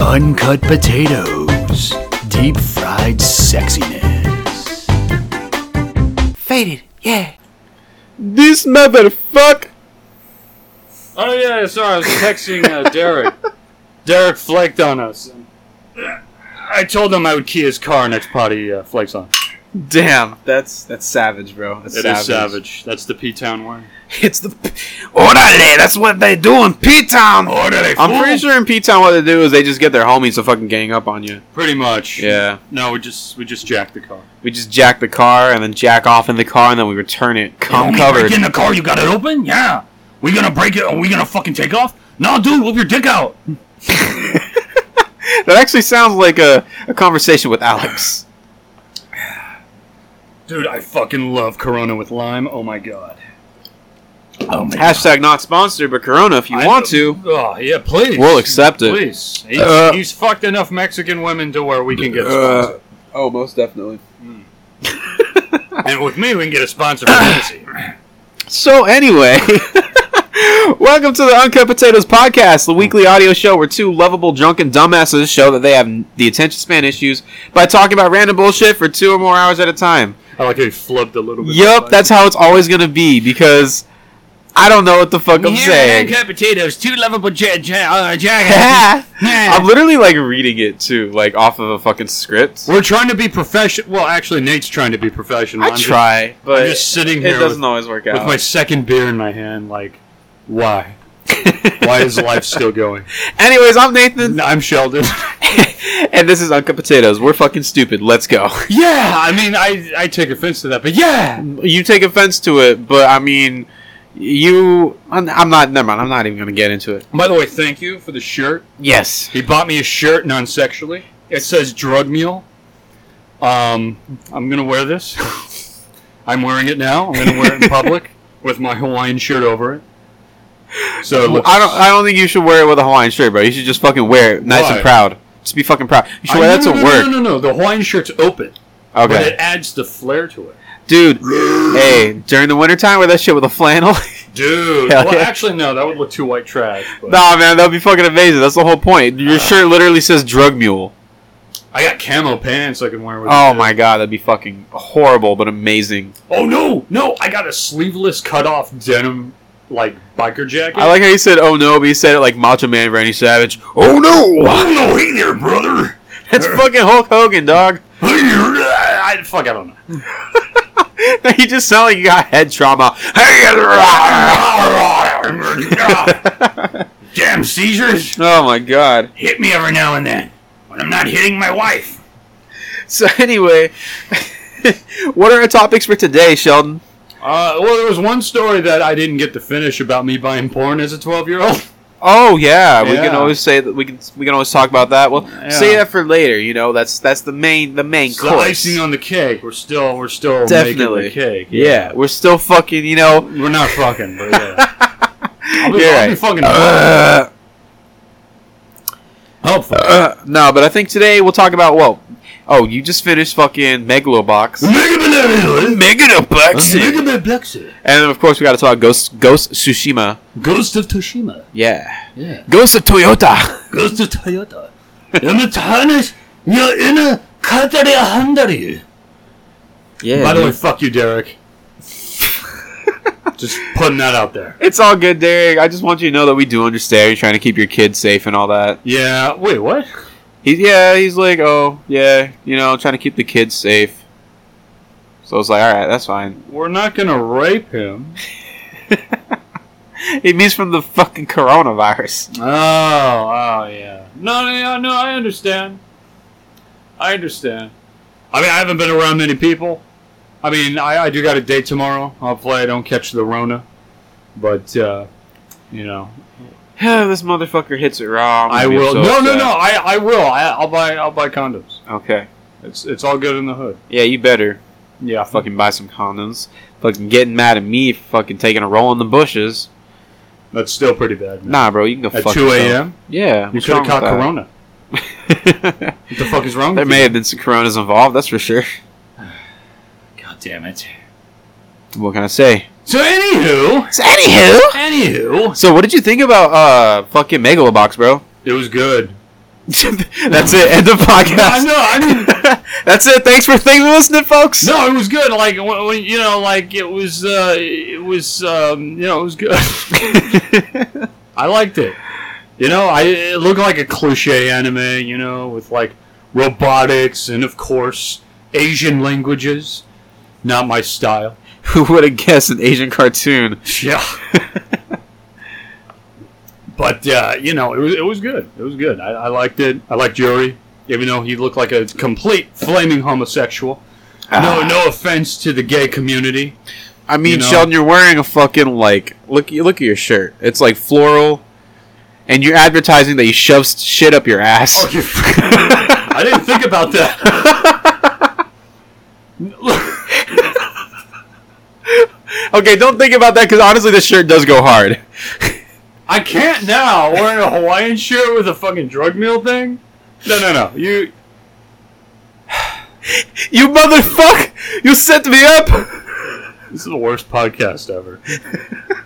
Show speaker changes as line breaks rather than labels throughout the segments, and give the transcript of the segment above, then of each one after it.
Uncut potatoes, deep fried sexiness.
Faded, yeah.
This motherfucker.
Oh yeah, sorry. I was texting uh, Derek. Derek flaked on us. I told him I would key his car next potty uh, flakes on.
Damn, that's that's savage, bro. That's
It is savage. That's the P Town one.
It's the orderly. That's what they do in P Town.
Orderly.
I'm pretty sure in P Town what they do is they just get their homies to fucking gang up on you.
Pretty much.
Yeah,
No, we just we just jacked the car.
we just jack the car and then jack off in the car and then we return it. Cum covered.
in the car, you got it open? Yeah. We gonna break it? Are we gonna fucking take off? No, dude, whip your dick out.
That actually sounds like a, a conversation with Alex.
Dude, I fucking love Corona with lime. Oh my god.
Oh my
Hashtag not sponsored, but Corona if you
I
want
know-
to.
Oh yeah, please.
We'll accept it.
Please. He's,
Uh,
he's fucked enough Mexican women to where we can get
Uh,
sponsored.
oh, most definitely.
and with me, we can get a sponsor for Hennessy.
So anyway, welcome to the Uncut Potatoes podcast, the weekly audio show where two lovable drunken dumbasses show that they have the attention span issues by talking about random bullshit for two or more hours at a time.
I like how he flubbed a little bit.
Yup, that's how it's always gonna be because I don't know what the fuck I'm saying.
Uncut potatoes, two lovable j- j- uh,
I'm literally like reading it too, like off of a fucking script.
We're trying to be professional. Well, actually, Nate's trying to be professional.
I
I'm just-
try, but
I'm just sitting
it
here with,
doesn't always work
with
out.
my second beer in my hand. Like, why? Why is life still going?
Anyways, I'm Nathan,
No, I'm Sheldon.
and this is Uncut Potatoes. We're fucking stupid. Let's go.
yeah, I mean, I I take offense to that, but yeah.
you take offense to it, but I mean, you. I'm, I'm not. Never mind. I'm not even gonna get into it.
By the way, thank you for the shirt.
Yes.
He bought me a shirt non-sexually. It says drug mule. Um, I'm gonna wear this. I'm wearing it now. I'm gonna wear it in public with my Hawaiian shirt over it. So it looks-
I don't. I don't think you should wear it with a Hawaiian shirt, bro. You should just fucking wear it, nice
Why?
and proud. Just be fucking proud. You should
I-
wear that
no,
to
no, no,
work.
No, no, no, The Hawaiian shirt's open, but
Okay,
it adds the flair to it.
dude. hey, during the wintertime, wear that shit with a flannel.
Dude,
Hell
well,
yeah.
actually, no, that would look too white trash. But
nah, man, that'd be fucking amazing. That's the whole point.
Ah.
Your shirt literally says drug mule.
I got camo pants I can wear with.
Oh
it.
my god, that'd be fucking horrible, but amazing.
Oh no, no! I got a sleeveless cut-off denim like biker jacket.
I like how he said, "Oh no," but he said it like Macho Man Randy Savage.
Oh no! Oh no! Hey there, brother.
That's fucking Hulk Hogan, dog.
Hey there.
I, I- fuck, I don't know.
you just sound like you got head trauma. Ah.
Damn seizures!
Oh my god.
Hit me every now and then when I'm not hitting my wife.
So anyway, what are our topics for today, Sheldon?
Uh, well, there was one story that I didn't get to finish about me buying porn as a twelve-year-old.
Oh yeah, we can
Yeah.
always say that we can we can always talk about that. Well, say
Yeah.
that for later. You know, that's that's the main the main
It's the
course.
icing on the cake. We're still, we're still
Definitely.
making the cake.
yeah. we're still fucking. You know,
we're not fucking, but yeah. I'll be,
You're
I'll be
right.
fucking
uh,
helpful.
uh, no, but I think today we'll talk about well. Oh, you just finished fucking Megalobox.
Mega
Megalobox.
Megabit
And then, of course we got to talk Ghost Ghost Tsushima.
Ghost of Toshima.
Yeah.
Yeah.
Ghost of Toyota.
Ghost of Toyota. In the tarnish, you're in a Katari Handari.
Yeah.
By the way, fuck you, Derek. Just putting that out there.
It's all good, Derek. I just want you to know that we do understand. You're trying to keep your kids safe and all that.
Yeah. Wait, what?
He's yeah. He's like, oh yeah, you know, trying to keep the kids safe. So it's like, all right, that's fine.
We're not gonna rape him.
It means from the fucking coronavirus.
Oh, oh yeah. No, no, yeah, no. I understand. I understand. I mean, I haven't been around many people. I mean, I, I do got a date tomorrow. Hopefully, I don't catch the Rona. But uh, you know,
this motherfucker hits it wrong.
I will. no, no, no. I, I will. I, I'll buy. I'll buy condoms.
Okay.
It's it's all good in the hood.
Yeah, you better
Yeah.
fucking buy some condoms. Fucking getting mad at me for fucking taking a roll in the bushes.
That's still pretty bad. man.
Nah, bro, you can go
At
fuck
two
yourself.
a.m.
Yeah.
You
what's
could have
wrong
caught
with
Corona.
that?
What the fuck is wrong?
there
with you?
may have been some coronas involved, that's for sure.
God damn it.
What can I say?
So anywho,
So anywho,
anywho,
so what did you think about uh fucking Megalobox, bro?
it was good.
That's it. End of podcast.
No, I know, I mean-
that's it. Thanks for thanks for listening, folks.
No, it was good. Like when, when, you know, like it was, uh, it was, um, you know, it was good. I liked it. You know, I it looked like a cliche anime. You know, with like robotics and of course Asian languages. Not my style.
Who would have guessed an Asian cartoon?
Yeah. but uh, you know, it was it was good. It was good. I, I liked it. I liked Yuri, even though he looked like a complete flaming homosexual. No, no offense to the gay community.
I mean,
You know?
Sheldon, you're wearing a fucking like look. You look at your shirt. It's like floral, and you're advertising that you shove s- shit up your ass.
Oh, you I didn't think about that.
okay, don't think about that because honestly, this shirt does go hard.
I can't now. Wearing a Hawaiian shirt with a fucking drug mule thing. No, no, no. You
You motherfuck! You set me up.
This is the worst podcast ever.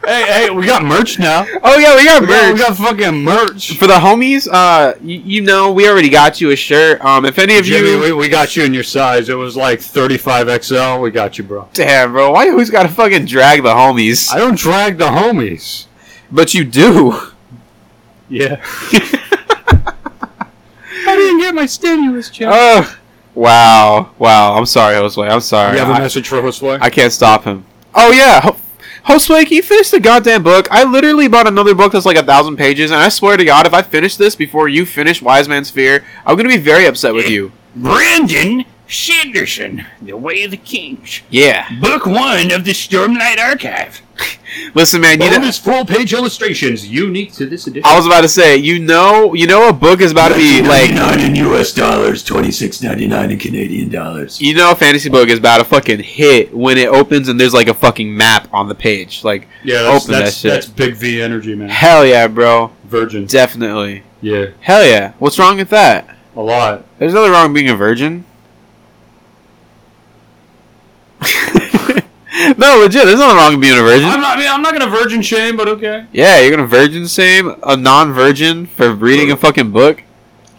hey, hey, we got merch now.
Oh yeah, we got
We got,
merch.
we got fucking merch.
for the homies, uh, you, you know, we already got you a shirt. Um, if any of
Jimmy,
you,
we, we got you in your size. It was like 35 XL. We got you, bro.
damn, bro, why you always gotta fucking drag the homies?
I don't drag the homies.
but you do.
Yeah. I didn't get my stimulus check.
Oh, wow, wow. I'm sorry, Josue. I'm sorry.
Uh. you have a
I,
message for Josue?
I can't stop him. Oh yeah, Ho- Josue, can you finish the goddamn book? I literally bought another book that's like a thousand pages, and I swear to God, if I finish this before you finish Wise Man's Fear, I'm gonna be very upset with you.
Brandon Sanderson, The Way of the Kings.
Yeah.
Book one of the Stormlight Archive.
Listen, man, you know,
Bonus full-page illustrations unique to this edition.
I was about to say, you know, you know, a book is about to be like.
nine in U.S. dollars, twenty six ninety nine in Canadian dollars.
you know a fantasy book is about a fucking hit when it opens and there's like a fucking map on the page. Like,
Yeah, that's,
open
that's,
that shit.
that's big V energy, man.
hell yeah, bro.
Virgin.
Definitely.
Yeah,
Hell yeah. What's wrong with that?
a lot.
There's nothing wrong with being a virgin. no, legit, there's nothing wrong with being a virgin.
I'm not. I mean, I'm not gonna virgin shame, but okay.
yeah, you're gonna virgin shame a non virgin for reading a fucking book.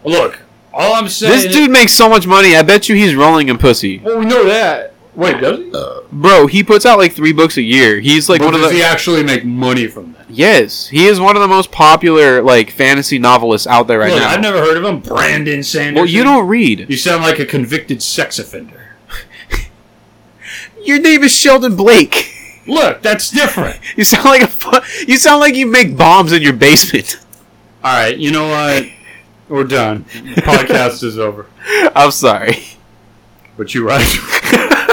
Look, all I'm saying.
This dude makes so much money, I bet you he's rolling in pussy.
Well, we know that. Wait, does
Uh,
he?
Bro, he puts out like three books a year. He's like
But
one of
does
the
he actually make money from that?
Yes, he is one of the most popular like fantasy novelists out there right
Look,
now.
I've never heard of him. Brandon Sanderson.
well, you don't read.
You sound like a convicted sex offender.
Your name is Sheldon Blake.
Look, that's different.
You sound like a fu- you sound like you make bombs in your basement.
all right, you know what? We're done. Podcast is over.
I'm sorry.
But you're right.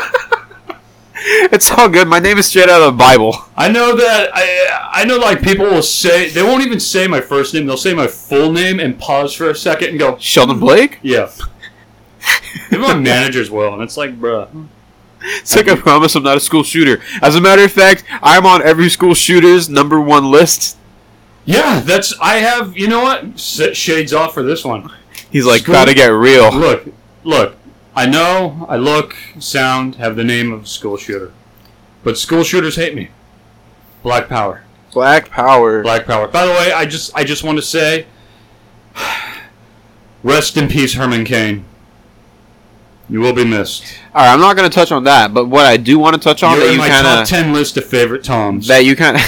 It's all good. My name is straight out of the Bible.
I know that I I know like people will say they won't even say my first name. They'll say my full name and pause for a second and go,
Sheldon Blake?
"Yeah." Even my managers will, and it's like, bruh.
It's like I promise I'm not a school shooter. As a matter of fact, I'm on every school shooter's number one list.
Yeah, that's I have. You know what? S- Shades off for this one.
He's like,
School-
gotta get real.
Look, look. I know I look, sound, have the name of a school shooter, but school shooters hate me. Black power.
Black power.
Black Power. By the way, I just I just want to say, rest in peace, Herman Cain. You will be missed.
All right, I'm not gonna touch on that, but what I do want to touch on
You're
that
in
you
my
kind
top
of
ten list of favorite Toms.
that you kind of.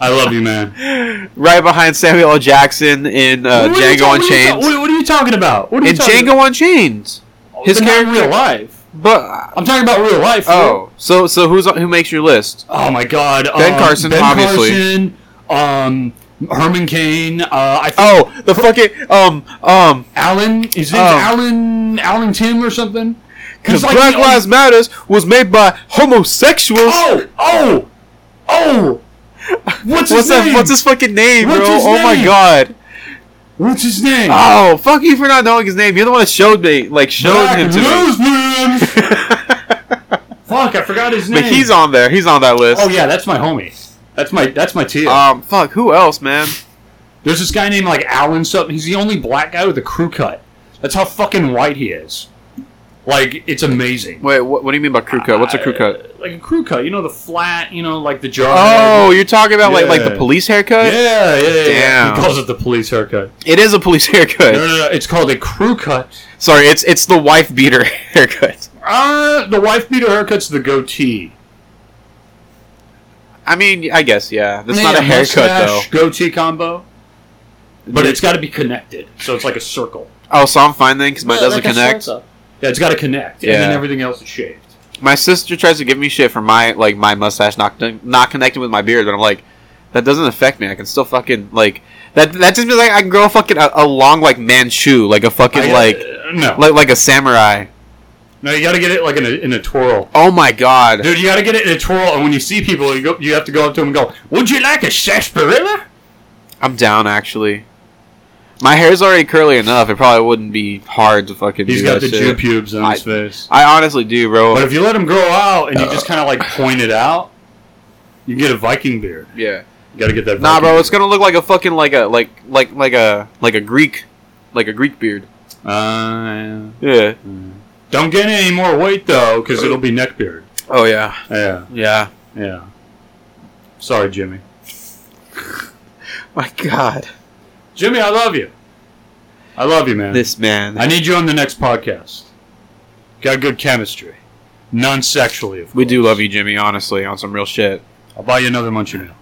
I love you,
Uh,
man.
right behind Samuel L. Jackson in uh,
What are you
Django
ta-
Unchained.
What are, you ta- what are you talking about? What are you
in
talking
Django Unchained,
about?
his
But not in
character-
real life.
but uh,
I'm talking about real life. dude.
oh, so so who's who makes your list?
oh my God.
Ben
um,
Carson,
Ben
obviously.
Carson, um, Herman Cain. Uh, I think
Oh, the fucking um um.
Alan. Is it
Oh.
Alan? Alan Tim or something?
Because
He's like
Black
the only-
Lives Matters was made by homosexuals.
Oh, oh, oh! What's,
what's
his
that?
name?
What's his fucking name,
What's
bro?
his
Oh my
name?
god.
What's his name?
Oh, fuck you for not knowing his name. You're the one that showed me, like showed
Black
him to me.
Muslim. Fuck, I forgot his name.
But he's on there. He's on that list.
Oh yeah, that's my homie. That's my that's my tier.
Um, fuck. Who else, man?
There's this guy named like Alan something. He's the only black guy with a crew cut. That's how fucking white he is. Like it's amazing.
Wait, what, what do you mean by crew cut? What's a crew cut?
Uh, like a crew cut. You know the flat. You know like the jar.
Oh, you're talking about like like the
Yeah.
police haircut?
yeah, yeah, yeah. yeah.
Damn.
He calls it the police haircut.
It is a police haircut.
No, no, no. It's called a crew cut.
Sorry, it's it's the wife beater haircut.
Uh, the wife beater haircut's the goatee.
I mean, I guess yeah. That's
Yeah,
not a haircut though.
mustache, Goatee combo. But it's got to be connected, so it's like a circle.
Oh, so I'm fine then because mine doesn't connect.
Yeah, it's got to connect, and then
Yeah.
everything else is shaved.
My sister tries to give me shit for my like my mustache not not connecting with my beard, but I'm like, that doesn't affect me. I can still fucking like that. That just means like I can grow fucking a, a long like Manchu, like a fucking
I,
like
uh, no,
like like a samurai.
no, you got to get it like in a, in a twirl,
Oh my god.
dude. You got to get it in a twirl, and when you see people, you go, you have to go up to them and go, "Would you like a sarsaparilla?"
I'm down actually. My hair's already curly enough. It probably wouldn't be hard to fucking.
He's
do
got
that
the Jew
shit.
pubes on his
I-
face.
I honestly do, bro.
But if you let him grow out and you
Uh.
just kind of like point it out, you get a Viking beard.
yeah.
You got to get that.
Nah,
Viking
bro. It's
beard.
gonna look like a fucking like a like like like a like a Greek, like a Greek beard.
Uh, yeah.
Yeah.
Don't get any more weight though, because it'll be neck beard.
Oh yeah.
Yeah,
Yeah.
yeah. Sorry, Jimmy.
My God.
Jimmy, I love you. I love you, man.
This man.
I need you on the next podcast. Got good chemistry. Non sexually, of
we do
course.
love you, Jimmy. Honestly, on some real shit.
I'll buy you another munchie meal.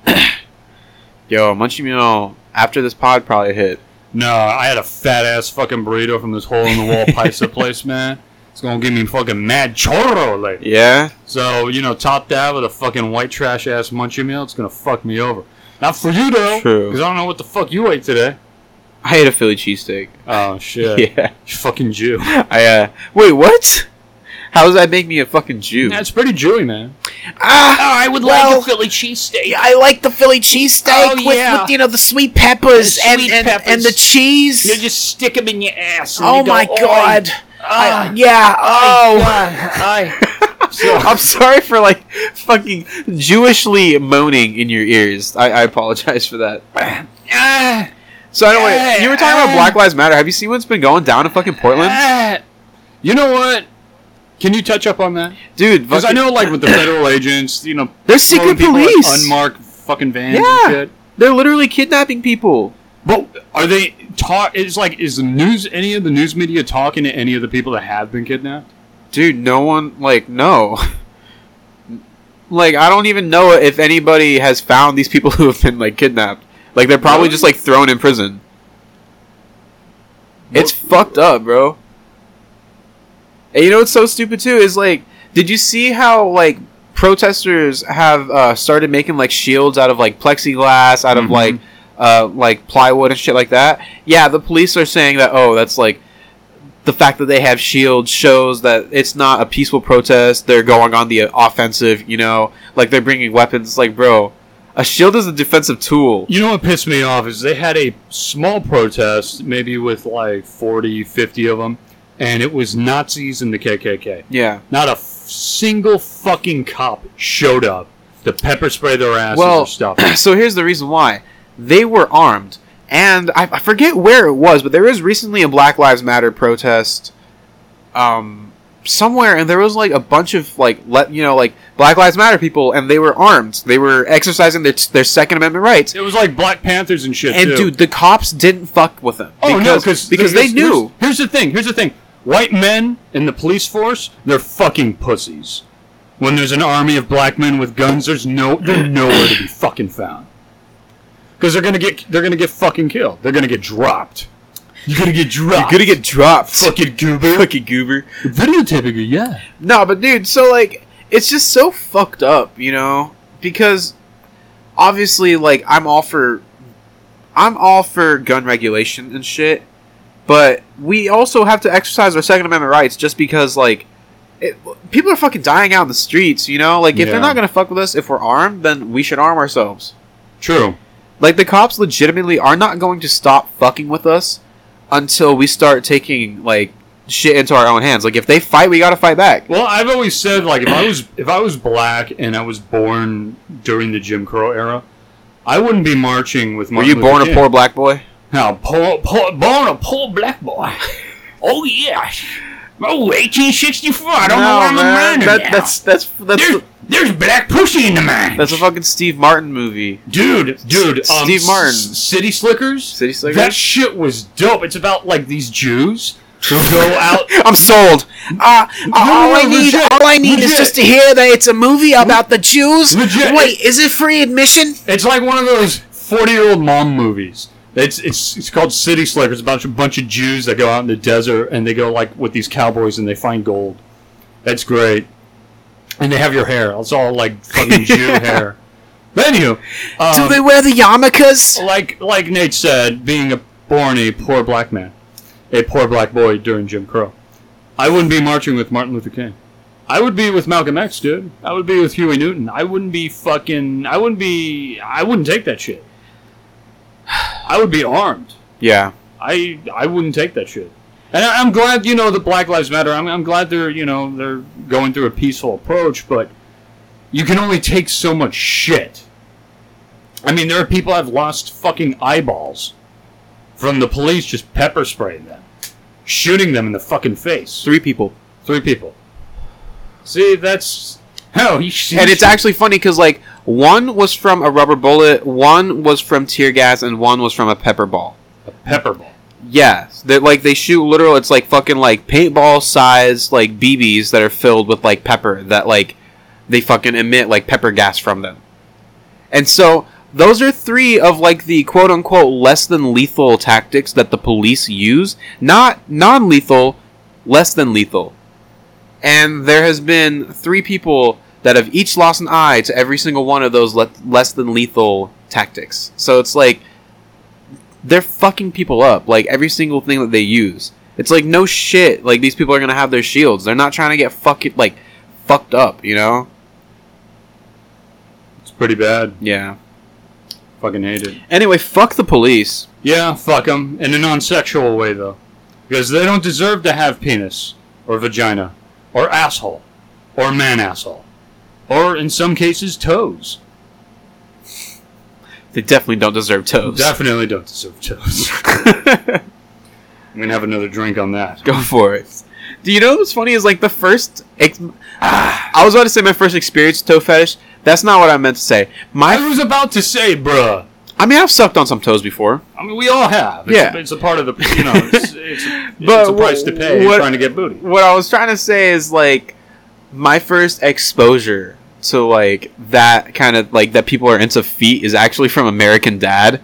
Yo, Munchie Meal. After this pod probably hit.
No, I had a fat ass fucking burrito from this hole in the wall pizza place, man. It's gonna give me fucking mad chorro later.
Yeah.
So, you know, top that with a fucking white trash ass munchie meal, it's gonna fuck me over. Not for you though.
True.
Because I don't know what the fuck you ate today.
I ate a Philly cheesesteak.
Oh shit.
Yeah.
You fucking Jew.
I uh. Wait, what? How does that make me a fucking Jew?
That's pretty Jewy, man.
Ah,
I would
Well-
Philly cheesesteak.
I like the Philly cheesesteak
Oh,
with,
yeah.
with, you know, the sweet peppers,
The
and,
sweet
and,
peppers.
and the cheese.
just stick them in your ass.
oh, my God.
Ah.
I- yeah. Oh.
I'm sorry for like fucking Jewishly moaning in your ears. I, I apologize for that.
Ah,
So anyway,
Hey,
you were talking about
hey.
Black Lives Matter. Have you seen what's been going down in fucking Portland,
ah. You know what? Can you touch up on that?
dude?
Because I
fucking-
know, like, with the federal agents, you know,
They're secret
throwing people in
police.
unmarked fucking vans
Yeah.
and shit.
they're literally kidnapping people.
But are they talk? It's like, is the news any of the news media talking to any of the people that have been kidnapped?
Dude, no one like no. Like I don't even know if anybody has found these people who have been like kidnapped. Like they're probably just like thrown in prison. It's fucked up, bro. And you know what's so stupid too is like, did you see how like protesters have uh, started making like shields out of like plexiglass, out of
Mhm.
like uh, like plywood and shit like that? Yeah, the police are saying that oh, that's like the fact that they have shields shows that it's not a peaceful protest. They're going on the offensive, you know, like they're bringing weapons. Like, bro, a shield is a defensive tool.
You know what pissed me off is they had a small protest, maybe with like 40, 50 of them, and it was Nazis and the KKK.
Yeah.
Not a f- single fucking cop showed up to pepper spray their asses
Well,
or stuff.
so here's the reason why they were armed, and I, I forget where it was, but there was recently a Black Lives Matter protest, um, somewhere, and there was like a bunch of like let you know like Black Lives Matter people, and they were armed. They were exercising their their Second Amendment rights.
It was like Black Panthers and shit.
And
too.
dude, the cops didn't fuck with them.
oh no, because
because they knew.
Here's, here's the thing. Here's the thing. White men in the police force, they're fucking pussies. When there's an army of black men with guns, there's no, they're nowhere to be fucking found. Because they're gonna get, they're gonna get fucking killed. They're gonna get dropped. You're gonna get dropped.
You're gonna get dropped.
fucking goober.
fucking goober.
Videotaping you, yeah.
No, but dude, so like it's just so fucked up, you know? Because obviously like I'm all for I'm all for gun regulation and shit, but we also have to exercise our second amendment rights just because like it, people are fucking dying out in the streets, you know? Like if
Yeah.
they're not going to fuck with us if we're armed, then we should arm ourselves.
True.
Like the cops legitimately are not going to stop fucking with us until we start taking like shit into our own hands. Like if they fight, we gotta fight back.
Well, I've always said like if I was if I was black and I was born during the Jim Crow era, I wouldn't be marching with.
Were
Martin
you
Luther
born a
King.
poor black boy?
Now, poor, poor, born a poor black boy. Oh yeah.
Oh, 1864. I don't know
No,
where I'm a
man,
minor
that-
now.
that's that's that's
there's, there's black pussy in the mine.
that's a fucking Steve Martin movie.
Dude, dude, um,
Steve Martin.
S- City Slickers.
City Slickers.
That shit was dope. It's about like these Jews who go out.
I'm sold.
Uh, all I
no,
need,
legit,
all I need is
legit.
just to hear that it's a movie about the Jews.
Legit.
Wait, is it free admission?
It's like one of those forty-year-old mom movies. It's it's it's called City Slickers. It's about a bunch of Jews that go out in the desert and they go like with these cowboys and they find gold. That's great. And they have your hair. It's all like fucking Jew hair. But anywho,
Do
um,
they wear the yarmulkes?
like like Nate said, being a born a poor black man, a poor black boy during Jim Crow, I wouldn't be marching with Martin Luther King. I would be with Malcolm X, dude. I would be with Huey Newton. I wouldn't be fucking. I wouldn't be. I wouldn't take that shit. I would be armed.
Yeah.
I I wouldn't take that shit. And I, I'm glad you know the Black Lives Matter. I'm I'm glad they're you know they're going through a peaceful approach, but you can only take so much shit. I mean, there are people I've lost fucking eyeballs from the police just pepper spraying them, shooting them in the fucking face.
Three people.
Three people. See, that's oh, you see,
And it's actually funny because like one was from a rubber bullet, one was from tear gas, and one was from a pepper ball.
pepper ball.
Yes, that like they shoot literal. It's like fucking like paintball size like BBs that are filled with like pepper that like they fucking emit like pepper gas from them. And so those are three of like the quote unquote less than lethal tactics that the police use. Not non lethal, less than lethal. And there has been three people that have each lost an eye to every single one of those le- less than lethal tactics. So it's like they're fucking people up. Like every single thing that they use. It's like no shit. Like these people are gonna have their shields. They're not trying to get fucking like fucked up. You know?
It's pretty bad.
Yeah.
Fucking hate it.
Anyway, fuck the police.
Yeah, fuck them. In a non sexual way, though. Because they don't deserve to have penis, or vagina, or asshole, or man asshole, or in some cases, toes.
They definitely don't deserve toes.
Definitely don't deserve toes. I'm gonna have another drink on that.
Go for it. Do you know what's funny is like the first. Ex- I was about to say my first experience with toe fetish. That's not what I meant to say.
I
My,
was about to say, bruh.
I mean, I've sucked on some toes before.
I mean, we all have. It's,
Yeah.
It's a part of the, you know, it's, it's, it's
But
a price to pay
what-
trying to get booty.
What I was trying to say is like my first exposure to like that kind of like that people are into feet is actually from American Dad.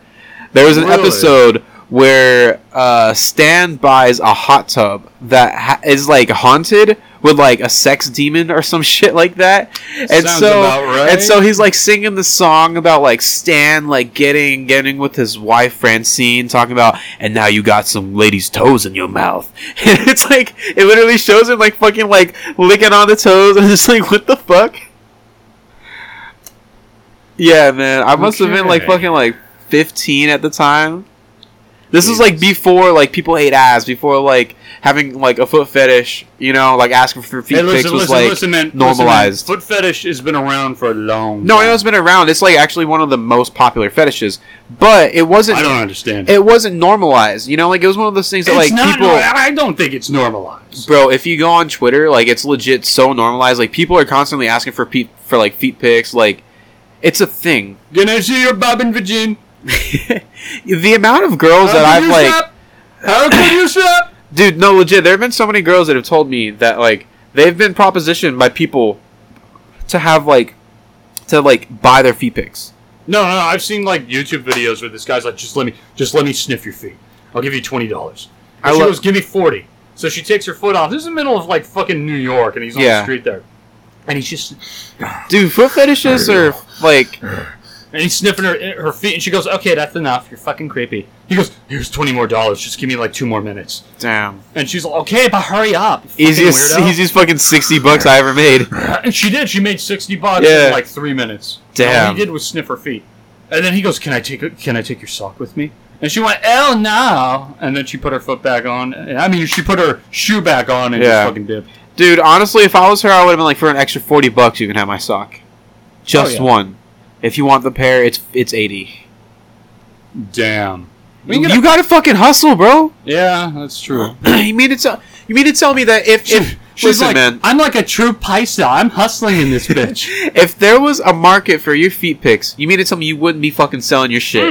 There was an
Really?
episode where uh, Stan buys a hot tub that ha- is like haunted with like a sex demon or some shit like that, and
Sounds
so
about right.
and so he's like singing the song about like Stan like getting getting with his wife Francine, talking about and now you got some lady's toes in your mouth. And it's like it literally shows him like fucking like licking on the toes, and it's like what the fuck. Yeah, man. I must have been like
Okay.
fucking like 15 at the time. This is
Jesus.
like before like people hate ass, before like having like a foot fetish, you know, like asking for feet
Hey, listen,
pics was
listen,
like
listen, man. Listen, man.
normalized.
Foot fetish has been around for a long
no, I
time.
know it's been around. It's like actually one of the most popular fetishes, but it wasn't
I don't understand.
it wasn't normalized. You know, like it was one of those things that
it's
like
not,
people
nor- I don't think it's normalized.
Bro, if you go on Twitter, like it's legit so normalized. Like people are constantly asking for pe- for like feet pics. Like it's a thing.
Can I see your bob and virgin?
The amount of girls
Uh,
that I've like
How can you stop?
dude no legit there have been so many girls that have told me that like they've been propositioned by people to have like to like buy their feet pics
No, no, I've seen like YouTube videos where this guy's like, just let me, just let me sniff your feet. I'll give you twenty dollars.
I
She
lo-
goes, give me forty. So she takes her foot off. This is the middle of like fucking New York, and he's on
Yeah.
the street there, and he's just
dude foot fetishes are like
and he's sniffing her her feet, and she goes, okay, that's enough. You're fucking creepy. He goes, here's twenty more dollars. Just give me like two more minutes.
damn
And she's like, okay, but hurry up. you fucking
easiest
weirdo."
easiest fucking 60 bucks i ever made
And she did. She made sixty bucks
Yeah.
in like three minutes.
Damn.
All he did was sniff her feet, and then he goes, "Can I take a, Can I take your sock with me?" And she went, "Oh no!" And then she put her foot back on. I mean, she put her shoe back on and
Yeah.
just fucking dipped.
dude honestly if i was her i would have been like for an extra 40 bucks you can have my sock just
yeah.
one if you want the pair it's it's 80
Damn.
you gotta fucking hustle bro
yeah, that's true.
you mean it's a You mean to tell me that if if
She's
listen,
like,
man,
I'm like a true paisa. I'm hustling in this bitch.
if there was a market for your feet pics, you mean to tell me you wouldn't be fucking selling your shit?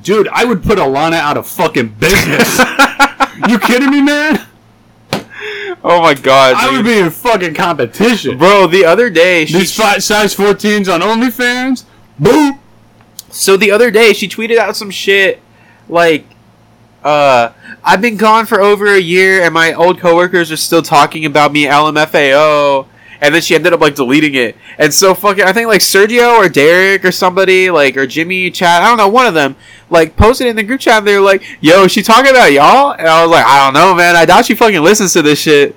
Dude, I would put Alana out of fucking business. you kidding me, man?
Oh my god,
I
dude.
would be in fucking competition.
bro. The other day, she,
These fi- size 14s on OnlyFans? Boom!
so the other day she tweeted out some shit like, uh, I've been gone for over a year and my old coworkers are still talking about me LMFAO. And then she ended up like deleting it. And so fucking, I think like Sergio or Derek or somebody like or Jimmy Chad, I don't know, one of them like posted in the group chat. and They were like, "Yo, is she talking about y'all?" And I was like, "I don't know, man. I doubt she fucking listens to this shit."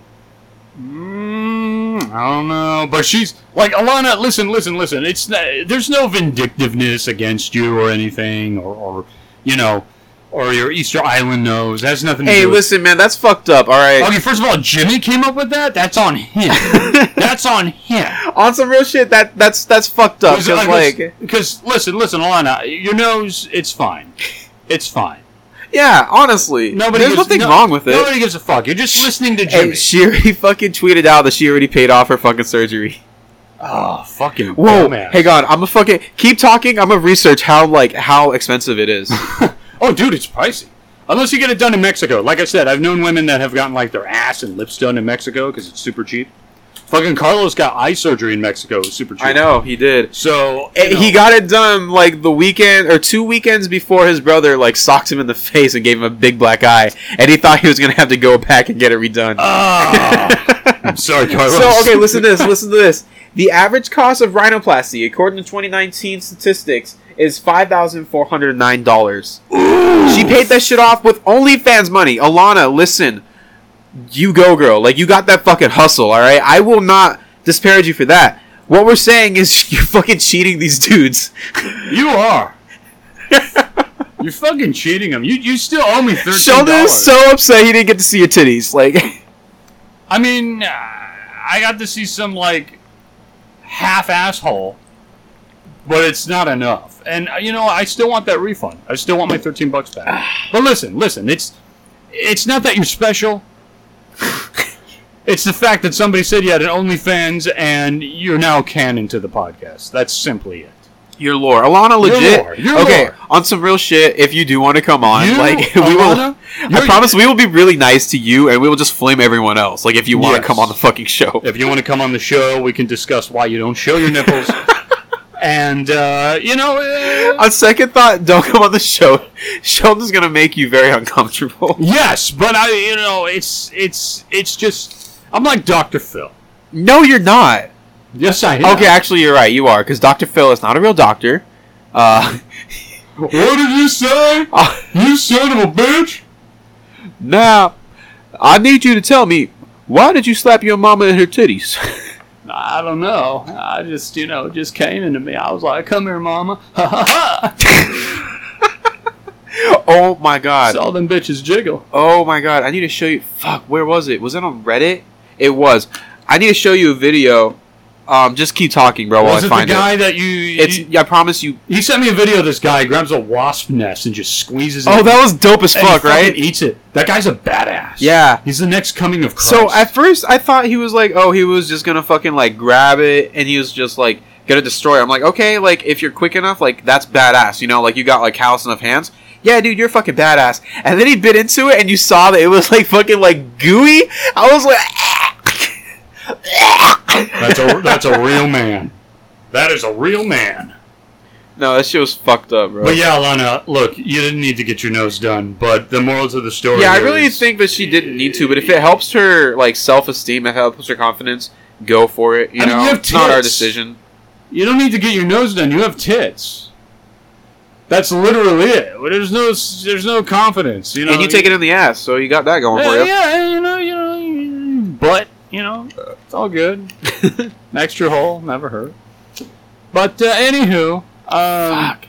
Mm, I don't know, but she's like Alana. Listen, listen, listen. It's n- there's no vindictiveness against you or anything, or, or you know, or your Easter Island nose. It has nothing. to
Hey,
do with-
listen, man, that's fucked up. All right.
Okay, first of all, Jimmy came up with that. That's on him. That's on him.
on some real shit that that's that's fucked up because like
because listen, listen, Alana, your nose, it's fine. It's fine.
yeah honestly
Nobody.
there's
gives,
nothing
no-
wrong with it
Nobody gives a fuck. You're just listening to Jimmy.
and she already fucking tweeted out that she already paid off her fucking surgery
oh, fucking
whoa
man.
hey god i'm a fucking keep talking i'm gonna research how like how expensive it is
Oh, dude, it's pricey. Unless you get it done in Mexico. Like I said, I've known women that have gotten like their ass and lips done in Mexico because it's super cheap. Fucking Carlos got eye surgery in Mexico. It was super cheap.
i know he did
So
Eh,
you know,
he got it done like the weekend or two weekends before his brother like socked him in the face and gave him a big black eye and he thought he was gonna have to go back and get it redone
Oh, Ah. I'm sorry, Carlos.
So okay, listen to this. Listen to this. The average cost of rhinoplasty, according to 2019 statistics, is five thousand four hundred nine dollars. She paid that shit off with OnlyFans money. Alana, listen, you go, girl. Like you got that fucking hustle. All right, I will not disparage you for that. What we're saying is you're fucking cheating these dudes.
You are. You're fucking cheating him. You you still owe me thirteen
Sheldon is so upset he didn't get to see your titties. Like,
I mean, uh, I got to see some like half asshole, but it's not enough. And uh, you know, I still want that refund. I still want my thirteen bucks back. but listen, listen, it's it's not that you're special. it's the fact that somebody said you had an OnlyFans and you're now canon to the podcast. That's simply it.
your lore, Alana, legit.
lore, your
okay,
lore.
on some real shit. If you do want to come on,
You,
like we will.
Alana,
I
you're-
promise we will be really nice to you, and we will just flame everyone else. Like if you want to
Yes.
come on the fucking show,
If you want to come on the show, we can discuss why you don't show your nipples. and uh, you know, uh,
on second thought, don't come on the show. Sheldon's gonna make you very uncomfortable.
Yes, but I, you know, it's it's it's just I'm like Doctor Phil.
No, you're not.
Yes, I
Okay, actually, you're right. You are because Doctor Phil is not a real doctor. Uh,
What did you say? You son of a bitch!
now, I need you to tell me why did you slap your mama in her titties?
I don't know. I just, you know, it just came into me. I was like, "Come here, mama!" Ha ha ha!
oh my god.
Saw them bitches jiggle.
Oh my god, I need to show you. Fuck, where was it? Was it on Reddit? It was. I need to show you a video. Um, just keep talking, bro, while
Was
I
it the
find
guy
it.
that you,
It's.
you?
I promise you.
He sent me a video. of This guy grabs a wasp nest and just squeezes. it
Oh, that was dope as
and
fuck,
fucking
right?
Eats it. That guy's a badass.
Yeah.
he's the next coming of Christ.
So at first I thought he was like, oh, he was just gonna fucking like grab it, and he was just like gonna destroy. It. I'm like, okay, like if you're quick enough, like that's badass, you know, like you got like callous enough hands. Yeah, dude, you're fucking badass. And then he bit into it, and you saw that it was like fucking like gooey. I was like,
that's a that's a real man. That is a real man.
no, that shit was fucked up, bro.
But yeah, Alana, look, you didn't need to get your nose done, but the moral to the story.
Yeah, I
here
really
is-
think that she didn't need to, but if it helps her like self esteem, if it helps her confidence, go for it. You
I mean,
know,
you have
it's not our
tits.
decision.
you don't need to get your nose done. You have tits. That's literally it. There's no there's no confidence, you know.
and you take it in the ass, so you got that going
Yeah,
for you.
yeah, you know, you know, but you know, it's all good. An extra hole never hurt. But uh, anywho, um,
Fuck.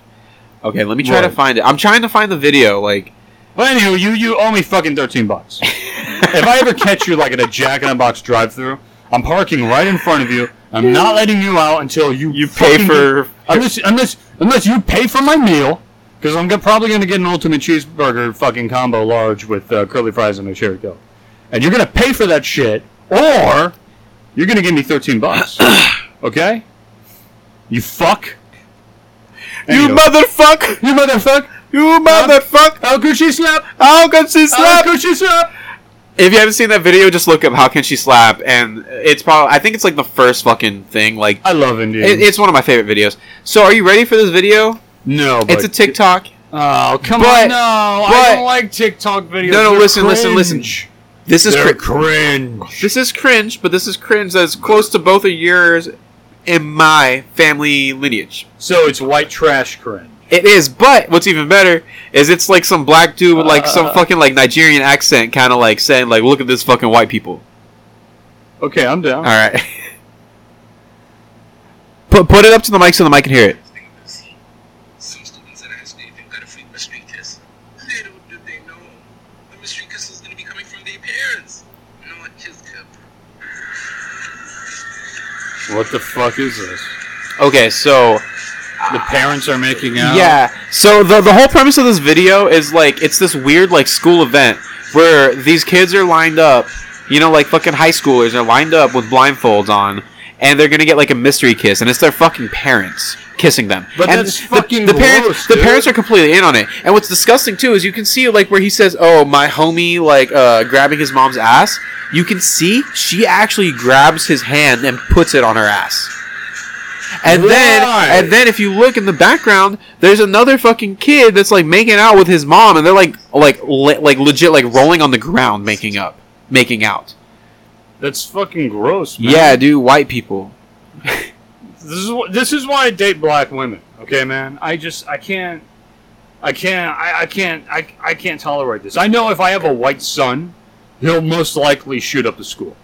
Okay, let me try to
Right.
find it. I'm trying to find the video. Like,
Well, anywho, you you owe me fucking thirteen bucks. if I ever catch you like at a Jack in the Box drive-through, I'm parking right in front of you. I'm not letting you out until you
You pay
fucking-
for-
unless unless unless you pay for my meal because I'm go- probably gonna get an ultimate cheeseburger fucking combo large with uh, curly fries and a cherry coke. and you're gonna pay for that shit, or you're gonna give me thirteen bucks. okay? You fuck.
You
Anywho.
motherfuck!
You motherfucker!
You motherfuck!
How could she slap?
How can she
How
slap?
could she slap?
If you haven't seen that video, just look up "How can she slap?" and it's probably I think it's like the first fucking thing. Like
I love Indian.
it, it's one of my favorite videos. So are you ready for this video?
Oh no, but
It's a TikTok.
Oh come
But-
on! No, I
but-
don't like TikTok videos.
No, no,
They're
listen, listen, listen.
cringe.
This is
They're
cr-
cringe.
this is cringe, but this is cringe that's close to both of yours and my family lineage.
So it's white trash cringe.
It is, but what's even better is it's like some black dude with like some
Uh.
fucking like Nigerian accent, kind of like saying like, "Look at this fucking white people."
Okay, I'm down.
All right. Put, put it up to the mic so the mic can hear it.
Some students at ISD, they've got a free mystery kiss. Little do they know, the mystery kiss is going to be coming from their parents. No, it just kept.
What the fuck is this?
Okay, so
The parents are making out.
Yeah. So the the whole premise of this video is like it's this weird like school event where these kids are lined up, you know, like fucking high schoolers are lined up with blindfolds on, and they're gonna get like a mystery kiss, and it's their fucking parents kissing them.
But
and
that's fucking
the parents.
gross,
the
dude.
parents are completely in on it, and what's disgusting too is you can see like where he says, "Oh, my homie," like uh, grabbing his mom's ass. You can see she actually grabs his hand and puts it on her ass. And then,
Why?
and then, if you look in the background, there's another fucking kid that's like making out with his mom, and they're like, like, le- like legit, like rolling on the ground, making up, making out.
That's fucking gross. Man.
Yeah, dude, white people.
This is wh- this is why I date black women. Okay, man. I just I can't. I can't. I, I can't. I, I can't tolerate this. I know if I have a white son, he'll most likely shoot up the school.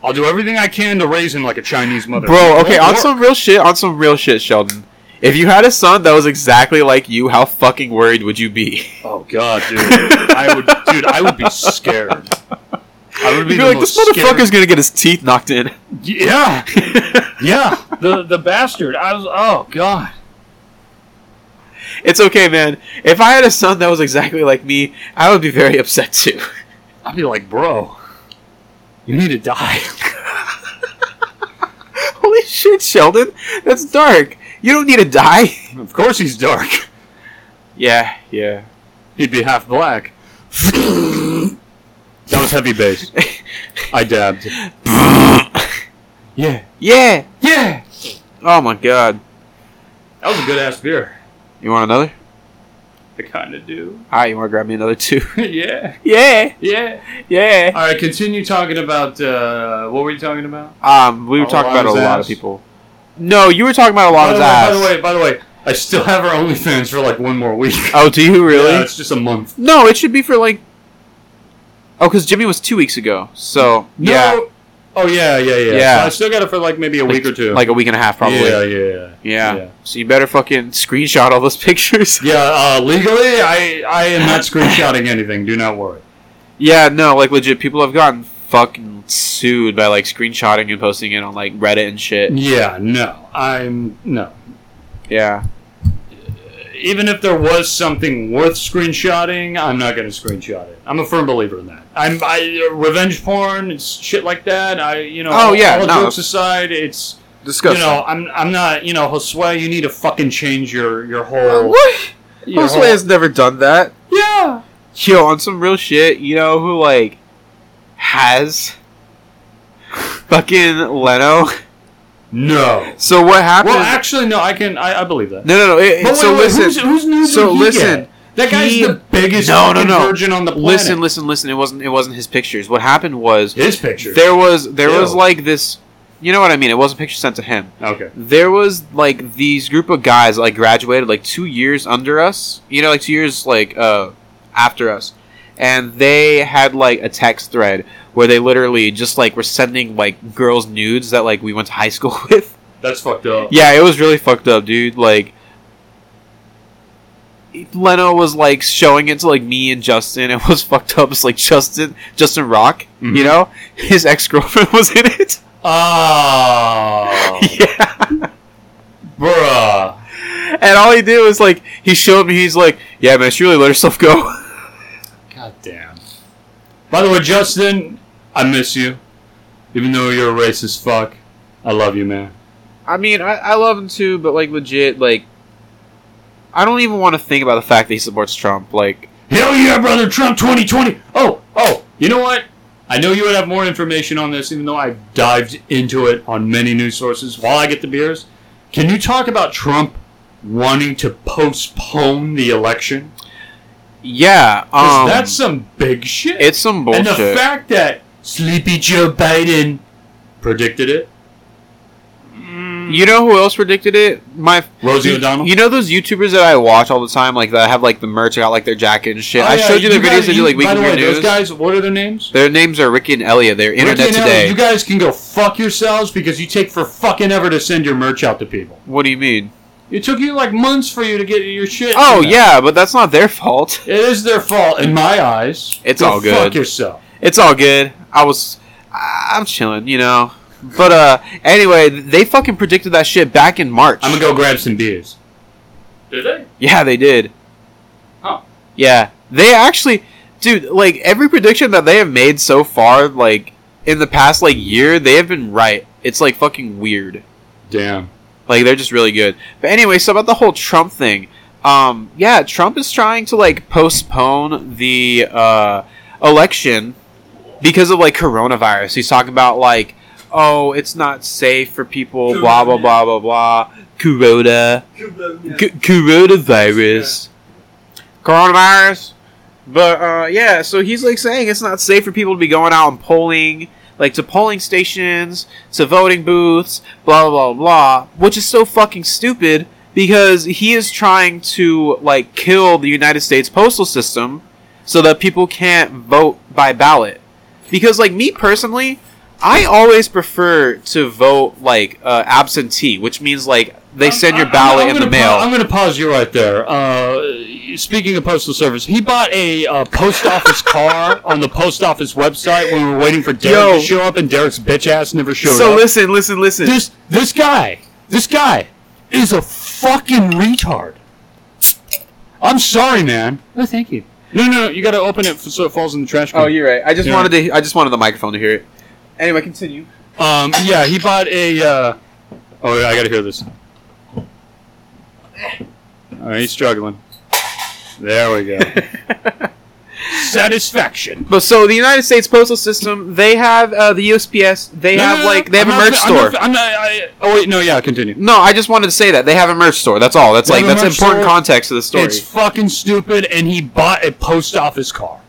I'll do everything I can to raise him like a Chinese mother.
Bro, okay,
It
on
won't work.
some real shit, on some real shit, Sheldon. If you had a son that was exactly like you, how fucking worried would you be?
Oh god, dude. I would, dude. I would be scared. I would be,
You'd be
the
like,
most
this
scared-
motherfucker's gonna get his teeth knocked in.
Yeah, yeah. The the bastard. I was. Oh god.
It's okay, man. If I had a son that was exactly like me, I would be very upset too.
I'd be like, bro, you need to die.
Holy shit, Sheldon, that's dark. You don't need to die.
of course he's dark.
Yeah, yeah.
He'd be half black. that was heavy bass. I dabbed. yeah.
Yeah.
Yeah.
Oh my god.
That was a good ass beer.
You want another?
I kind of do.
All right, you want to grab me another two?
yeah.
yeah,
Yeah.
yeah.
All right. Continue talking about uh, what were you talking about?
Um, we were
Oh,
talking
I
about a
was
lot of
asked.
people. No, you were talking about a lot
by,
of ass.
the way, by the way, by the way, I still have our OnlyFans for like one more week.
Oh, do you really?
Yeah, it's just a month.
No, it should be for like. Oh, because Jimmy was two weeks ago, so
No.
yeah,
Oh yeah, yeah, yeah.
Yeah.
So I still got it for like maybe a week or two.
like a week and a half probably.
Yeah,
Yeah.
yeah, yeah.
So you better fucking screenshot all those pictures.
Yeah, uh, legally, I I am not screenshotting anything. Do not worry.
Yeah, no, like legit, people have gotten fucking sued by like screenshotting and posting it on like Reddit and shit.
Yeah, no, I'm no.
Yeah.
Even if there was something worth screenshotting, I'm not going to screenshot it. I'm a firm believer in that. I'm I, revenge porn, it's shit like that. I you know.
Oh, yeah,
All
no.
jokes aside, it's you
Disgusting.
know I'm I'm not you know Josue. You need to fucking change your your whole.
Uh, what?
your
Josue
whole-
has never done that.
yeah.
Yo, on some real shit, you know who like has fucking Leno.
No.
So what happened?
Well, actually, no. I can I, I believe that.
no, no, no. It,
But
so
wait, wait,
listen,
who's, who's new did
so
he
listen,
get? That guy's
he-
the biggest
No, no,
fucking
no.
virgin on the planet.
listen, listen, listen. It wasn't. It wasn't his pictures. What happened was
His picture.
there was there was
Ew.
like this. You know what I mean? It wasn't pictures sent to him.
okay.
There was like these group of guys that, like graduated like two years under us. You know, like two years like uh after us, and they had like a text thread where they literally just like were sending like girls nudes that like we went to high school with.
That's fucked up.
Yeah, it was really fucked up, dude. Like, Leno was like showing it to like me and Justin. It was fucked up. It's like Justin, Justin Rock. You
Mhm.
know, his ex girlfriend was in it.
Oh,
yeah,
bruh.
and all he did was like he showed me. He's like, yeah, man, she really let herself go.
God damn. By the way, Justin, I miss you. Even though you're a racist fuck, I love you, man.
I mean, I, I love him too, but like legit, like I don't even want to think about the fact that he supports Trump. Like,
Hell yeah, brother! Trump 2020. Oh, oh. You know what? I know you would have more information on this, even though I've dived into it on many news sources. While I get the beers, can you talk about Trump wanting to postpone the election?
yeah,
'Cause
um,
that's some big shit.
it's some
and the
bullshit.
fact that Sleepy Joe Biden predicted it,
you know who else predicted it? My
Rosie O'Donnell.
You know those YouTubers that I watch all the time, like that have like the merch, I got like their jacket and shit.
Oh,
I
yeah,
showed you their
guys-
videos they do like
by
weekly
the way,
news.
Those guys, what are their names?
their names are Ricky and Elliot. They're internet
Ricky and Ellie,
today.
you guys can go fuck yourselves because you take for fucking ever to send your merch out to people.
what do you mean?
It took you like months for you to get your shit.
Oh
to them.
yeah, but that's not their fault.
It is their fault in my eyes.
It's
Go
all good.
Fuck yourself.
It's all good. I was, I- I'm chilling, you know. But uh, anyway, they fucking predicted that shit back in March.
I'm gonna go grab some beers. Did they?
Yeah, they did.
Huh.
Yeah, they actually, dude. Like every prediction that they have made so far, like in the past like year, they have been right. It's like fucking weird.
Damn.
Like they're just really good. But anyway, so about the whole Trump thing. Um, yeah, Trump is trying to like postpone the uh, election because of like coronavirus. He's talking about like, oh, it's not safe for people. Blah blah blah blah blah. Corona, C- coronavirus, coronavirus. But uh, yeah, so he's like saying it's not safe for people to be going out and polling, like to polling stations, to voting booths, blah blah blah blah, which is so fucking stupid because he is trying to like kill the United States postal system so that people can't vote by ballot. Because like me personally, I always prefer to vote like uh, absentee, which means like they send your
I'm-
ballot
I'm
in the
gonna
mail.
pa- I'm gonna pause you right there. Uh, speaking of postal service, he bought a uh, post office car on the post office website when we were waiting for Derek
Yo.
to show up, and Derek's bitch ass never showed
so
up.
listen, listen, listen.
this this guy, this guy, is a fucking retard. I'm sorry, man.
Oh, thank you.
No, no, no. You gotta open it f- so it falls in the trash can.
Oh, you're right. I just
Yeah.
wanted to. I just wanted the microphone to hear it. Anyway, continue.
Um, yeah, he bought a. Uh... Oh, yeah, I gotta hear this. All right, he's struggling. There we go. Satisfaction.
But so the United States postal system, they have uh, the USPS. They
No,
have
no, no,
like they have
I'm
a
not
merch
fi-
store.
I'm not, fi- I'm not, I, oh wait, no, yeah, continue.
no, I just wanted to say that they have a merch store. That's all. That's
They
like
have
that's
a merch
important
store.
context to the story.
It's fucking stupid, and he bought a post office car.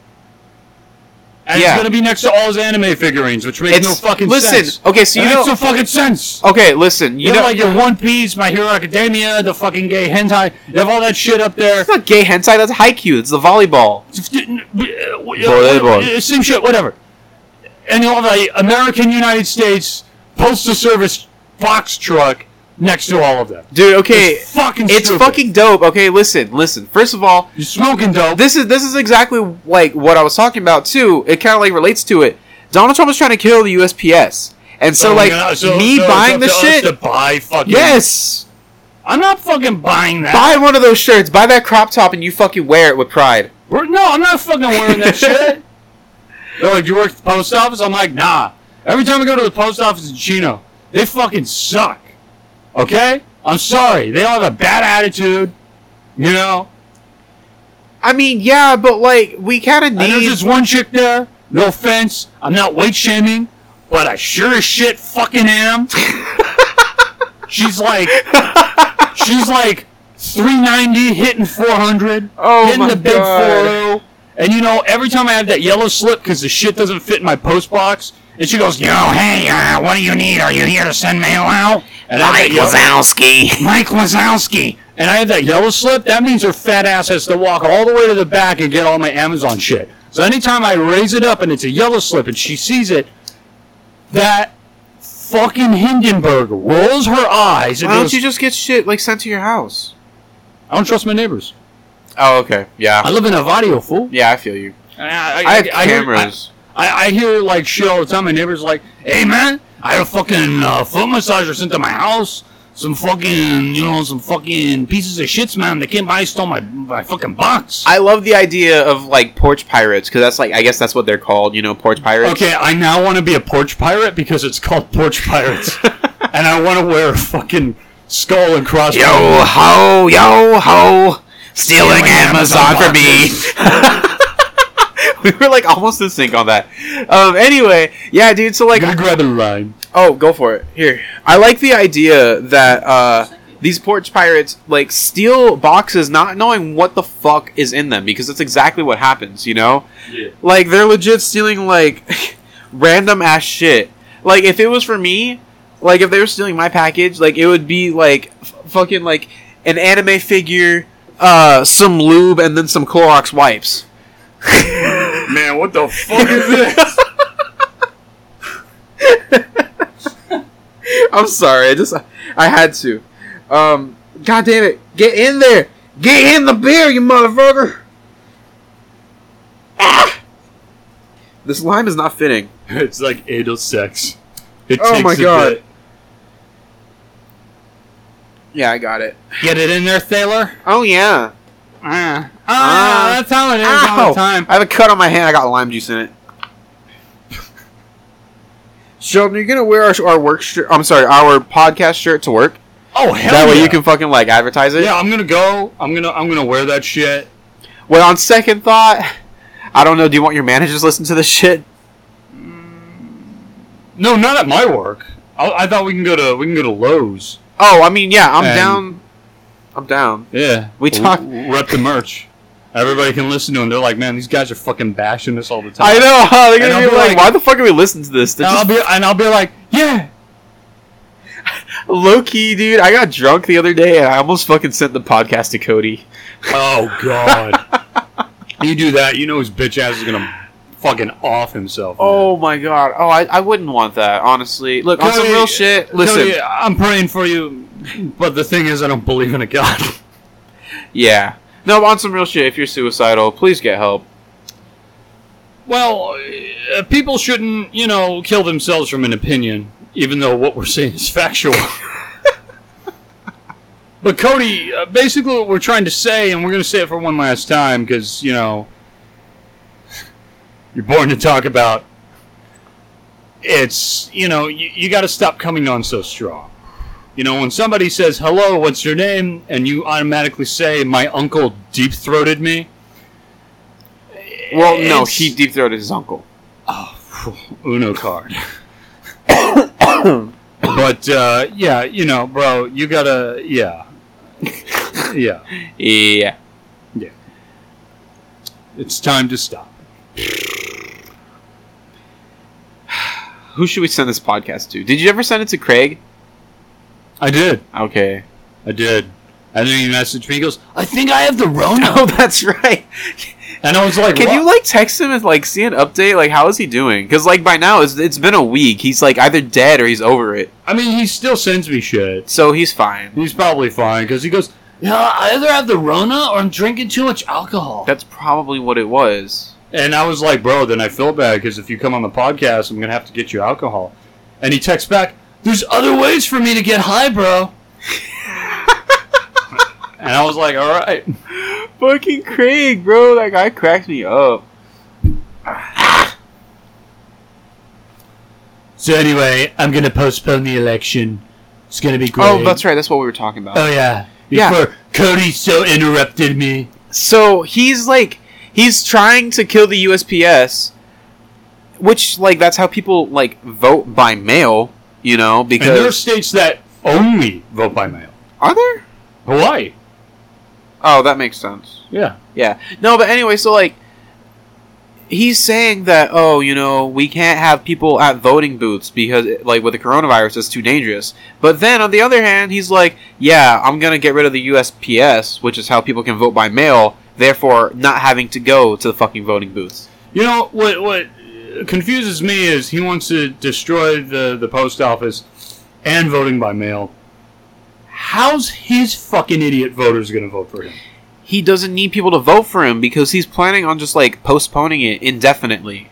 And
Yeah.
it's gonna be next to all his anime figurines, which makes
It's-
no fucking
listen.
sense.
Okay, so you
That
know.
makes no fucking sense.
okay, listen. You,
You
know,
know, like your One Piece, My Hero Academia, the fucking gay hentai. You have all that shit up there.
it's not gay hentai. That's haiku. It's the volleyball.
Volleyball. Same shit, whatever. And you have the American United States Postal Service box truck next to all of them.
Dude, okay,
It's fucking
it's
stupid.
fucking dope. Okay, listen, listen. First of all,
You're smoking dope.
this is this is exactly like what I was talking about too. It kind of like relates to it. Donald Trump is trying to kill the USPS, and so, like
Oh, yeah, so-
me
so it's
buying
up
the
to us
shit.
To buy fucking.
Yes,
I'm not fucking buying that.
buy one of those shirts. Buy that crop top, and you fucking wear it with pride.
We're- no, I'm not fucking wearing that shit. They're like, you work at the post office? I'm like, nah. Every time I go to the post office in Chino, they fucking suck. Okay? I'm sorry. They all have a bad attitude. You know?
I mean, yeah, but like we kind of
And there's
need.
this one chick there. No offense. I'm not weight shaming, but I sure as shit fucking am. she's like, she's like 390 hitting 400.
Oh
hitting
my
the big
God.
40. And you know, every time I have that yellow slip because the shit doesn't fit in my post box, and she goes, "Yo, hey, uh, what do you need? Are you here to send mail out?" And I have that yellow-
Wazowski.
Mike Wazowski. And I have that yellow slip. That means her fat ass has to walk all the way to the back and get all my Amazon shit. So anytime I raise it up and it's a yellow slip and she sees it, that fucking Hindenburg rolls her eyes and
Why don't
goes,
you just get shit like sent to your house?
I don't trust my neighbors.
Oh, okay,
I
yeah,
live in Avadio, fool.
yeah, I feel you.
I,
I have
hear-
cameras.
I, I hear like shit all the time. My neighbor's like, "Hey man, I had a fucking uh, foot massager sent to my house.
some fucking, you know, some fucking pieces of shits, man. They came by and stole my, my fucking box.
I love the idea of like porch pirates because that's like I guess that's what they're called, you know, porch pirates.
Okay, I now want to be a porch pirate because it's called Porch Pirates. and I want to wear a fucking skull and crossbones.
Yo ho, yo ho, stealing Amazon for me. we were like almost in sync on that. Um, anyway, yeah, dude. So like,
I'm gonna grab a line.
oh, go for it. Here, I like the idea that uh, these porch pirates like steal boxes, not knowing what the fuck is in them, because that's exactly what happens. You know,
Yeah.
like they're legit stealing like random ass shit. Like if it was for me, like if they were stealing my package, like it would be like f- fucking like an anime figure, uh, some lube, and then some Clorox wipes.
Man, what the fuck is this?
I'm sorry. I just I had to. Um, God damn it! Get in there! Get in the beer, you motherfucker! Ah! This lime is not fitting.
it's like anal sex. It
Oh
takes
my
a
God.
bit.
Yeah, I got it.
Get it in there, Thaler.
Oh yeah.
Ah,
Ah.
that's how it is all
Ow!
the time.
I have a cut on my hand. I got lime juice in it. Sheldon, you're gonna wear our, our work shirt. I'm sorry, our podcast shirt to work.
Oh hell!
that way
yeah.
you can fucking like advertise it.
Yeah, I'm gonna go. I'm gonna. I'm gonna wear that shit.
Well, on second thought, I don't know. Do you want your managers to listen to this shit?
No, not at my work. I, I thought we can go to. We can go to Lowe's.
Oh, I mean, yeah, I'm
And-
down. I'm down.
Yeah,
We talk-
Rep the merch. Everybody can listen to them. They're like, man, these guys are fucking bashing us all the time.
I know. Huh? They're
And
gonna
I'll
be,
be
like,
like-
"Why the fuck are we listening to this?" They're
And I'll
Just
be and I'll be like, yeah.
low key, dude. I got drunk the other day, and I almost fucking sent the podcast to Cody.
Oh god. you do that, you know his bitch ass is gonna fucking off himself.
Oh my god. Oh, I, I wouldn't want that, honestly. Look, on some
Cody-
real shit. Listen,
Cody, I'm praying for you, but the thing is, I don't believe in a god.
yeah. No, on some real shit. If you're suicidal, please get help.
Well, uh, people shouldn't, you know, kill themselves from an opinion, even though what we're saying is factual. but Cody, uh, basically what we're trying to say, and we're going to say it for one last time, because you know, you're born to talk about. It's you know you, you got to stop coming on so strong. You know when somebody says hello, what's your name, and you automatically say my uncle deep throated me.
Well, no,
It's-
he deep throated his uncle.
Uno card. but uh, yeah, you know, bro, you gotta, yeah, yeah.
Yeah.
It's time to stop.
Who should we send this podcast to? Did you ever send it to Craig?
I did,
Okay.
I did. And then he messaged me. He goes,
I think I have the Rona.
Oh, that's right.
and I was like,
Can you
"What?"
like text him and like see an update? Like, how is he doing? Because like by now it's, it's been a week. He's like either dead or he's over it,
I mean, he still sends me shit.
so he's fine.
He's probably fine because he goes,
Yeah, I either have the Rona or I'm drinking too much alcohol.
That's probably what it was.
and I was like, bro, then I feel bad because if you come on the podcast, I'm gonna have to get you alcohol. And he texts back,
There's other ways for me to get high, bro.
and I was like, all right.
Fucking Craig, bro, that guy cracks me up.
So anyway, I'm gonna postpone the election. It's gonna be great.
Oh, that's right. That's what we were talking about.
Oh yeah.
Yeah.
Before Cody so interrupted me.
so he's like he's trying to kill the USPS, which like that's how people like vote by mail, you know?
And there are
Because
states that only vote by mail.
are there?
Hawaii.
Oh, that makes sense.
Yeah.
Yeah. No, but anyway, so like he's saying that oh, you know, we can't have people at voting booths because like with the coronavirus it's too dangerous. But then on the other hand, he's like, yeah, I'm going to get rid of the USPS, which is how people can vote by mail, therefore not having to go to the fucking voting booths.
You know what? What confuses me is he wants to destroy the the post office and voting by mail. How's his fucking idiot voters gonna vote for him?
He doesn't need people to vote for him because he's planning on just like postponing it indefinitely.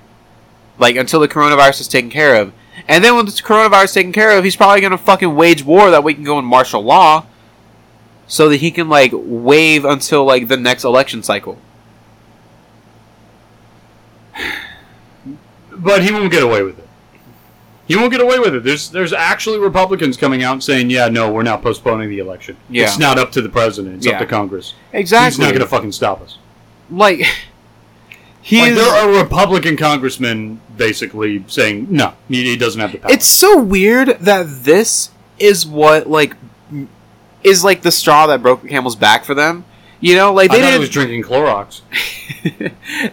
Like until the coronavirus is taken care of. And then when this coronavirus is taken care of, he's probably going to fucking wage war that we can go in martial law so that he can, like, wave until, like, the next election cycle.
But he won't get away with it. He won't get away with it. There's there's actually Republicans coming out and saying, "Yeah, no, we're not postponing the election.
Yeah.
It's not up to the president. It's
Yeah.
up to Congress. He's
Exactly.
not going to fucking stop us."
like, he's.
Like, there are Republican congressmen basically saying, "No, he, he doesn't have the power."
It's so weird that this is what like m- is like the straw that broke the camel's back for them. You know, like
I
they
thought he was
didn't.
drinking Clorox.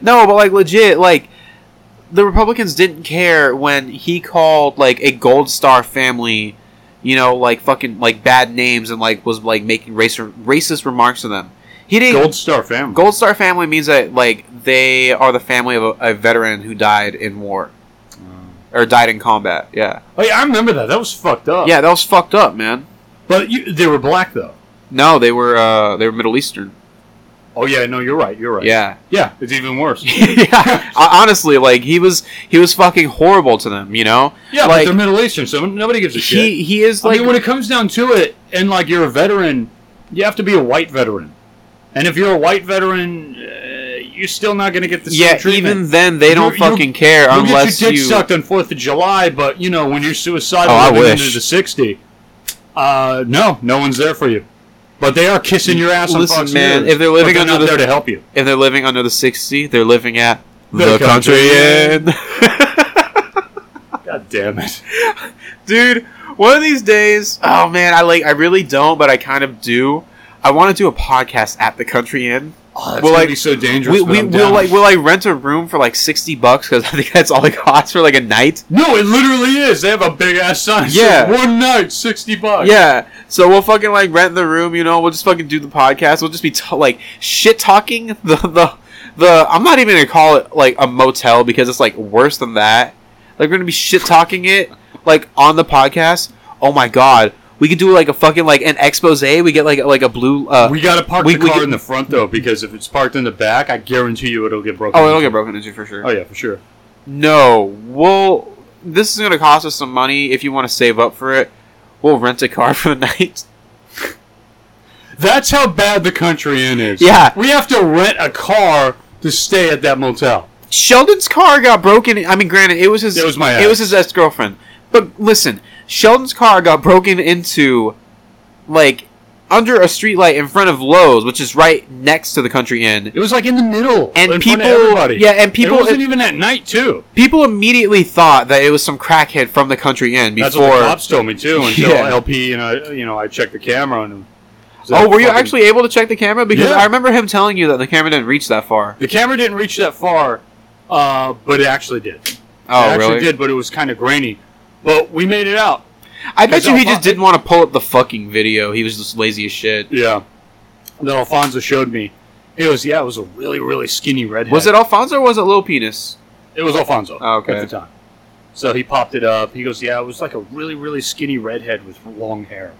no, but like legit, like the Republicans didn't care when he called like a Gold Star family, you know, like fucking like bad names and like was like making racer, racist remarks to them. He didn't.
Gold Star family.
Gold Star family means that like they are the family of a, a veteran who died in war or died in combat. Yeah,
Oh, yeah, I remember that. That was fucked up.
yeah, that was fucked up, man.
but you, they were black though.
No, they were uh, they were Middle Eastern.
Oh yeah, no, you're right. You're right.
Yeah,
yeah, it's even worse.
yeah. Hon- Honestly, like he was he was fucking horrible to them. You know,
Yeah,
Like-
but they're Middle Eastern, so nobody gives a shit.
he he is
I
like
mean, when it comes down to it, and like you're a veteran, you have to be a white veteran. And if you're a white veteran, uh, you're still not going to get the same
yeah.
treatment.
Even then, they don't
You're- you're-
fucking care
You'll
unless
get your dick
you.
sucked on Fourth of July, but you know when you're suicidal
Oh, I
living
wish.
into the sixty, uh, no, no one's there for you. But they are kissing your ass
Listen,
on Fox
man,
News,
if they're
but
living
they're
under
not
the-
there to help you.
If they're living under the sixty, they're living at
The
the country
country
inn.
God damn it!
Dude, one of these days. Oh man, I like I really don't, but I kind of do. I want to do a podcast at the country inn.
Oh, that's
Well,
gonna
like,
be so dangerous.
We,
but
we,
I'm
will
down.
like will I rent a room for like sixty bucks because I think that's all it costs for like a night.
no, it literally is. They have a big ass sign. It says,
Yeah.
one night, sixty bucks.
Yeah, so we'll fucking like rent the room, you know. We'll just fucking do the podcast. We'll just be t- like shit talking the the the. I'm not even gonna call it like a motel because it's like worse than that. Like we're gonna be shit talking it like on the podcast. Oh my god, we could do like a fucking like an expose. We get like like a blue. Uh,
We gotta park
We-
the
we
car
get-
in the front though, because if it's parked in the back, I guarantee you it'll get broken.
oh, it'll
into.
get broken into for sure.
Oh yeah, for sure.
No, we'll. This is gonna cost us some money if you want to save up for it. We'll rent a car for the night.
That's how bad the country inn is.
Yeah.
we have to rent a car to stay at that motel.
Sheldon's car got broken. I mean, granted, it was his.
It was my
It
ex.
was his ex girlfriend. But listen, Sheldon's car got broken into, like, under a streetlight in front of Lowe's, which is right next to the Country Inn.
It was like in the middle,
And
in
people,
front of everybody.
yeah, and
It
people,
wasn't even at night too.
people immediately thought that it was some crackhead from the Country Inn
That's what the
before.
cops told me too. Until
Yeah.
LP and I, you know, I checked the camera on him. So
Oh, were you
fucking-
actually able to check the camera? Because
Yeah.
I remember him telling you that the camera didn't reach that far.
The camera didn't reach that far, uh, but it actually did. It
Oh,
actually
really?
did, but it was kind of grainy. But we made it out.
I bet
Because
you he
I'll
just
fi-
didn't want to pull up the fucking video. He was just lazy as shit.
Yeah. That Alfonso showed me. It was yeah. It was a really really skinny redhead.
Was it Alfonso or was it Lil Penis?
It was Alfonso
Oh, okay.
at the time. So he popped it up. He goes, "Yeah, it was like a really, really skinny redhead with long hair."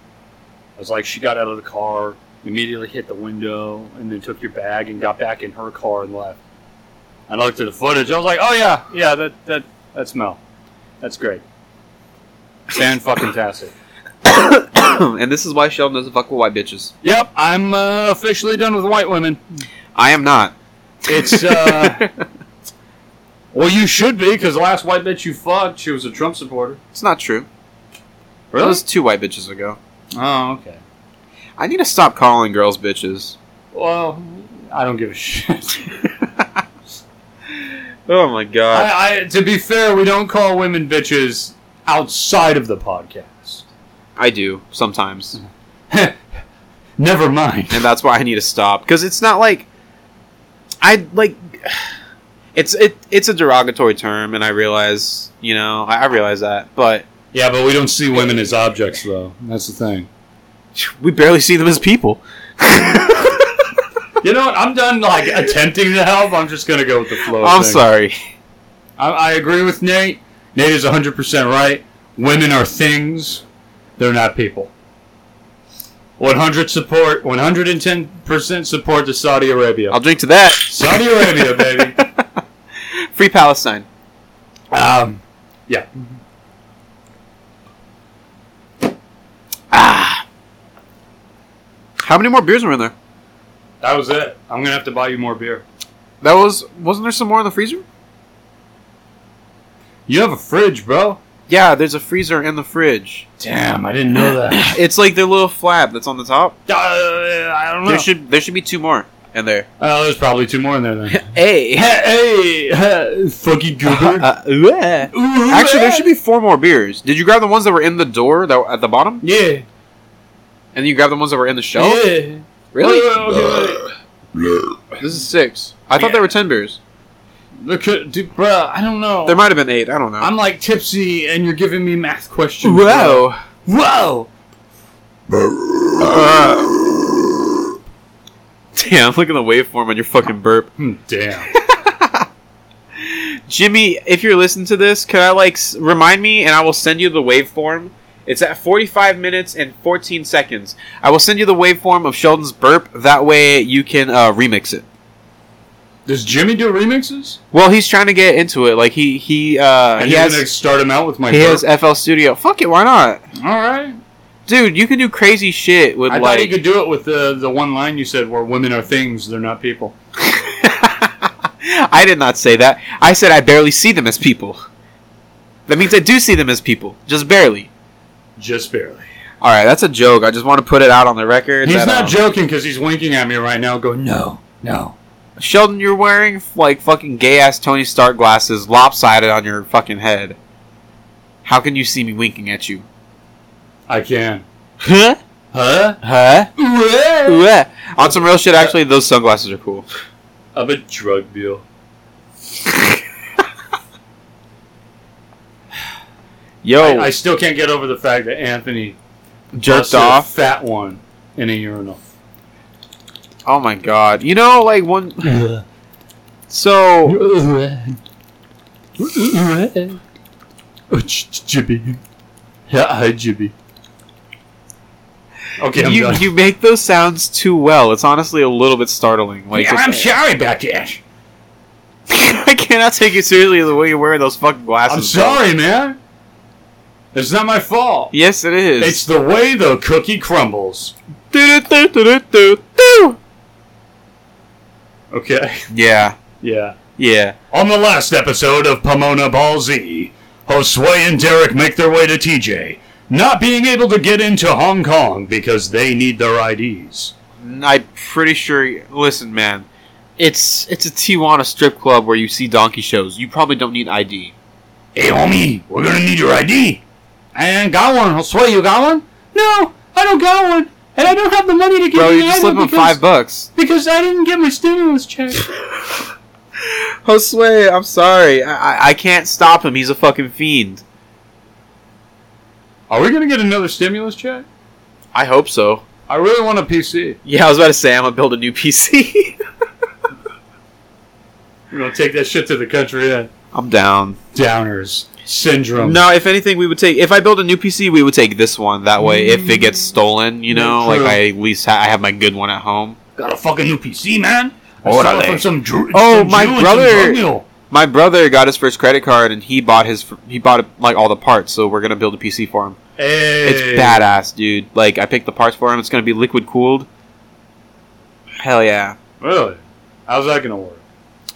I was like, "She got out of the car, immediately hit the window, and then took your bag and got back in her car and left." And I looked at the footage. I was like, "Oh yeah, yeah, that that that's Mel. That's great. Fan fucking tastic."
and this is why Sheldon doesn't fuck with white bitches.
Yep, I'm uh, officially done with white women.
I am not.
It's uh, well, you should be because the last white bitch you fucked, she was a Trump supporter.
It's not true. That was two white bitches ago.
Oh, okay.
I need to stop calling girls bitches.
Well, I don't give a shit.
Oh my god.
I, I, to be fair, we don't call women bitches outside of the podcast.
I, do sometimes,
Never mind.
and that's why I need to stop because it's not like I like. It's it it's a derogatory term, and I realize you know I, I realize that, but
Yeah, but we don't see women as objects, though. That's the thing.
we barely see them as people.
You know what? I'm done like attempting to help. I'm just gonna go with the flow.
I'm
thing.
sorry.
I, I agree with Nate. Nate is 100 percent right. Women are things. They're not people. 100 support. 110 percent support to Saudi Arabia.
I'll drink to that.
Saudi Arabia, baby.
Free Palestine.
Um, yeah.
Ah. How many more beers were in there?
That was it. I'm gonna have to buy you more beer.
That was wasn't there some more in the freezer?
You have a fridge, bro.
Yeah, there's a freezer in the fridge.
Damn, I didn't know that.
It's like their little flap that's on the top.
Uh, I don't know.
There should there should be two more in there.
oh, there's probably two more in there then.
Hey.
hey, hey, fucking goober.
Uh, Actually, there should be four more beers. Did you grab the ones that were in the door that were at the bottom,
Yeah.
and then you grab the ones that were in the shelf?
Yeah.
Really?
Wait, wait, okay, wait.
This is six. I thought there were ten beers.
Look, at- dude, bro. I don't know.
There might have been eight. I don't know.
I'm like tipsy, and you're giving me math questions. bro.
Whoa.
Whoa!
Damn! Look at the waveform on your fucking burp.
Hmm, Damn.
Jimmy, if you're listening to this, could I like s- remind me and I will send you the waveform? It's at 45 minutes and 14 seconds. I will send you the waveform of Sheldon's burp. That way you can uh, remix it.
Does Jimmy do remixes?
Well, he's trying to get into it. Like he he uh,
And
he
you're gonna
has
start him out with my.
he
burp?
has FL Studio. Fuck it, why not,
All right.
dude? You can do crazy shit with
I thought
like.
he could do it with the the one line you said, where women are things, they're not people.
I did not say that. I said I barely see them as people. That means I do see them as people, just barely.
Just barely.
All right, that's a joke. I just want to put it out on the record.
He's
that,
not
um,
joking because he's winking at me right now, going, "No."
No, no.
Sheldon, you're wearing like fucking gay ass Tony Stark glasses, lopsided on your fucking head. How can you see me winking at you?
I can.
Huh?
Huh?
Huh? Ooh-ah. On some real shit, actually, those sunglasses are cool.
I'm a drug deal.
Yo,
I, I still can't get over the fact that Anthony
jerked
busted a
off.
fat one in a urinal.
Oh my god. You know, like one. So
Oh, J- J- Jibby. Yeah, hi, Jibby. Okay, I'm
you
done.
you make those sounds too well. It's honestly a little bit startling. Like just-
sorry about that.
I cannot take you seriously the way you're wearing those fucking glasses.
I'm
bro.
sorry, man. It's not my fault.
Yes, it is.
It's the way the cookie crumbles.
Do-do-do-do-do-do.
Okay.
Yeah.
Yeah.
Yeah.
On the last episode of Pomona Ball Z, Josue and Derek make their way to TJ, not being able to get into Hong Kong because they need their IDs.
I'm pretty sure. Listen, man, it's it's a Tijuana strip club where you see donkey shows. You probably don't need ID.
Hey, homie, we're gonna need your ID. I ain't got one. Josue, you got one? No, I don't got one, and I don't have the money to get
Bro,
me
you just
either
slip him
because,
five bucks.
because I didn't get my stimulus check.
Josue, I'm sorry. I, I I can't stop him. He's a fucking fiend.
Are we gonna get another stimulus check?
I hope so.
I really want a PC.
Yeah, I was about to say I'm gonna build a new PC.
We're gonna take that shit to the country. Yeah.
I'm down.
Downers syndrome.
No, if anything, we would take. If I build a new PC, we would take this one. That way, if it gets stolen, you know,
Mm.
like
Yeah, true.
I at least ha- I have my good one at home.
got a fucking new PC, man. I
Orale.
saw it from some Jew-
Oh,
some
my
Jew and some
brother-
drug mule.
My brother got his first credit card, and he bought his he bought like all the parts. So we're gonna build a PC for him.
Hey.
It's badass, dude. Like I picked the parts for him. It's gonna be liquid cooled. Hell yeah!
Really? How's that gonna work?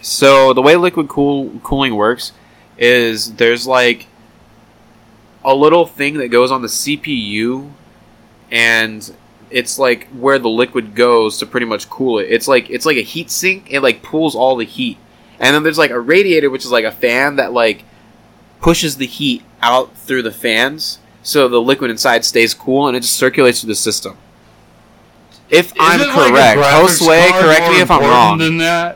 So the way liquid cool cooling works is there's like a little thing that goes on the CPU, and it's like where the liquid goes to pretty much cool it. It's like it's like a heat sink. It like pulls all the heat, and then there's like a radiator, which is like a fan that like pushes the heat out through the fans, so the liquid inside stays cool and it just circulates through the system. If I'm
Isn't, like, a
correct,
graphics
Josue,
card
correct
more
me if I'm
important
wrong.
Than that,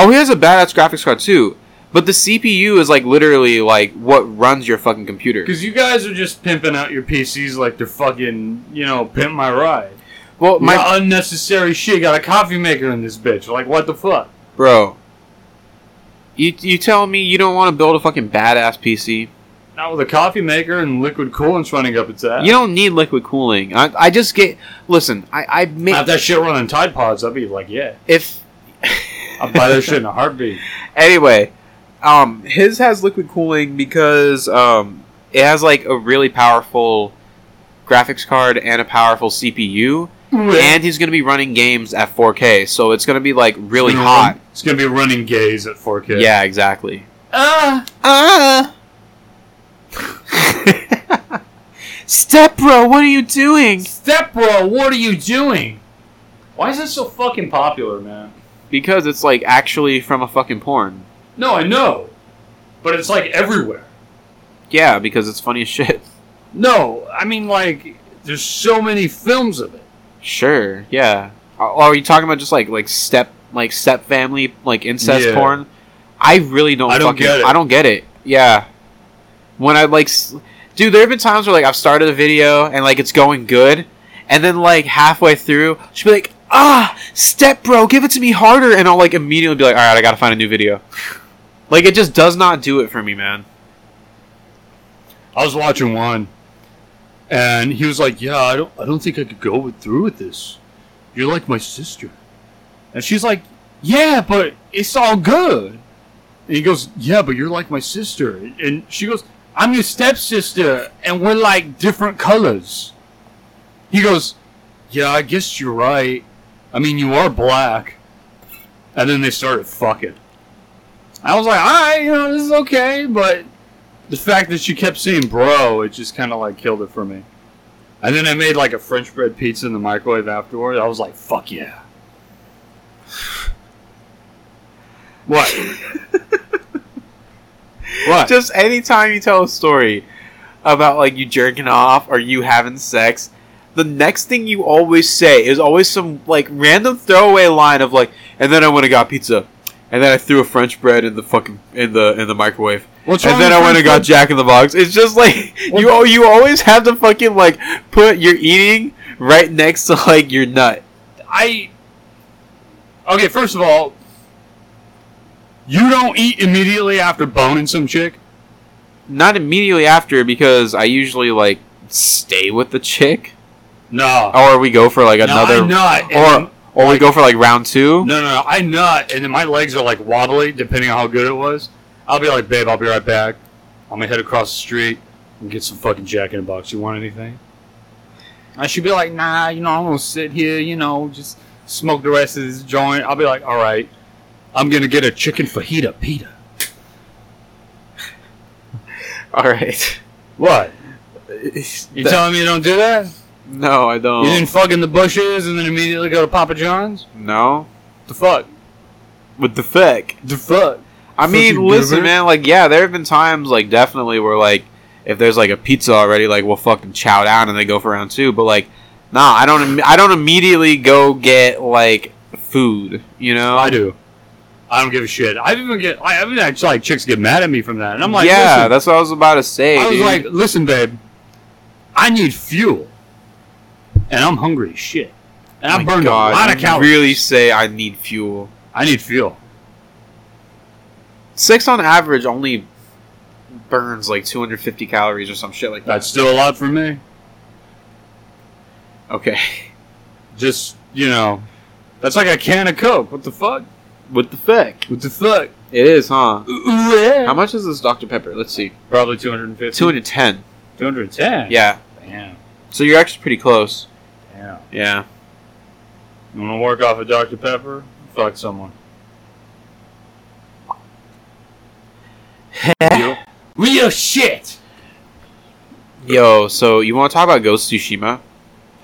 Oh, he has a badass graphics card too. But the CPU is like literally like what runs your fucking computer.
because you guys are just pimping out your PCs like they're fucking, you know, pimp my ride.
Well,
My
my
unnecessary shit. Got a coffee maker in this bitch. Like, what the fuck?
bro, you you tell me you don't want to build a fucking badass PC?
Not with a coffee maker and liquid coolants running up its ass.
You don't need liquid cooling. I, I just get listen. I I
Have
make
that shit running Tide Pods. I'd be like, yeah,
if
I'd buy that shit in a heartbeat.
anyway, um, his has liquid cooling because um, it has like a really powerful graphics card and a powerful CPU, and he's going to be running games at 4K. So it's going to be like really
It's gonna
hot.
run- It's gonna be running gays at 4K.
Yeah, exactly.
Ah,
Ah. Step bro, what are you doing?
Step bro, what are you doing? Why is this so fucking popular, man?
Because it's like actually from a fucking porn.
No, I know, but it's like everywhere.
Yeah, because it's funny as shit.
No, I mean like there's so many films of it.
Sure. Yeah. Or or are you talking about just like like step like step family like incest
Yeah.
porn? I really don't.
I don't
fucking,
get it.
I don't get it. Yeah. When I like, s- dude, there have been times where like I've started a video and like it's going good, and then like halfway through she'll be like, ah, step bro, give it to me harder, and I'll like immediately be like, all right, I gotta find a new video. Like it just does not do it for me, man.
I was watching one, and he was like, "Yeah, I don't, I don't think I could go with, through with this. You're like my sister," and she's like, "Yeah, but it's all good." And he goes, "Yeah, but you're like my sister," and she goes, "I'm your stepsister, and we're like different colors." He goes, "Yeah, I guess you're right. I mean, you are black." And then they started fucking. I was like, "All right, you know, this is okay, but the fact that she kept saying bro, it just kind of like killed it for me. And then I made like a French bread pizza in the microwave afterward. I was like, fuck yeah. What? what?
just anytime you tell a story about like you jerking off or you having sex the next thing you always say is always some like random throwaway line of like and then i went and got pizza and then i threw a french bread in the fucking in the in the microwave
What's
and then
with
i went and got
French
jack in the box it's just like
Well-
you al- you always have to fucking like put your eating right next to like your nut
bread? I. Okay, first of all, you don't eat immediately after boning some chick.
not immediately after because i usually like stay with the chick
No.
or we go for like Oh, another
no, I'm not. And-
or or we go for like round two.
No, no, no. I nut, and then my legs are like wobbly, depending on how good it was. I'll be like, babe, I'll be right back. I'm gonna head across the street and get some fucking Jack in the Box. You want anything? I should be like, nah, you know, I'm gonna sit here, you know, just smoke the rest of this joint. I'll be like, all right, I'm gonna get a chicken fajita pita.
All right.
What? You telling me you don't do that?
no, I don't.
You didn't fuck in the bushes and then immediately go to Papa John's?
no,
The fuck?
with the fuck.
The fuck?
I mean,
Fucking
listen,
goober.
man. Like, yeah, there have been times, like, definitely where like if there's like a pizza already, like we'll fucking chow down and then go for round two. But like, nah, I don't. Im- I don't immediately go get like food. You know.
Oh, I do. I don't give a shit. I've even get I have even had like chicks get mad at me from that, and I'm like,
yeah,
listen,
that's what I was about to say.
I was
dude.
like, listen, babe, I need fuel, and I'm hungry as shit, and I
Oh My
burned
God,
a lot of
you
calories.
Really say I need fuel.
I need fuel.
Six on average only burns like 250 calories or some shit like that.
That's still a lot for me.
Okay.
Just you know, that's like a can of Coke. What the fuck?
What the fuck?
What the fuck?
It is, huh? How
How much?
much is this Dr. Pepper? Let's see.
Probably 250.
210.
210.
Yeah.
Damn.
So you're actually pretty close.
Damn.
Yeah.
You want to work off a Dr Pepper? Fuck someone. You?
real shit.
Yo, so you want to talk about Ghost Tsushima?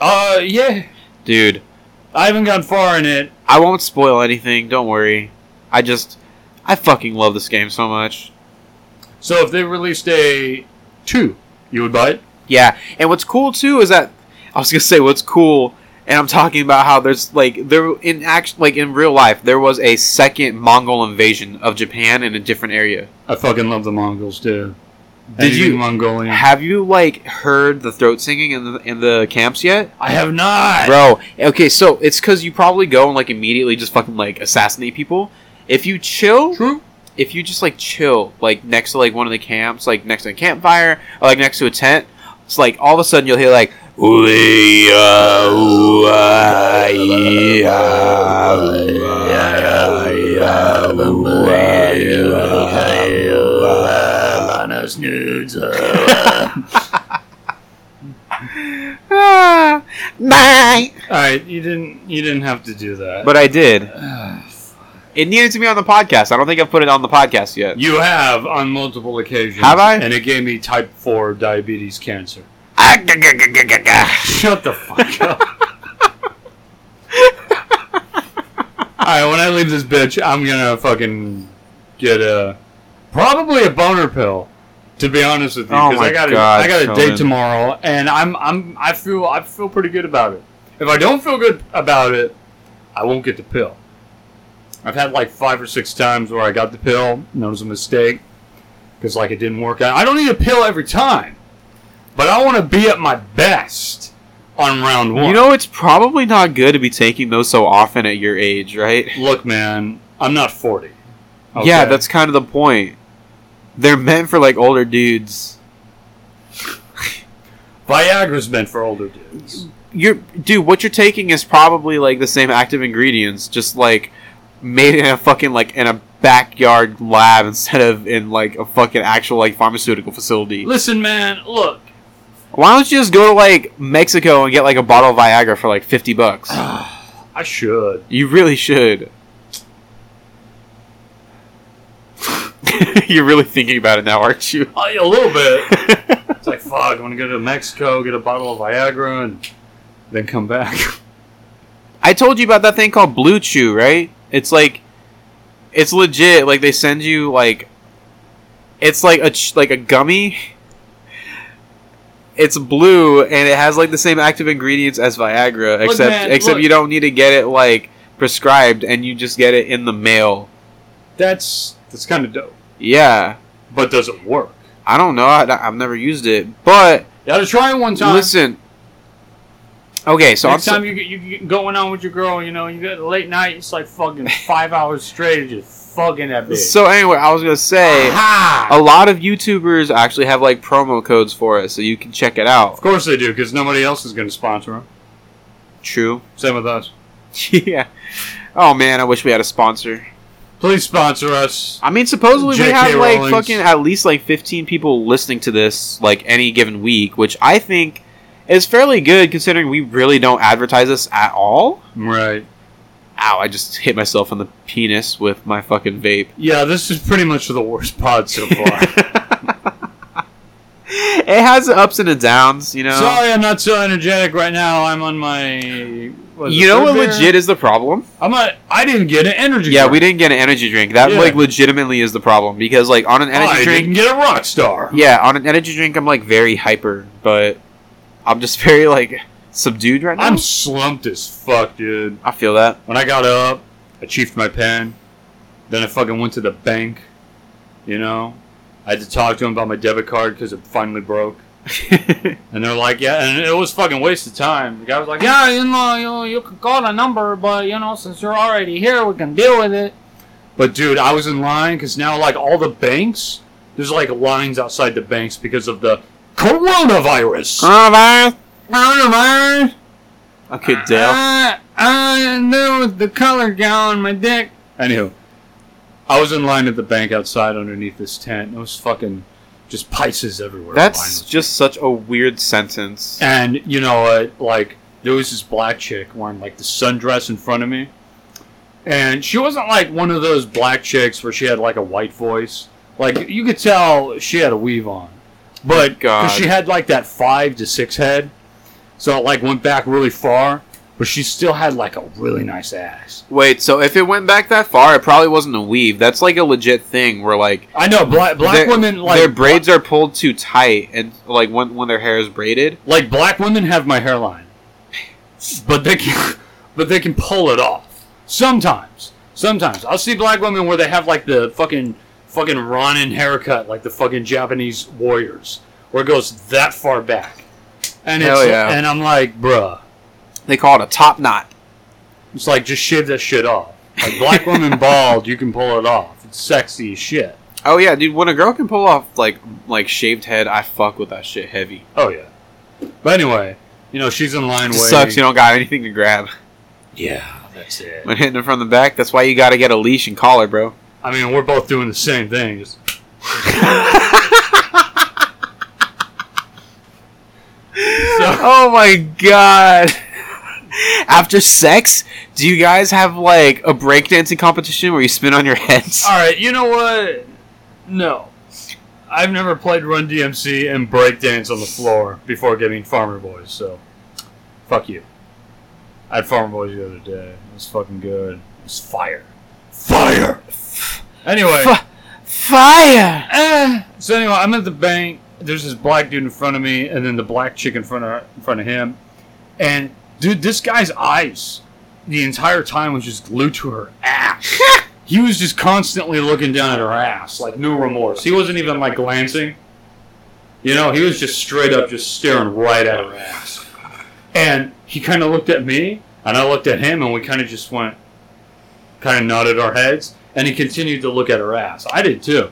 Uh, yeah.
Dude,
I haven't gone far in it.
I won't spoil anything. Don't worry. I just. I fucking love this game so much.
So if they released a two, you would buy it.
Yeah, and what's cool too is that I was gonna say what's cool, and I'm talking about how there's like there in act like in real life there was a second Mongol invasion of Japan in a different area.
I fucking love the Mongols, dude.
Did
Anything
you-
Mongolian?
Have you like heard the throat singing in the in the camps yet,
I have not.
bro? Okay, so it's because you probably go and like immediately just fucking like assassinate people. If you chill,
True.
if you just like chill like next to like one of the camps like next to a campfire or like next to a tent it's like all of a sudden you'll hear like "Ooh-ee, ah, ooh, ah, ee, ah, ooh, ah, ee, ah, ooh, ah, ee, ah." Ah, bye.
All right, you didn't you didn't have to do that.
But I did. It needed to be on the podcast. I don't think I've put it on the podcast yet.
you have on multiple occasions.
Have I?
And it gave me type four diabetes cancer.
Ah, gah, gah, gah, gah, gah, gah.
Shut the fuck up. All right, when I leave this bitch, I'm gonna fucking get a probably a boner pill. To be honest with you,
Oh
because
my
I got
God,
I got a
Sheldon.
date tomorrow, and I'm I'm I feel I feel pretty good about it. If I don't feel good about it, I won't get the pill. I've had like five or six times where I got the pill, and it was a mistake, because like it didn't work out. I don't need a pill every time, but I want to be at my best on round one.
You know, it's probably not good to be taking those so often at your age, right?
look, man, I'm not forty.
Yeah,
okay?
that's kind of the point. They're meant for like older dudes.
Viagra's meant for older dudes.
You're, dude, what you're taking is probably like the same active ingredients, just like made in a fucking like in a backyard lab instead of in like a fucking actual like pharmaceutical facility.
Listen, man, look.
Why don't you just go to like Mexico and get like a bottle of Viagra for like fifty bucks?
I should.
You really should. You're really thinking about it now, aren't you?
Uh, yeah, a little bit. It's like, fuck, I want to go to Mexico, get a bottle of Viagra, and then come back.
I told you about that thing called Blue Chew, right? It's like, it's legit. Like they send you like, it's like a ch- like a gummy. It's blue and it has like the same active ingredients as Viagra,
Look,
except
man,
except
look.
you don't need to get it like prescribed and you just get it in the mail.
That's that's kind of dope.
Yeah,
But does it work?
I don't know. I, I've never used it, but
You gotta try it one time.
listen. Okay, so
Next
I'm so-
time you get, you get going on with your girl, you know, you get late night, it's like fucking five hours straight, you're just fucking that bitch.
so oh. anyway, I was gonna
Ah,
say.
ha!
a lot of YouTubers actually have like promo codes for it, so you can check it
Of
out.
course they do, because nobody else is gonna sponsor them.
True.
Same with us.
yeah. Oh man, I wish we had a sponsor.
Please sponsor us.
I mean, supposedly we
J.K.
have like
Rowling's.
fucking at least like 15 people listening to this like any given week, which I think is fairly good considering we really don't advertise this at all.
Right.
Ow, I just hit myself on the penis with my fucking vape.
Yeah, this is pretty much the worst pod so far.
It has ups and downs, you know.
Sorry, I'm not so energetic right now. I'm on my. what is
you
it,
know what
third beer?
legit is the problem?
I'm a. I didn't get an energy.
Yeah,
drink.
we didn't get an energy drink. That
Yeah. Oh,
like legitimately is the problem because like on an energy
I
drink,
didn't get a rock star.
yeah, on an energy drink, I'm like very hyper, but I'm just very like subdued right now.
I'm slumped as fuck, dude.
I feel that.
When I got up, I chiefed my pen. Then I fucking went to the bank. You know, I had to talk to him about my debit card because it finally broke. And they're like, yeah, and it was fucking waste of time. The guy was like, yeah, you know, you, you could call the number, but you know, since you're already here, we can deal with it. But dude, I was in line because now, like, all the banks, there's like lines outside the banks because of the coronavirus.
Coronavirus.
Coronavirus.
Okay, Dale.
Ah. I knew with the color gown, my dick. Anywho, I was in line at the bank outside underneath this tent. and It was fucking just Pisces everywhere. Line was
That's just such a weird sentence.
and you know what? Like there was this black chick wearing like the sundress in front of me, and she wasn't like one of those black chicks where she had like a white voice. Like you could tell she had a weave on, but
God.
because she had like that five to six head, so it like went back really far. But she still had like a really nice ass.
Wait, so if it went back that far, it probably wasn't a weave. That's like a legit thing where like
I know black black
their-
women like
their braids are pulled too tight, and like when when their hair is braided.
like black women have my hairline, but they can, but they can pull it off sometimes. Sometimes I'll see black women where they have like the fucking fucking Ronin haircut, like the fucking Japanese warriors, where it goes that far back, and it's
Hell yeah.
and I'm like, bruh,
They call it a top knot.
it's like just shave that shit off. Like black woman bald, you can pull it off. It's sexy as shit.
Oh yeah, dude. When a girl can pull off like like shaved head, I fuck with that shit heavy.
Oh yeah. But anyway, you know she's in line
It
waiting.
sucks. You don't got anything to grab
yeah, that's it.
when hitting it from the back. That's why you got to get a leash and collar, bro.
I mean, we're both doing the same thing. Just so,
Oh my god. After sex, do you guys have like a breakdancing competition where you spin on your heads?
All right, you know what? No. I've never played Run DMC and breakdance on the floor before getting Farmer Boys, so fuck you. I had Farmer Boys the other day. It was fucking good. It was fire. Fire! Anyway.
Fu- Fire!
Eh. So anyway, I'm at the bank. There's this black dude in front of me, and then the black chick in front of in front of him. And dude, this guy's eyes the entire time was just glued to her ass. he was just constantly looking down at her ass, like no remorse. He wasn't even like glancing. You know, he was just straight up just staring right at her ass. And he kind of looked at me, and I looked at him, and we kind of just went, kind of nodded our heads. And he continued to look at her ass. I did too.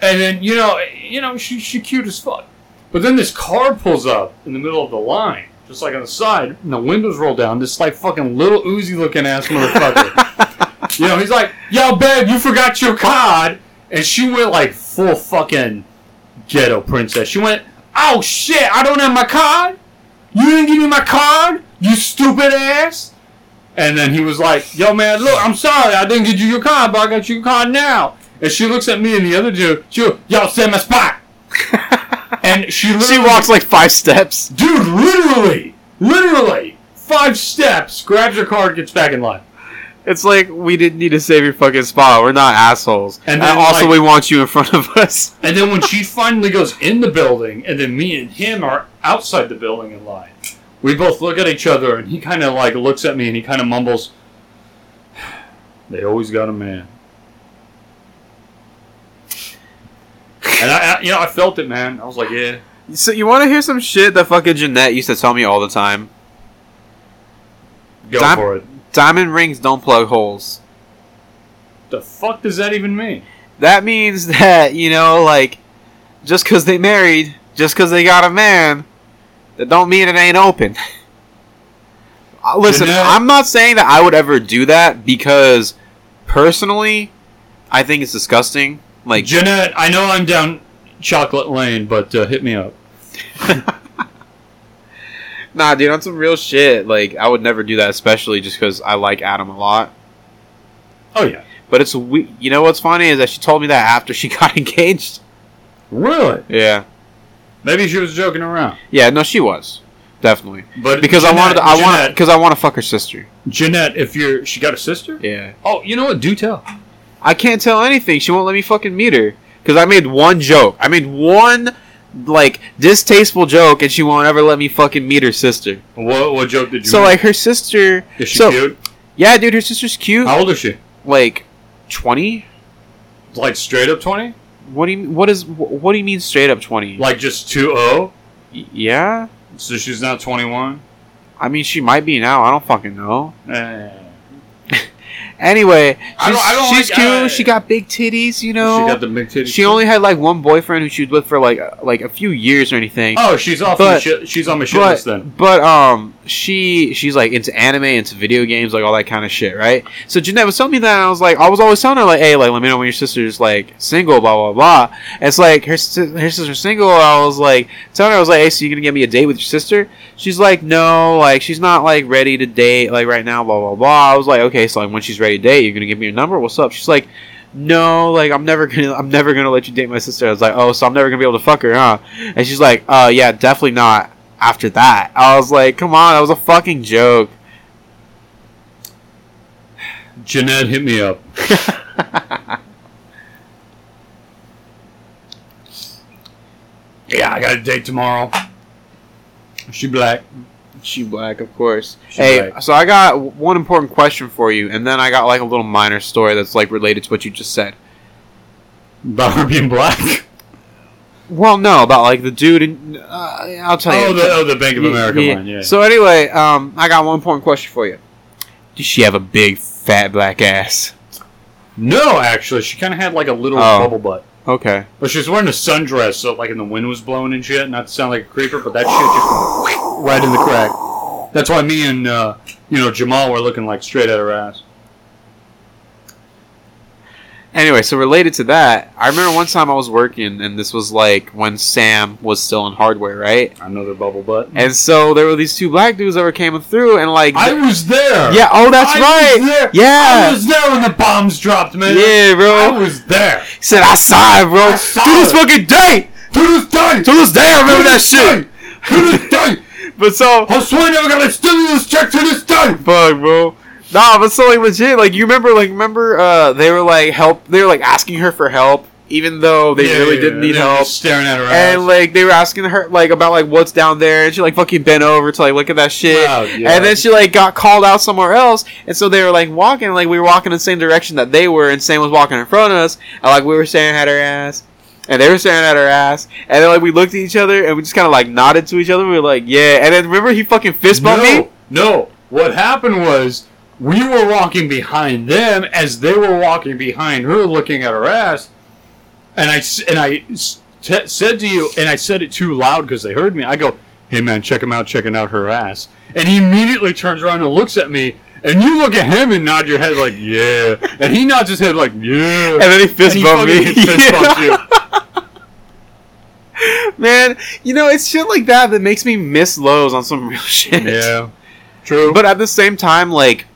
And then you know, you know, she she cute as fuck. But then this car pulls up in the middle of the line, just like on the side, and the windows roll down. This like fucking little oozy looking ass motherfucker. you know, he's like, "Yo, babe, you forgot your card," and she went like full fucking ghetto princess. She went, "Oh shit, I don't have my card. You didn't give me my card, you stupid ass." And then he was like, "Yo, man, look, I'm sorry, I didn't get you your card, but I got you your card now." And she looks at me and the other dude. She, goes, y'all send my spot. and she literally,
She walks like five steps.
dude, literally, literally, five steps, grabs her card, gets back in line.
It's like we didn't need to save your fucking spot. We're not assholes.
And
And,
then,
also,
like-
we want you in front of us.
And then when she finally goes in the building, and then me and him are outside the building in line, we both look at each other, and he kind of like looks at me, and he kind of mumbles, "They always got a man." And I, I, you know, I felt it, man. I was like, "Yeah."
So you want to hear some shit that fucking Jeanette used to tell me all the time?
Go
Dime-
for it.
Diamond rings don't plug holes.
The fuck does that even mean?
That means that you know, like, just because they married, just because they got a man, that don't mean it ain't open. Uh, Listen,
Jeanette-
I'm not saying that I would ever do that because, personally, I think it's disgusting. Like,
Jeanette, I know I'm down Chocolate Lane, but uh, hit me up.
Nah, dude, on some real shit. Like, I would never do that, especially just because I like Adam a lot.
Oh yeah,
But it's we- you know what's funny is that she told me that after she got engaged.
really?
Yeah,
Maybe she was joking around,
yeah, no, she was definitely
but
because I wanted, to, I want, because I want to fuck her sister.
Jeanette, if you're, she got a sister.
Yeah,
Oh, you know what? Do tell.
I can't tell anything. She won't let me fucking meet her because I made one joke. I made one like distasteful joke, and she won't ever let me fucking meet her sister.
What, what joke did you?
So
make?
like her sister,
is she
so
cute?
yeah, dude, her sister's cute.
How old is she?
Like twenty.
Like straight up twenty?
What do you what is wh- what do you mean straight up twenty?
Like just two zero?
Y- yeah,
So she's not twenty one.
I mean she might be now. I don't fucking know.
Eh.
Anyway, she's,
I don't- I don't
she's
like-
cute.
I-
she got big titties, you
She got
know.
the big titty.
She, only had like one boyfriend who she was with for like uh, like a few years or anything.
Oh, she's off.
But-
the shit, she's on my shit
but
list then.
but um she she's like into anime, into video games, like all that kind of shit, right? So Jeanette was telling me that and I was like I was always telling her like, hey, like let me know when your sister's like single, blah blah blah. And it's like her si- her sister's single. and I was like telling her I was like, hey, so you gonna get me a date with your sister? She's like, no, like she's not like ready to date like right now, blah blah blah. I was like, okay, so like when she's ready to date, you're gonna give me your number. What's up? She's like. No, like I'm never gonna, I'm never gonna let you date my sister. I was like, oh, so I'm never gonna be able to fuck her, huh? And she's like, uh, yeah, definitely not after that. I was like, come on, that was a fucking joke.
Jeanette, hit me up. yeah, I got a date tomorrow. She black.
She black, of course.
She
hey,
black.
so I got w- one important question for you, and then I got like a little minor story that's like related to what you just said.
About her being black.
Well, no, about like the dude, and uh, I'll tell you.
Oh, the, oh, the Bank of
Yeah,
America
yeah.
one. Yeah.
So anyway, um, I got one important question for you. Does she have a big fat black ass?
no, actually, she kind of had like a little
Oh.
bubble butt,
Okay.
but she was wearing a sundress, so like, and the wind was blowing and shit. Not to sound like a creeper, but that shit just went right in the crack. That's why me and uh, you know Jamal were looking like straight at her ass.
Anyway, so related to that, I remember one time I was working, and this was like when Sam was still in hardware, right?
Another bubble butt.
And so there were these two black dudes that were coming through, and like,
I was there.
yeah, oh, that's
I
right,
Was there. I
yeah,
was there when the bombs dropped, man.
yeah,
I
bro.
was there.
He said I saw it, bro.
I saw
to this
it.
fucking day,
To this day.
to this day, I remember that shit.
To this day.
But so,
I swear I never got a stimulus check to this day.
fuck, bro. Nah, but so like legit, like you remember, like remember, uh, they were like help, they were like asking her for help, even though they
Yeah,
really
yeah,
didn't
yeah.
need
They were
help.
just Staring at her
And
ass.
like they were asking her like about like what's down there, and she like fucking bent over to like look at that shit.
Wow, Oh, yeah.
And then she like got called out somewhere else, and so they were like walking, like we were walking in the same direction that they were, and Sam was walking in front of us, and like we were staring at her ass, and they were staring at her ass, and then like we looked at each other, and we just kind of like nodded to each other. We were like, yeah. And then remember he fucking fist bumped
no,
me.
no. What happened was we were walking behind them as they were walking behind her, looking at her ass, and I s- and I s- t- said to you, and I said it too loud because they heard me. I go, "Hey man, check him out, checking out her ass," and he immediately turns around and looks at me. And you look at him and nod your head like yeah, and he nods his head like yeah,
And then he fist
he
bumped me.
fucking fist bumped you.
Man, you know it's shit like that that makes me miss lows on some real shit.
Yeah, true.
But at the same time, like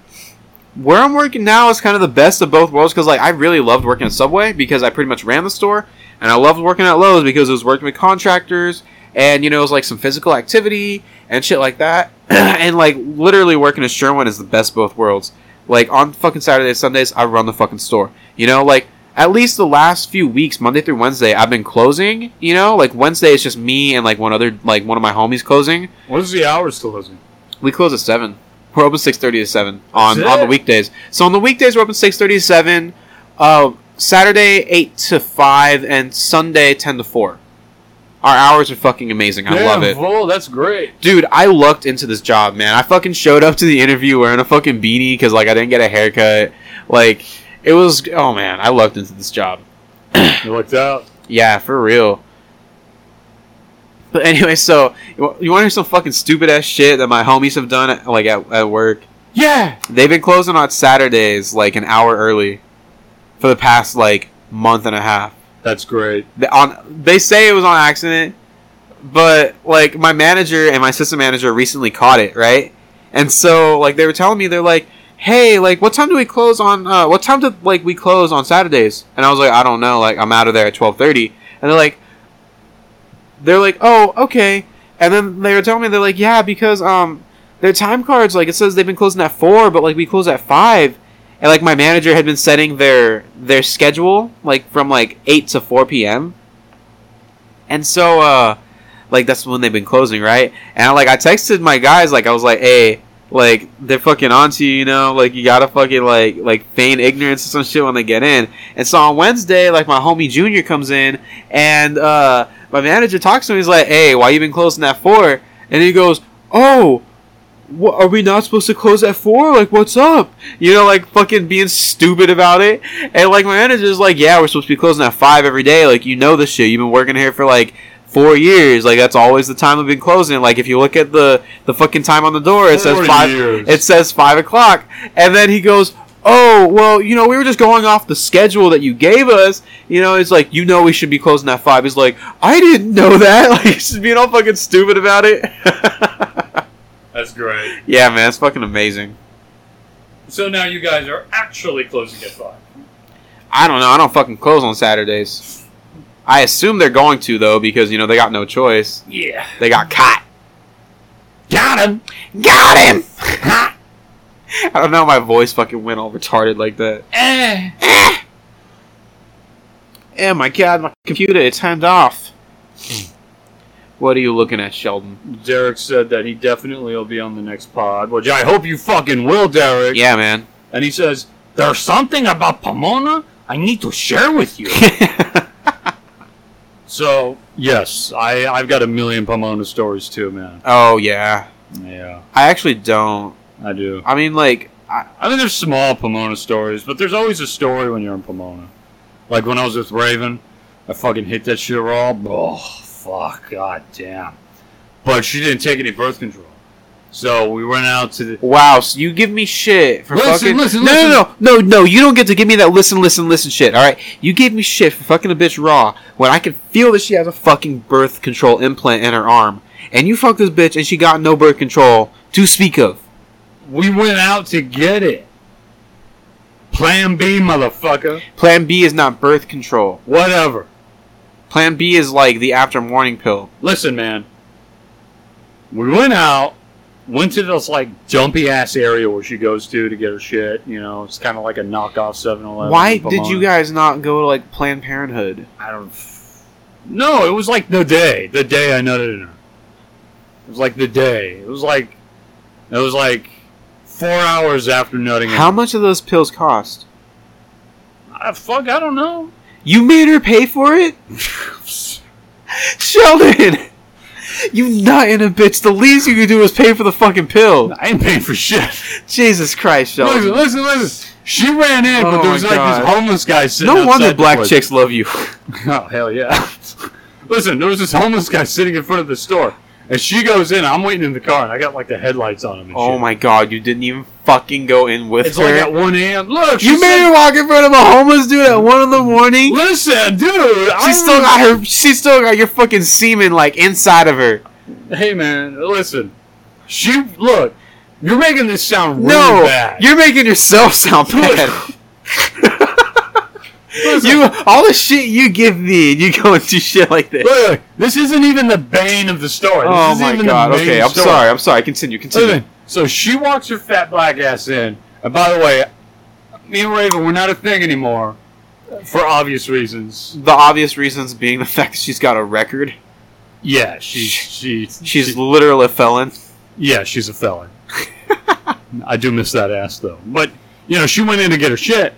where I'm working now is kind of the best of both worlds because like I really loved working at Subway because I pretty much ran the store, and I loved working at Lowe's because it was working with contractors and you know it was like some physical activity and shit like that. and like literally working at Sherwin is the best of both worlds. Like on fucking Saturdays, Sundays, I run the fucking store. You know, like at least the last few weeks, Monday through Wednesday, I've been closing. You know, like Wednesday is just me and like one other like one of my homies closing.
what is the hours still losing?
We close at seven. We're open six thirty to seven on
That's
on the
it?
weekdays. So on the weekdays we're open six thirty to seven. Uh, Saturday eight to five and Sunday ten to four. Our hours are fucking amazing. I love it,
Well, that's great.
dude. I lucked into this job, man. I fucking showed up to the interview wearing a fucking beanie because like I didn't get a haircut. Like it was. Oh man, I lucked into this job.
You looked out.
Yeah, for real. But anyway, so you want to hear some fucking stupid ass shit that my homies have done like at, at work?
Yeah.
They've been closing on Saturdays like an hour early for the past like month and a half.
That's great.
They, on they say it was on accident, but like my manager and my assistant manager recently caught it, right? And so like they were telling me they're like, "Hey, like what time do we close on uh what time do like we close on Saturdays?" And I was like, "I don't know, like I'm out of there at 12:30." And they're like they're like, "Oh, okay." And then they were telling me they're like, "Yeah, because um their time cards like it says they've been closing at 4, but like we close at 5." And like my manager had been setting their their schedule like from like 8 to 4 p.m. And so uh like that's when they've been closing, right? And I, like I texted my guys like I was like, "Hey, like they're fucking onto you, you know? Like you gotta fucking like like feign ignorance or some shit when they get in." And so on Wednesday, like my homie Junior comes in and uh my manager talks to him. He's like, "Hey, why you been closing at four? And he goes, "Oh, what, are we not supposed to close at four? Like, what's up? You know, like fucking being stupid about it. And like my manager's like, "Yeah, we're supposed to be closing at five every day. Like, you know this shit. You've been working here for like." Four years, like that's always the time we've been closing. Like if you look at the the fucking time on the door, it says
Four
five.
years.
It says five o'clock, and then he goes, "Oh, well, you know, we were just going off the schedule that you gave us. You know, it's like you know we should be closing at five. He's like, "I didn't know that." Like he's just being all fucking stupid about it.
That's great.
yeah, man, it's fucking amazing.
So now you guys are actually closing at five.
I don't know. I don't fucking close on Saturdays. I assume they're going to though because you know they got no choice.
Yeah.
They got caught.
Got him.
Got him. I don't know. how My voice fucking went all retarded like that. Oh my god, my computer it's turned off. What are you looking at, Sheldon?
Derek said that he definitely will be on the next pod, which I hope you fucking will, Derek.
Yeah, man.
And he says there's something about Pomona I need to share with you. so yes, I I've got a million Pomona stories too, man.
oh yeah.
Yeah,
I actually don't.
I do.
I mean, like, I,
I mean, there's small Pomona stories, but there's always a story when you're in Pomona. Like when I was with Raven, I fucking hit that shit raw. Oh, fuck, god damn. But she didn't take any birth control. So we went out to the.
Wow, so you give me shit for
Listen,
fucking
listen,
no,
listen.
no, no, no, no. You don't get to give me that listen, listen, listen shit. All right, you gave me shit for fucking a bitch raw when I could feel that she has a fucking birth control implant in her arm, and you fucked this bitch and she got no birth control to speak of.
We went out to get it. Plan B, motherfucker.
Plan B is not birth control.
Whatever.
Plan B is like the after morning pill.
Listen, man. We went out, went to this like dumpy ass area where she goes to to get her shit. You know, it's kind of like a knockoff 7-Eleven.
Why
in
did
Vermont.
you guys not go to like Planned Parenthood?
I don't. No, it was like the day. The day I nutted in her. It was like the day. It was like. It was like four hours after nutting. in
How
her.
much of those pills cost?
Ah, fuck, I don't know.
You made her pay for it? Sheldon! You nut in a bitch. The least you can do is pay for the fucking pill.
I ain't paying for shit.
Jesus Christ,
Listen,
Sheldon.
listen, listen. She ran in,
Oh
but there was
my
like
God.
this homeless guy sitting.
No wonder
outside the
black
place.
chicks love you.
Oh hell yeah! listen, there was this homeless guy sitting in front of the store, and she goes in. I'm waiting in the car, and I got like the headlights on him. And
Oh
shit.
my god, you didn't even fucking go in with
It's
her.
like at one a.m. Look, she
you made
said-
her walk in front of a homeless dude at one in the morning.
Listen, dude.
She still got her. She still got your fucking semen like inside of her.
Hey man, listen. She look. You're making this sound really
no,
bad.
you're making yourself sound bad. you all the shit you give me, and you go and do shit like this.
Look, look, this isn't even the bane of the story. This
oh
isn't
my
even
god.
The main
Okay, I'm
story.
sorry. I'm sorry. Continue. Continue.
Listen, so she walks her fat black ass in, and by the way, me and Raven, we're not a thing anymore, for obvious reasons.
The obvious reasons being the fact that she's got a record.
Yeah, she's she's
She's
she-
literally a felon.
Yeah, she's a felon. I do miss that ass though. But you know, she went in to get her shit,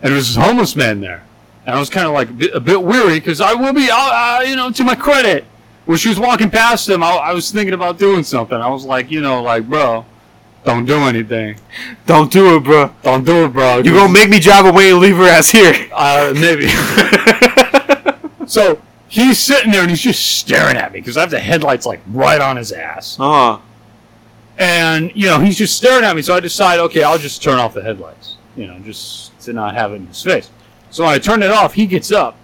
and there was this homeless man there, and I was kind of like a bit, a bit weary because I will be, uh, uh, you know, to my credit, when she was walking past him, I, I was thinking about doing something. I was like, you know, like bro, don't do anything,
Don't do it, bro.
don't do it, bro.
You gonna make me drive away and leave her ass here?
uh, maybe. so he's sitting there and he's just staring at me because I have the headlights like right on his ass.
Uh,
and you know he's just staring at me so i decide okay i'll just turn off the headlights you know just to not have it in his face so when i turn it off he gets up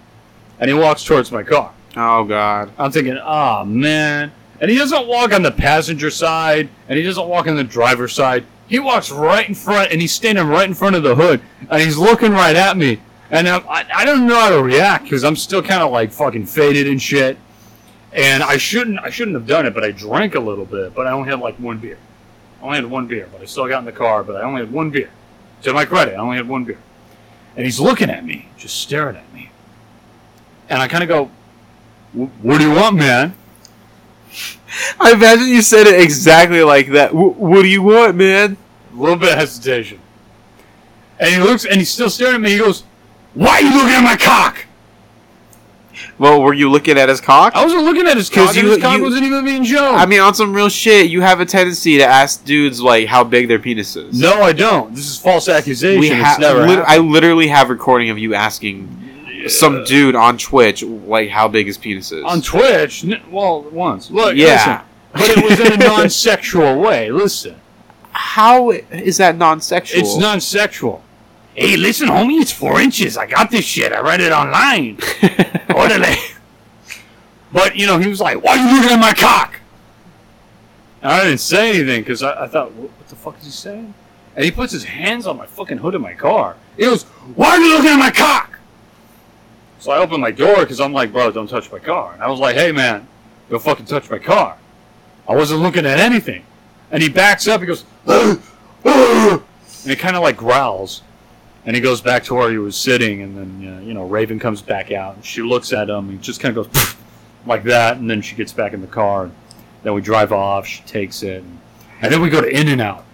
and he walks towards my car
oh god.
i'm thinking ah man and he doesn't walk on the passenger side and he doesn't walk on the driver's side he walks right in front and he's standing right in front of the hood and he's looking right at me and I'm, I, I don't know how to react because i'm still kind of like fucking faded and shit and i shouldn't i shouldn't have done it but i drank a little bit but i only had like one beer I only had one beer, but I still got in the car, but I only had one beer. To my credit, I only had one beer. And he's looking at me, just staring at me. And I kind of go, "Wh- What do you want, man?
I imagine you said it exactly like that. W- what do you want, man?
A little bit of hesitation. And he looks, and he's still staring at me. He goes, Why are you looking at my cock?
Well, were you looking at his cock?
I wasn't looking at his
'Cause
cock, and
you-
his cock
you-
wasn't even being shown.
I mean, on some real shit, you have a tendency to ask dudes like how big their penis is.
no, I don't. This is false accusation.
we ha-
it's never
lit-
happened.
I literally have recording of you asking some dude on Twitch like how big his penis is.
on Twitch. N- well, once. Look,
yeah,
listen, but it was in a non-sexual way. Listen.
how is that non-sexual?
It's non-sexual. Hey, listen, homie, it's four inches. I got this shit. I read it online. Orderly. But you know, he was like, "Why are you looking at my cock?" And I didn't say anything because I, I thought, "What what the fuck is he saying?" And he puts his hands on my fucking hood of my car. He goes, "Why are you looking at my cock?" So I opened my door because I'm like, "Bro, don't touch my car." And I was like, "Hey, man, don't fucking touch my car." I wasn't looking at anything. And he backs up. He goes, "Ugh, ugh," and he kind of like growls. And he goes back to where he was sitting, and then uh, you know Raven comes back out, and she looks at him, and just kind of goes like that, and then she gets back in the car, and then we drive off. She takes it, and, and then we go to In and Out,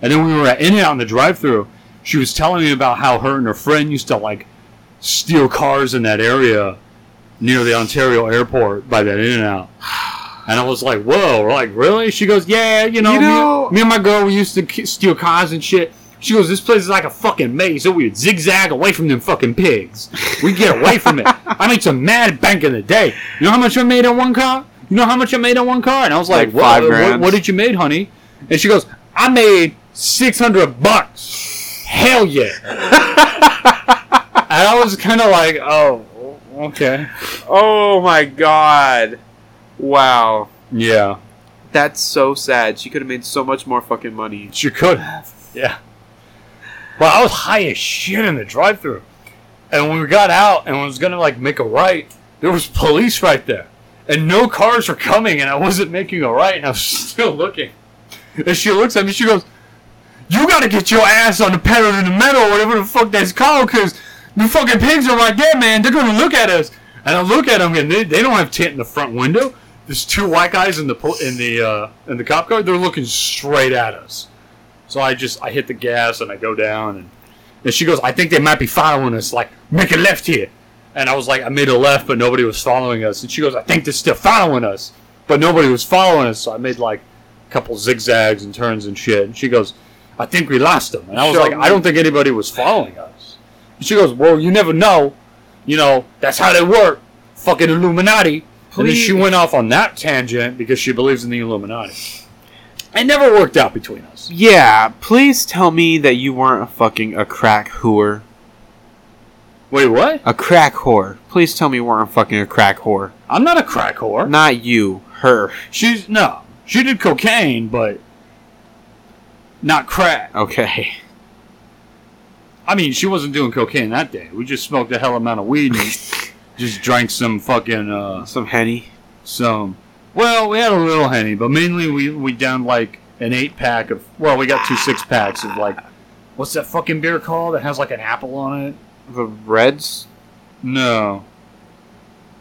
and then we were at In and Out in the drive-through. She was telling me about how her and her friend used to like steal cars in that area near the Ontario airport by that In and Out. And I was like, "Whoa!" Like, really? She goes, "Yeah, you know,
You
me-
know-
me, and my girl we used to k- steal cars and shit." She goes, "This place is like a fucking maze, so we would zigzag away from them fucking pigs. We get away from it. I made some mad bank in the day. You know how much I made on one car? You know how much I made on one car?" And I was like,
Like five
"What-
grand.
What, what did you make, honey?" and she goes, "I made six hundred bucks. Hell yeah!" and I was kind of like, "Oh, okay,
Oh my god. Wow.
yeah,
That's so sad. She could have made so much more fucking money.
she could have, yeah." But I was high as shit in the drive-through, and when we got out and was gonna like make a right, there was police right there, and no cars were coming, and I wasn't making a right, and I was still looking. And she looks at me, she goes, You gotta get your ass on the pedal to the metal, or whatever the fuck that's called, because the fucking pigs are right there, man. They're gonna look at us. And I look at them, and they, they don't have tint in the front window. There's two white guys in the pol- in the uh, in the cop car. They're looking straight at us. So I just I hit the gas and I go down, and, and she goes, I think they might be following us. Like make a left here. And I was like, I made a left, but nobody was following us. And she goes, I think they're still following us, but nobody was following us. So I made like a couple zigzags and turns and shit. And she goes, I think we lost them. And I was
Show
like,
me.
I don't think anybody was following us. And she goes, Well, you never know. You know, that's how they work. Fucking Illuminati. And then she
Please.
went off on that tangent because she believes in the Illuminati. It never worked out between us.
Yeah, please tell me that you weren't a fucking a crack whore.
Wait, what?
A crack whore. Please tell me you weren't fucking a crack whore.
I'm not a crack whore.
Not you, her.
She's no. She did cocaine, but not crack.
Okay.
I mean, she wasn't doing cocaine that day. We just smoked a hell amount of weed and just drank some fucking uh
Some henny.
some. Well, we had a little henny, but mainly we we downed like an eight pack of. Well, we got two six packs of like, what's that fucking beer called that has like an apple on it?
The reds.
No,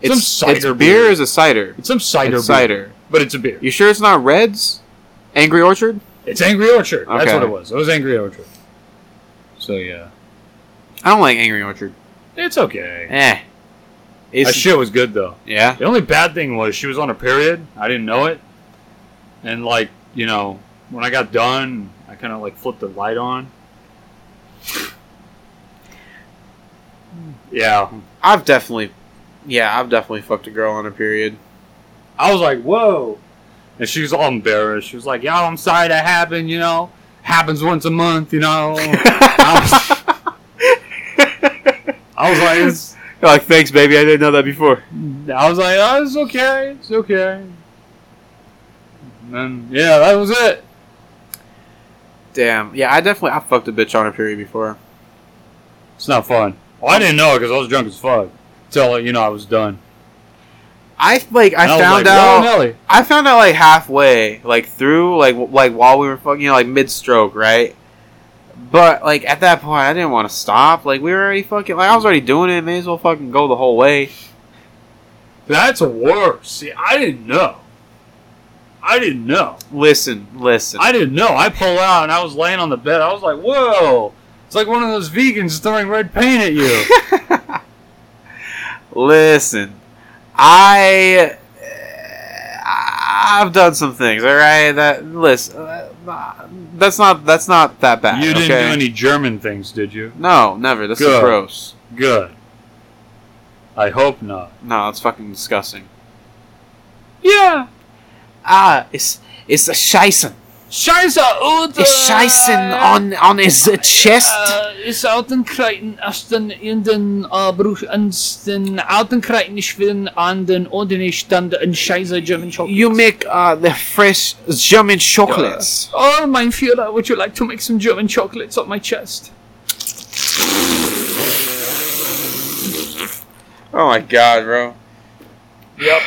It's
Some cider
it's beer
beer.
is a cider.
it's some cider.
It's
beer,
cider.
but it's a beer.
You sure it's not reds? Angry Orchard.
It's Angry Orchard. That's
Okay.
what it was. It was Angry Orchard. So yeah,
I don't like Angry Orchard.
it's okay.
Eh. It's,
That shit was good though.
yeah.
The only bad thing was she was on a period. I didn't know it. And like, you know, when I got done, I kind of like flipped the light on. Yeah.
I've definitely, yeah, I've definitely fucked a girl on a period.
I was like, "Whoa!" And she was all embarrassed. She was like, "Y'all, I'm sorry that happened. You know, happens once a month. You know." I was, I was like, it's,
Like, thanks, baby. I didn't know that before.
"I was like, oh, it's okay. It's okay." And then, yeah, that was it.
Damn. Yeah, I definitely I fucked a bitch on a period before.
It's not fun. Well, I didn't know because I was drunk as fuck. Till you know I was done.
I like I
And was
found
like,
out
"Whoa, Nelly."
I found out like halfway, like through, like w- like while we were fucking, you know, like mid stroke, right? But like at that point, I didn't want to stop. Like we were already fucking, like I was already doing it. May as well fucking go the whole way.
That's worse. See, I didn't know. I didn't know.
Listen, listen.
I didn't know. I pull out and I was laying on the bed. I was like, "Whoa!" It's like one of those vegans throwing red paint at you.
Listen, I I've done some things. All right, that listen, uh, that's not that's not that bad.
you didn't
okay?
do any German things, did you?
No, never. This is
Good.
gross.
Good. I hope not.
No, that's fucking disgusting.
Yeah.
Ah, it's it's a scheißen.
Scheiße, und,
It's scheißen on on his uh, chest.
ist Altenkreiten aus den in den äh, Bruch ans den Altenkreiten schwirren an den ordentlichen Stand in Scheiße German Chocolate.
You make uh, the fresh German chocolates.
Oh, mein Führer, would you like to make some German chocolates on my chest?
Oh my god, bro. Yep.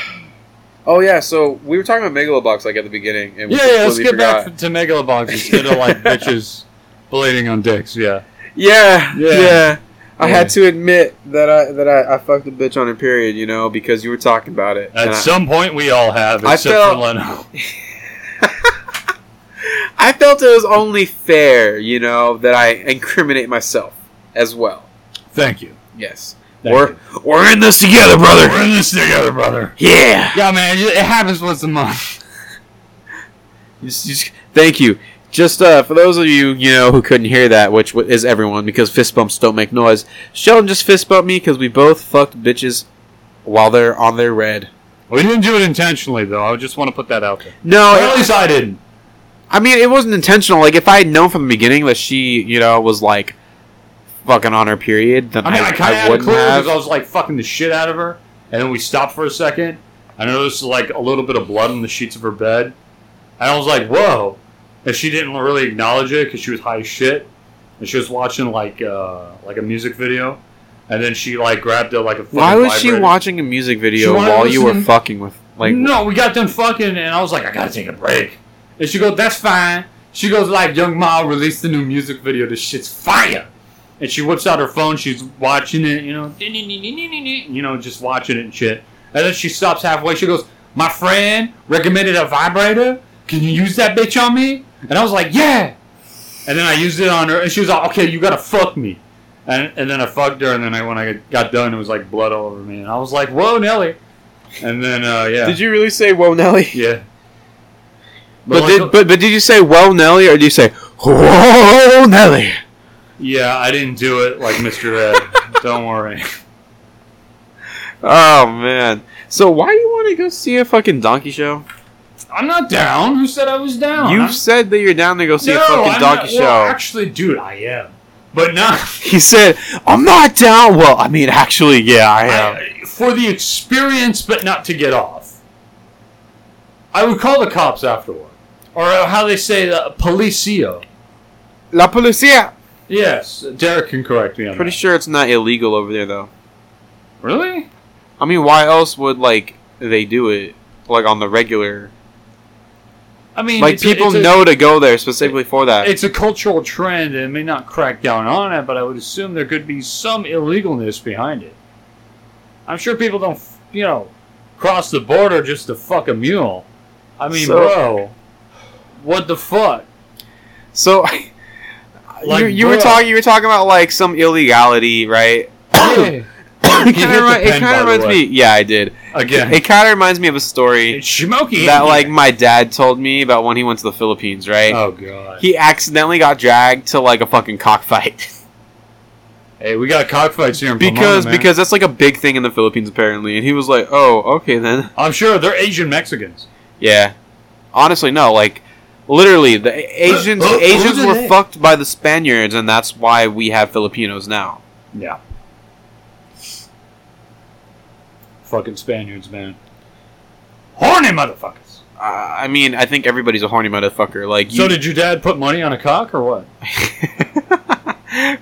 Oh yeah, so we were talking about megalobox like at the beginning, and we
Yeah, yeah. Let's
completely
get
forgot.
back to megalobox instead of like bitches bleeding on dicks. Yeah.
Yeah, yeah.
Yeah.
I
Yeah.
had to admit that I that I, I fucked a bitch on a period, you know, because you were talking about it.
At
And I-
some point, we all have,
I
except
felt-
for Leno.
I felt it was only fair, you know, that I incriminate myself as well.
Thank you.
Yes.
Thank
we're
you.
We're in this together, brother.
We're in this together, brother.
Yeah.
Yeah, man. It it happens once a month.
just- just- thank you. Just uh, for those of you you know who couldn't hear that, which w- is everyone, because fist bumps don't make noise. Sheldon just fist bumped me because we both fucked bitches while they're on their red.
We didn't do it intentionally, though. I just want to put that out there.
No,
Or at least I didn't.
I mean, it wasn't intentional. Like, if I had known from the beginning that she, you know, was like fucking on her period, then
I mean, I,
I,
kind of
I,
had a
wouldn't
clue because I
have.
was like fucking the shit out of her, and then we stopped for a second. I noticed like a little bit of blood on the sheets of her bed, and I was like, "Whoa!" And she didn't really acknowledge it because she was high as shit, and she was watching like uh, like a music video, and then she like grabbed a like a. Fucking
Why was she
vibrator.
watching a music video
wanted to
while you were
listen-
fucking with? Like,
no, we got done fucking, and I was like, I gotta take a break. And she goes, that's fine. She goes, like, Young Ma released the new music video. This shit's fire. And she whips out her phone. She's watching it, you know, you know, just watching it and shit. And then she stops halfway. She goes, my friend recommended a vibrator. Can you use that bitch on me? And I was like, yeah. And then I used it on her, and she was like, okay, you gotta fuck me. And, and then I fucked her, and then I, when I got done, it was like blood all over me. And I was like, whoa, Nelly. And then, uh, yeah.
did you really say "Whoa, Nelly"?
Yeah.
But
like,
did but, but did you say "Whoa, Nelly" or did you say "Whoa, Nelly"?
yeah, I didn't do it like Mr. Ed. Don't worry.
Oh man! So why do you want to go see a fucking donkey show?
I'm not down. Who said I was down?
you
I'm-
said that you're down to go see
no,
a fucking
I'm
donkey
not-
show.
Well, actually, dude, I am. But not
he said, "I'm not down." Well, I mean, actually, yeah, I am.
I- for the experience, but not to get off. I would call the cops afterward, or uh, how they say the policio.
La policía.
Yes, Derek can correct me on
Pretty
that.
sure it's not illegal over there, though.
Really?
I mean, why else would like they do it like on the regular?
I mean,
Like
it's a-
people
it's a-
know to go there specifically for that.
it's a cultural trend and may not crack down on it, but I would assume there could be some illegalness behind it. I'm sure people don't, you know, cross the border just to fuck a mule. I mean,
So-
bro, what the fuck?
So
Like,
you, you
bro.
were talking you were talking about like some illegality, right?
Yeah.
it
hit
kind
the
of remi-
pen,
it kind
by
of
the
reminds
way.
me. Yeah, I did.
Again,
It kind of reminds me of a story
it's smoky.
that like my dad told me about when he went to the Philippines, right?
oh god.
He accidentally got dragged to like a fucking cockfight.
Hey, we got cockfights here in Pomona,
because
man.
because that's like a big thing in the Philippines apparently, and he was like, "Oh, okay then."
I'm sure they're Asian Mexicans.
Yeah, honestly, no. Like, literally, the A- Asians
Uh, uh,
Asians
who's
were
that?
fucked by the Spaniards, and that's why we have Filipinos now.
Yeah. Fucking Spaniards, man. Horny motherfuckers.
Uh, I mean, I think everybody's a horny motherfucker. Like, you,
So did your dad put money on a cock or what?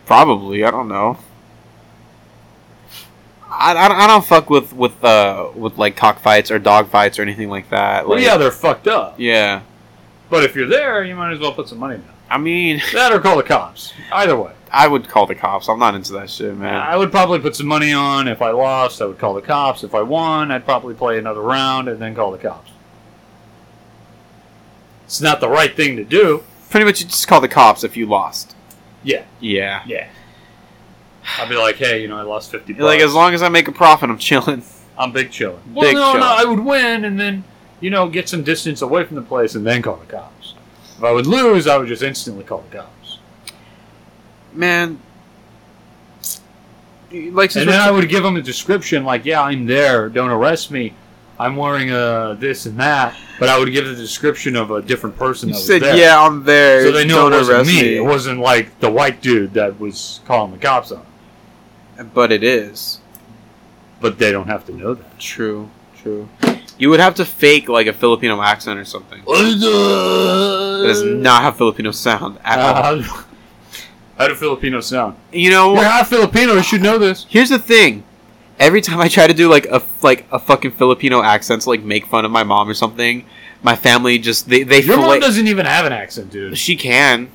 probably. I don't know. I, I, don't- I don't fuck with with uh with like cockfights or dog fights or anything like that.
Well,
Like,
yeah, they're fucked up.
yeah.
But if you're there, you might as well put some money down.
I mean,
That or call the cops. Either way.
I would call the cops. I'm not into that shit, man.
I would probably put some money on. If I lost, I would call the cops. If I won, I'd probably play another round and then call the cops. It's not the right thing to do.
Pretty much, you just call the cops if you lost.
Yeah.
Yeah.
Yeah. I'd be like, hey, you know, I lost 50 bucks.
Like as long as I make a profit, I'm chilling.
I'm big chilling. Well,
Big
no,
chillin'.
no, I would win and then, you know, get some distance away from the place and then call the cops. If I would lose, I would just instantly call the cops.
Man, like since
and
we're-
then I would give them a description like, yeah, I'm there. Don't arrest me. I'm wearing uh, this and that. But I would give the description of a different person.
you
that was
said,
there.
"Yeah, I'm there."
So they knew
Don't
it wasn't
arrest
me. It wasn't like the white dude that was calling the cops on. 'em.
But it is
But they don't have to know that.
true. True. You would have to fake like a Filipino accent or something. That is not how Filipinos sound at
Uh,
all.
how, do- how do Filipinos sound?
You know,
You're half Filipino. You should know this.
here's the thing. Every time I try to do like a like a fucking Filipino accent to like make fun of my mom or something, my family just they they
Your mom
fillet-
doesn't even have an accent, dude.
She can.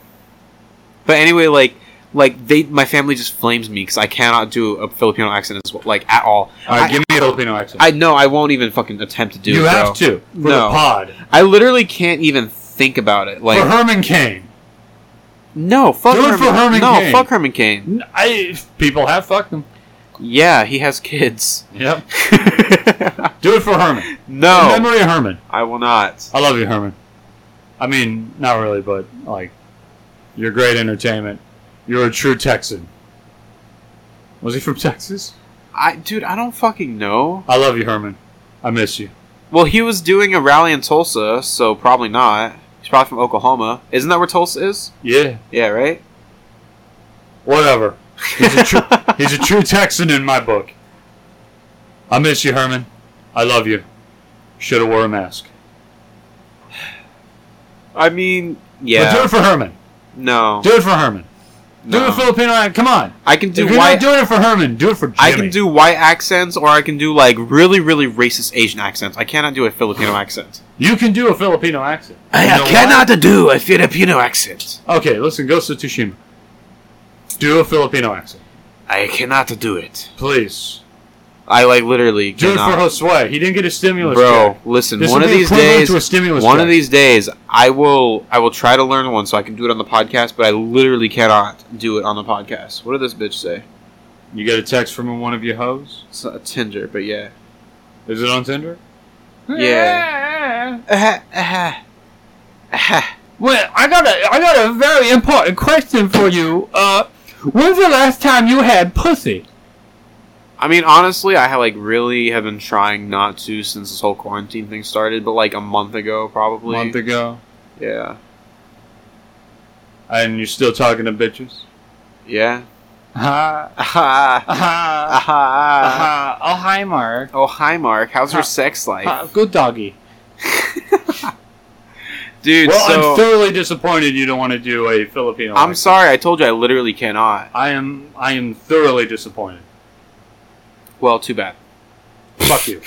But anyway, like like they my family just flames me because I cannot do a Filipino accent as well, like at all.
All
I-
right, give me a Filipino accent.
I know I won't even fucking attempt to do
you
it.
have
bro.
to for the
No.
pod
I literally can't even think about it. Like
for Herman Cain.
no, fuck
Do it
Herman.
for Herman
no,
Cain.
fuck Herman Cain.
N- I people have fucked him.
Yeah, he has kids.
Yep. Do it for Herman. In
no,
memory of Herman.
I will not.
Oh. I love you, Herman. I mean, not really, but like, you're great entertainment. You're a true Texan. Was he from Texas?
I dude, I don't fucking know.
I love you, Herman. I miss you.
Well, he was doing a rally in Tulsa, so probably not. He's probably from Oklahoma. Isn't that where Tulsa is?
Yeah,
Yeah, right?
whatever. He's a, true, he's a true Texan in my book. I miss you, Herman. I love you. Should have wore a mask.
I mean,
But do
yeah.
it for Herman.
No.
Do it for Herman. Do it
no.
for Filipino. Iron- Come on.
I can do
if you're
white
not doing it for Herman, do it for Jimmy.
I can do white accents or I can do like really, really racist Asian accents. I cannot do a Filipino accent.
You can do a Filipino accent.
I
You know why?
cannot do a
Filipino accent.
Okay, listen, Ghost of Tsushima. Do a Filipino accent.
I cannot do it.
Please.
I like literally
Do it for
cannot.
Josue. He didn't get a stimulus
Bro,
check.
listen,
This
one
would
of
be
these
equivalent
days
to a stimulus
one of
check.
these days I will I will try to learn one so I can do it on the podcast, but I literally cannot do it on the podcast. What did this bitch say?
You get a text from one of your hoes?
It's not Tinder, but yeah.
Is it on Tinder?
Yeah. Uh-huh, uh-huh. Uh-huh.
Well, I got a I got a very important question for you. Uh, when's the last time you had pussy?
I mean, honestly, I have like really have been trying not to since this whole quarantine thing started, but like a month ago,
A
probably.
month ago.
Yeah,
And you're still talking to bitches?
yeah. Oh,
Uh,
Aha!
uh,
Aha!
oh hi, Mark.
Oh, hi, Mark. How's your sex life,
Uh, good doggy.
dude?
well, I'm
so
Oh, thoroughly disappointed you don't want to do a Filipino
I'm
accent.
sorry. I told you I literally cannot.
I am I am thoroughly disappointed.
Well, too bad,
Fuck you.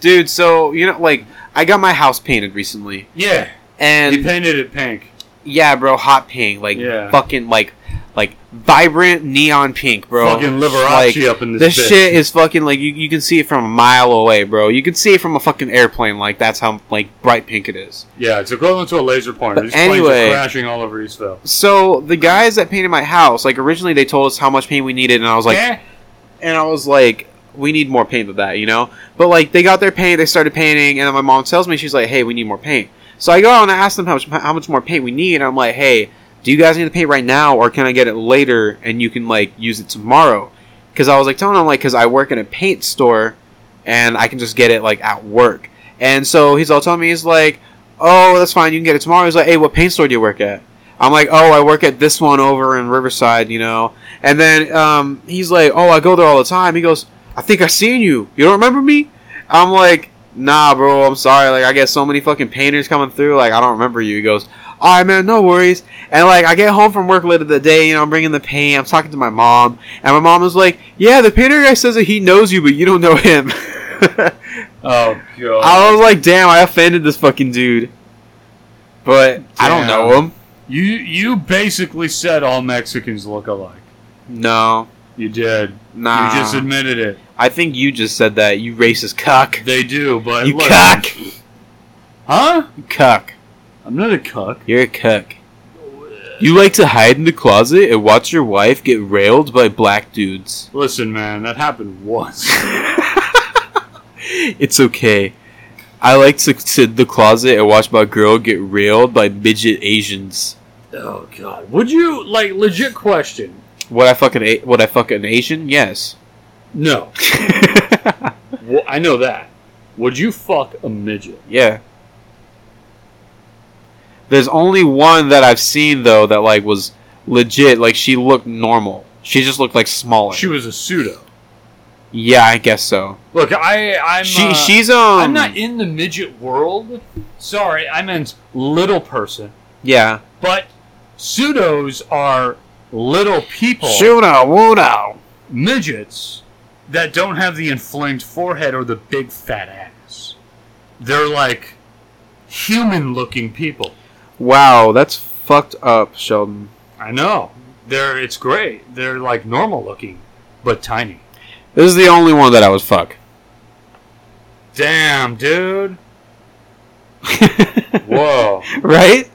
dude. So you know, like I got my house painted recently,
Yeah.
and
he painted it pink.
yeah, bro, hot pink, like
Yeah.
fucking like like vibrant neon pink, bro.
Fucking
Like,
Liberace up in this,
This
bitch.
shit is fucking like you, you can see it from a mile away, bro. You can see it from a fucking airplane. Like that's how like bright pink it is.
Yeah, it's equivalent to a laser pointer.
But
These planes
anyway-
are crashing all over Eastville.
So the guys that painted my house, like originally they told us how much paint we needed, and I was like,
Eh.
and I was like, we need more paint than that, you know. But like they got their paint, they started painting, and then my mom tells me she's like, hey, we need more paint. So I go out and I ask them how much how much more paint we need, and I'm like, hey, do you guys need the paint right now, or can I get it later and you can like use it tomorrow? Because I was like telling him like, because I work in a paint store, and I can just get it like at work. And so he's all telling me he's like, oh, that's fine, you can get it tomorrow. He's like, hey, what paint store do you work at? I'm like, oh, I work at this one over in Riverside, you know. And then um, he's like, oh, I go there all the time. He goes, I think I seen you. You don't remember me? I'm like, nah, bro. I'm sorry. Like, I get so many fucking painters coming through. Like, I don't remember you. He goes, all right, man, no worries. And like, I get home from work later that day. You know, I'm bringing the paint. I'm talking to my mom, and my mom was like, yeah, the painter guy says that he knows you, but you don't know him.
Oh god.
I was like, damn, I offended this fucking dude. But I don't
Damn.
know him.
you you basically said all Mexicans look alike.
No,
You did.
nah.
You just admitted it.
I think you just said that, you racist cuck.
They do, but
You
look-
cuck.
Huh?
You cuck.
I'm not a cuck.
You're a cuck. You like to hide in the closet and watch your wife get railed by black dudes.
Listen, man, that happened once.
It's okay. I like to sit in the closet and watch my girl get railed by midget Asians.
oh god. Would you like legit question?
Would I fucking a- would I fuck an Asian? Yes.
No. Well, I know that. Would you fuck a midget?
yeah. There's only one that I've seen though that like was legit. Like she looked normal. She just looked like smaller.
She was a pseudo.
yeah, I guess so.
Look, I I'm
she
uh,
she's um.
I'm not in the midget world. Sorry, I meant little person.
yeah.
But pseudos are little people,
Shuna, Wuno.
midgets that don't have the inflamed forehead or the big fat ass. They're like human-looking people.
Wow, that's fucked up, Sheldon.
I know. They're it's great. They're like normal-looking, but tiny.
This is the only one that I would fuck.
Damn, dude. Whoa.
right?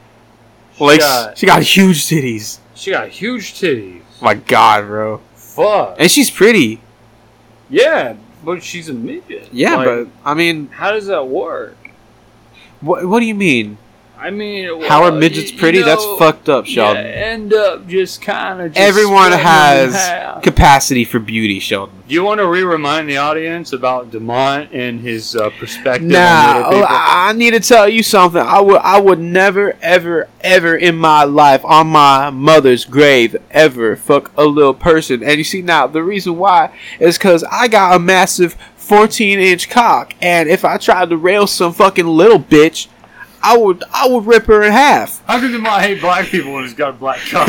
Like
got-
she got huge titties.
she got huge titties.
My God, bro.
Fuck.
And she's pretty.
Yeah, but she's a midget.
Yeah,
Like,
but I mean,
how does that work?
what what do you mean?
I mean, well,
How are midgets
you- you
pretty? That's
know,
fucked up,
you
Sheldon.
end up just kind of.
Everyone has capacity for beauty, Sheldon.
Do you want to re-remind the audience about Demont and his uh, perspective on
Nah, oh,
the other people?
I need to tell you something. I would, I would never, ever, ever in my life on my mother's grave ever fuck a little person. And you see now, the reason why is because I got a massive 14 inch cock, and if I tried to rail some fucking little bitch, I would, I would rip her in half.
How could Demont hate black people when he's got a black cock?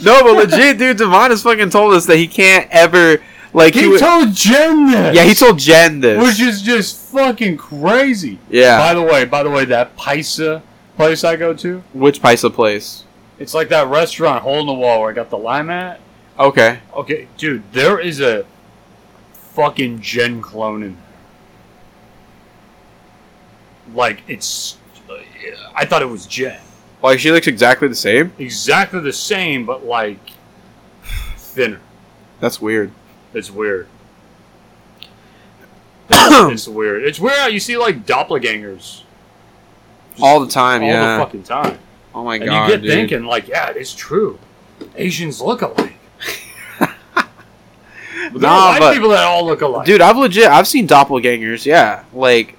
No, but legit, dude, Devon has fucking told us that he can't ever like he,
he
would-
told Jen this.
Yeah, he told Jen this.
which is just fucking crazy.
yeah,
By the way, by the way, that Pisa place I go to,
which Pisa place?
it's like that restaurant hole in the wall where I got the lime at.
Okay,
Okay, dude, there is a fucking Gen clone in there. Like it's, I thought it was Jen,
like she looks exactly the same.
exactly the same, but like thinner.
That's weird.
It's weird. it's weird. It's weird how you see like doppelgangers
All the time,
all
yeah.
the fucking time.
oh my
And
god,
you get
dude.
thinking, like, yeah, it's true. Asians look alike. but there
Nah,
are white
but-
people that all look alike.
Dude, I've legit I've seen doppelgangers. Yeah, like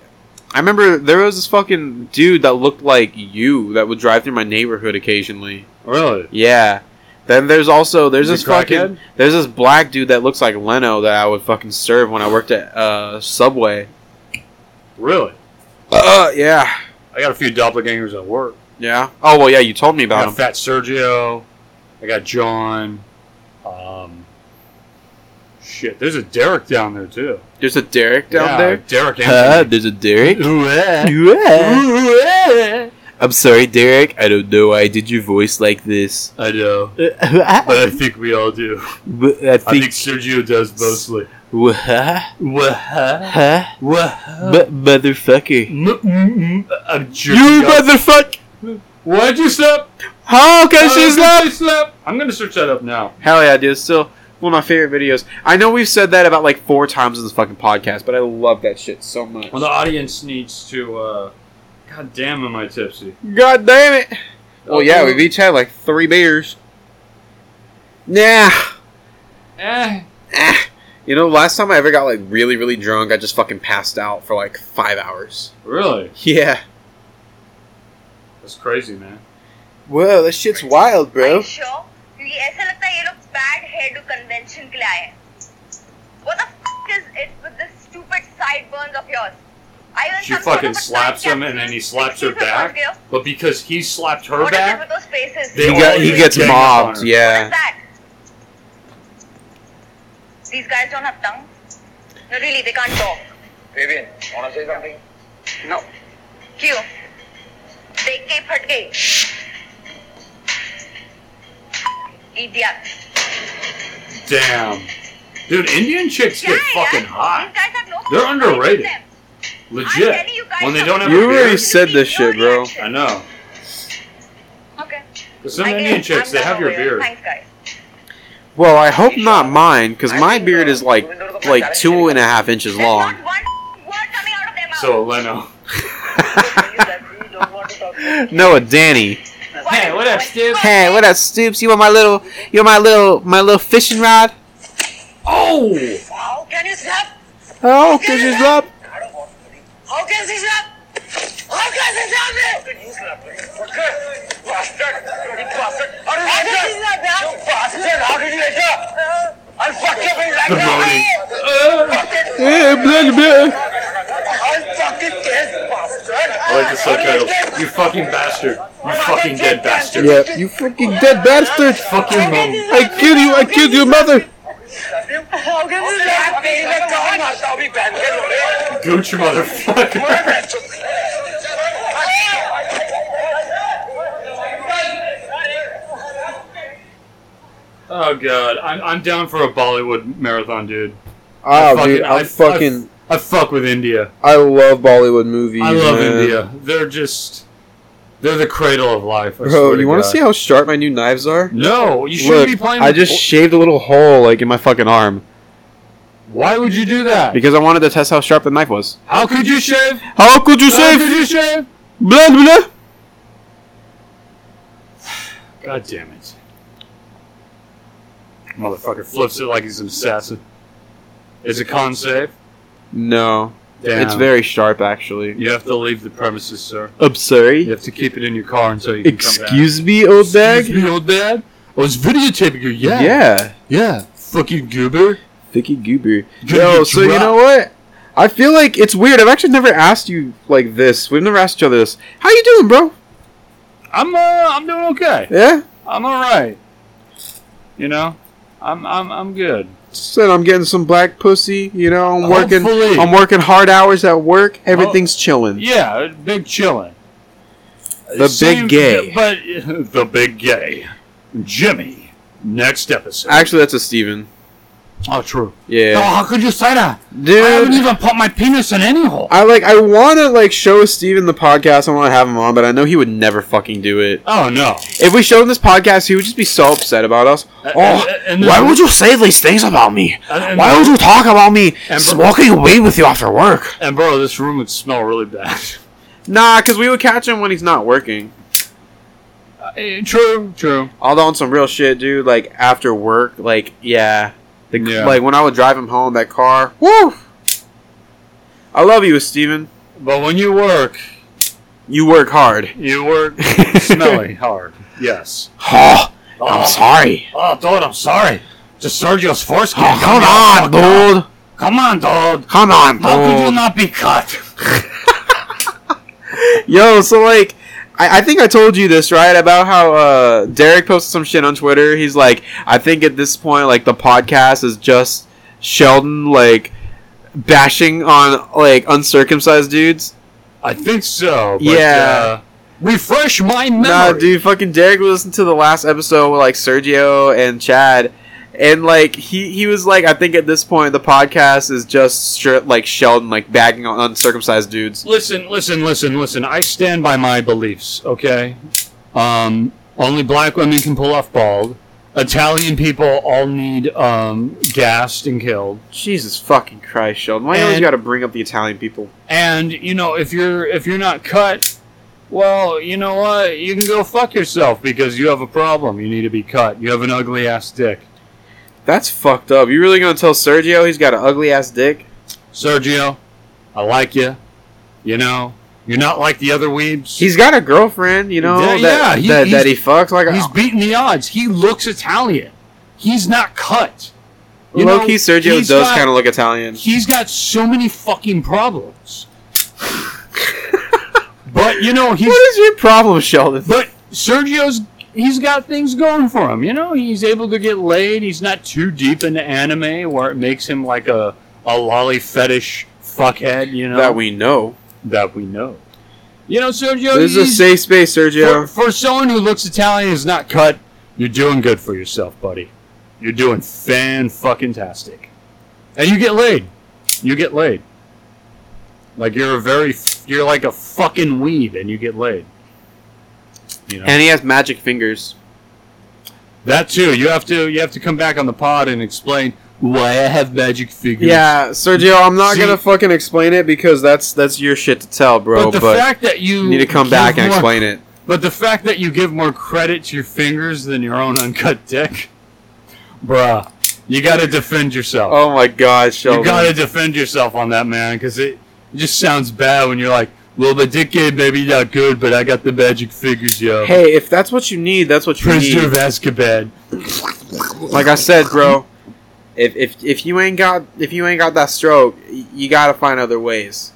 I remember there was this fucking dude that looked like you that would drive through my neighborhood occasionally.
really?
Yeah. Then there's also there's this
Is he crackhead?
fucking there's this black dude that looks like Leno that I would fucking serve when I worked at uh, Subway.
Really?
Uh, yeah.
I got a few doppelgangers at work.
Yeah. Oh well, yeah. You told me
I
about
got
him.
Fat Sergio. I got John. Um, shit, there's a Derek down there, too.
There's a Derek down
Yeah,
there.
Derek
Uh,
Anthony.
there's a Derek.
Ooh, eh.
Yeah. I'm sorry, Derek. I don't know why I did your voice like this.
I know. But I
I
think we all do. I think
think.
Sergio does mostly.
Huh?
Wah-ha.
Huh?
Wah-ha.
But motherfucker.
M- m- m- I'm jerking
You
off.
motherfucker!
Why'd you slap?
How can she
Why'd you
slap?
slap? I'm gonna search that up now.
Hell yeah, dude. It's Still one of my favorite videos. I know we've said that about like four times in this fucking podcast, but I love that shit so much.
Well, the audience needs to. uh... God damn, am I tipsy?
God damn it! Well, yeah, we've each had like three beers. Nah.
Eh,
You know, last time I ever got like really, really drunk, I just fucking passed out for like five hours.
Really?
Yeah.
That's crazy, man.
Whoa, that shit's wild,
I sure क्योंकि ऐसा लगता है ये लोग bad hair do convention के लिए आए what the fuck is it with this stupid sideburns of yours I
She fucking slaps him and then he slaps her back. But because he slapped her back,
those faces?
They
He,
What
all-
got, he gets
Gang up
mobbed,
on her.
is
yeah.
that? These guys don't have tongue. No, really, they can't talk.
Fabian, wanna say something? No.
क्यों? देख के ही फट गई। Idiot.
damn. Dude, Indian chicks
Yeah,
get fucking
yeah.
hot.
These guys have no
They're
problem.
underrated.
Them.
Legit.
telling you guys
When they don't have
You
a
really
beard.
said this shit, bro.
I know.
Okay.
Some
I guess
Indian chicks,
I'm
they
done
have your
over here.
beard.
Thanks, guys.
Well, I hope not mine, because my beard is like like two and a half inches
There's
long.
not one word coming out of their mouth.
So, Leno.
Noah, Danny.
Hey, what up, Stu?
Hey, what up, Stoops? You want my little, you want my little, my little fishing rod?
Oh!
How can you slap?
Oh, cause you up.
How can she slap? How can she slap me? How can she slap me? Uh,
Moaning. I like the subtitle. You fucking bastard. You fucking dead bastard.
Yeah, you fucking dead bastard!
Fucking mom.
I killed you! I killed your mother!
How can she slap me?
Gooch, motherfucker. Oh god, I'm, I'm down for a Bollywood marathon, dude. I
Oh, dude,
I- I-
I'm fucking.
I fuck with India.
I love Bollywood movies.
I love
man.
India. They're just, they're the cradle of life. I
Bro,
swear
you
want
to see how sharp my new knives are?
No, you shouldn't
Look,
be playing.
I just shaved a little hole like in my fucking arm.
Why would you do that?
Because I wanted to test how sharp the knife was.
How could you shave?
How could you
How could
say?
you shave?
Blah blah.
God damn it. Motherfucker flips it like he's an assassin. Is it con safe?
No,
Damn.
it's very sharp actually.
You have to leave the premises, sir.
I'm sorry.
You have to keep it in your car until you can
Excuse me, old
come back.
bag.
me, old dad? I was videotaping you, yeah.
Yeah.
Yeah. Fucking goober.
Vicky Goober.
Yo,
Yo, so you
drop.
know what? I feel like it's weird. I've actually never asked you like this. We've never asked each other this. How you doing, bro?
I'm uh, I'm doing okay.
Yeah.
I'm alright. You know? I'm I'm I'm good.
Said I'm getting some black pussy. You know, I'm working.
Hopefully. Oh.
I'm working hard hours at work. Everything's chilling.
Yeah, big chillin'.
The big gay.
But the big gay. Jimmy. Next episode.
Actually, that's a Steven.
oh true. Oh,
Yeah,
how could you say that? I haven't
dude.
even put my penis in any hole.
I like. I want to like show Steven the podcast. I want to have him on, but I know he would never fucking do it.
Oh no.
If we showed him this podcast, he would just be so upset about us.
Oh, and- and then-
Oh, you say these things about me?
And- and-
would you talk about me
And-
smoking weed with you after work?
And bro, this room would smell really bad.
Nah, because we would catch him when he's not working.
Eh, true, true.
Although on some real shit, dude, like after work, like yeah, the,
Yeah.
like when I would drive him home, that car, woo. I love you, Steven.
But when you work,
You work hard.
you work smelly hard. Yes.
Oh,
Oh.
sorry.
Oh, dude, I'm sorry. Just Sergio's foreskin.
Oh, dude.
Come on, dude.
Come on,
How could you not be cut?
Yo, so like, I, I think I told you this right about how uh, Derek posted some shit on Twitter. He's like, I think at this point, like the podcast is just Sheldon like bashing on like uncircumcised dudes.
I think so. But,
Yeah.
Uh, refresh my memory.
Nah, dude, fucking Derek listened to the last episode with like Sergio and Chad, and like he he was like, I think at this point the podcast is just stri- like Sheldon like bagging on uncircumcised dudes.
Listen, listen, listen, listen. I stand by my beliefs, okay? Um, only black women can pull off bald. Italian people all need um, gassed and killed.
Jesus fucking Christ, Sheldon! Why you always
And-
got to bring up the Italian people?
And you know, if you're if you're not cut, well, you know what? You can go fuck yourself because you have a problem. You need to be cut. You have an ugly ass dick.
That's fucked up. You really gonna tell Sergio he's got an ugly ass dick?
Sergio, I like you. You know, you're not like the other weebs.
He's got a girlfriend, you know,
Yeah,
that,
yeah, he-
that,
he's-
that he fucks. Like, uh,
He's beating the odds. He looks Italian. He's not cut. You
low
know,
key, Sergio
he's
does
got-
kind of look Italian.
He's got so many fucking problems. but you know, he's
What is your problem, Sheldon?
but Sergio's he's got things going for him. You know, he's able to get laid. He's not too deep into anime where it makes him like a a lolly fetish fuckhead. You know
That we know.
that we know. You know, Sergio.
This is a
he's-
safe space, Sergio.
for, for someone who looks Italian and is not cut, you're doing good for yourself, buddy. You're doing fan fucking tastic, and you get laid. You get laid. Like you're a very, you're like a fucking weed, and you get laid. You know
And he has magic fingers.
that too. You have to, you have to come back on the pod and explain why I have magic figures.
Yeah, Sergio, I'm not
See-
gonna fucking explain it because that's that's your shit to tell, bro.
but the
But,
fact that you
you need to come
give
back and
more-
explain it.
But the fact that you give more credit to your fingers than your own uncut dick, bruh, you gotta defend yourself.
Oh my God, Sheldon.
you gotta defend yourself on that, man, because it just sounds bad when you're like, well, my dick game maybe not good, but I got the magic figures, yo.
Hey, if that's what you need, that's what you need.
Prisoner of Azkaban.
like I said, bro, if, if if you ain't got if you ain't got that stroke, y- you gotta find other ways.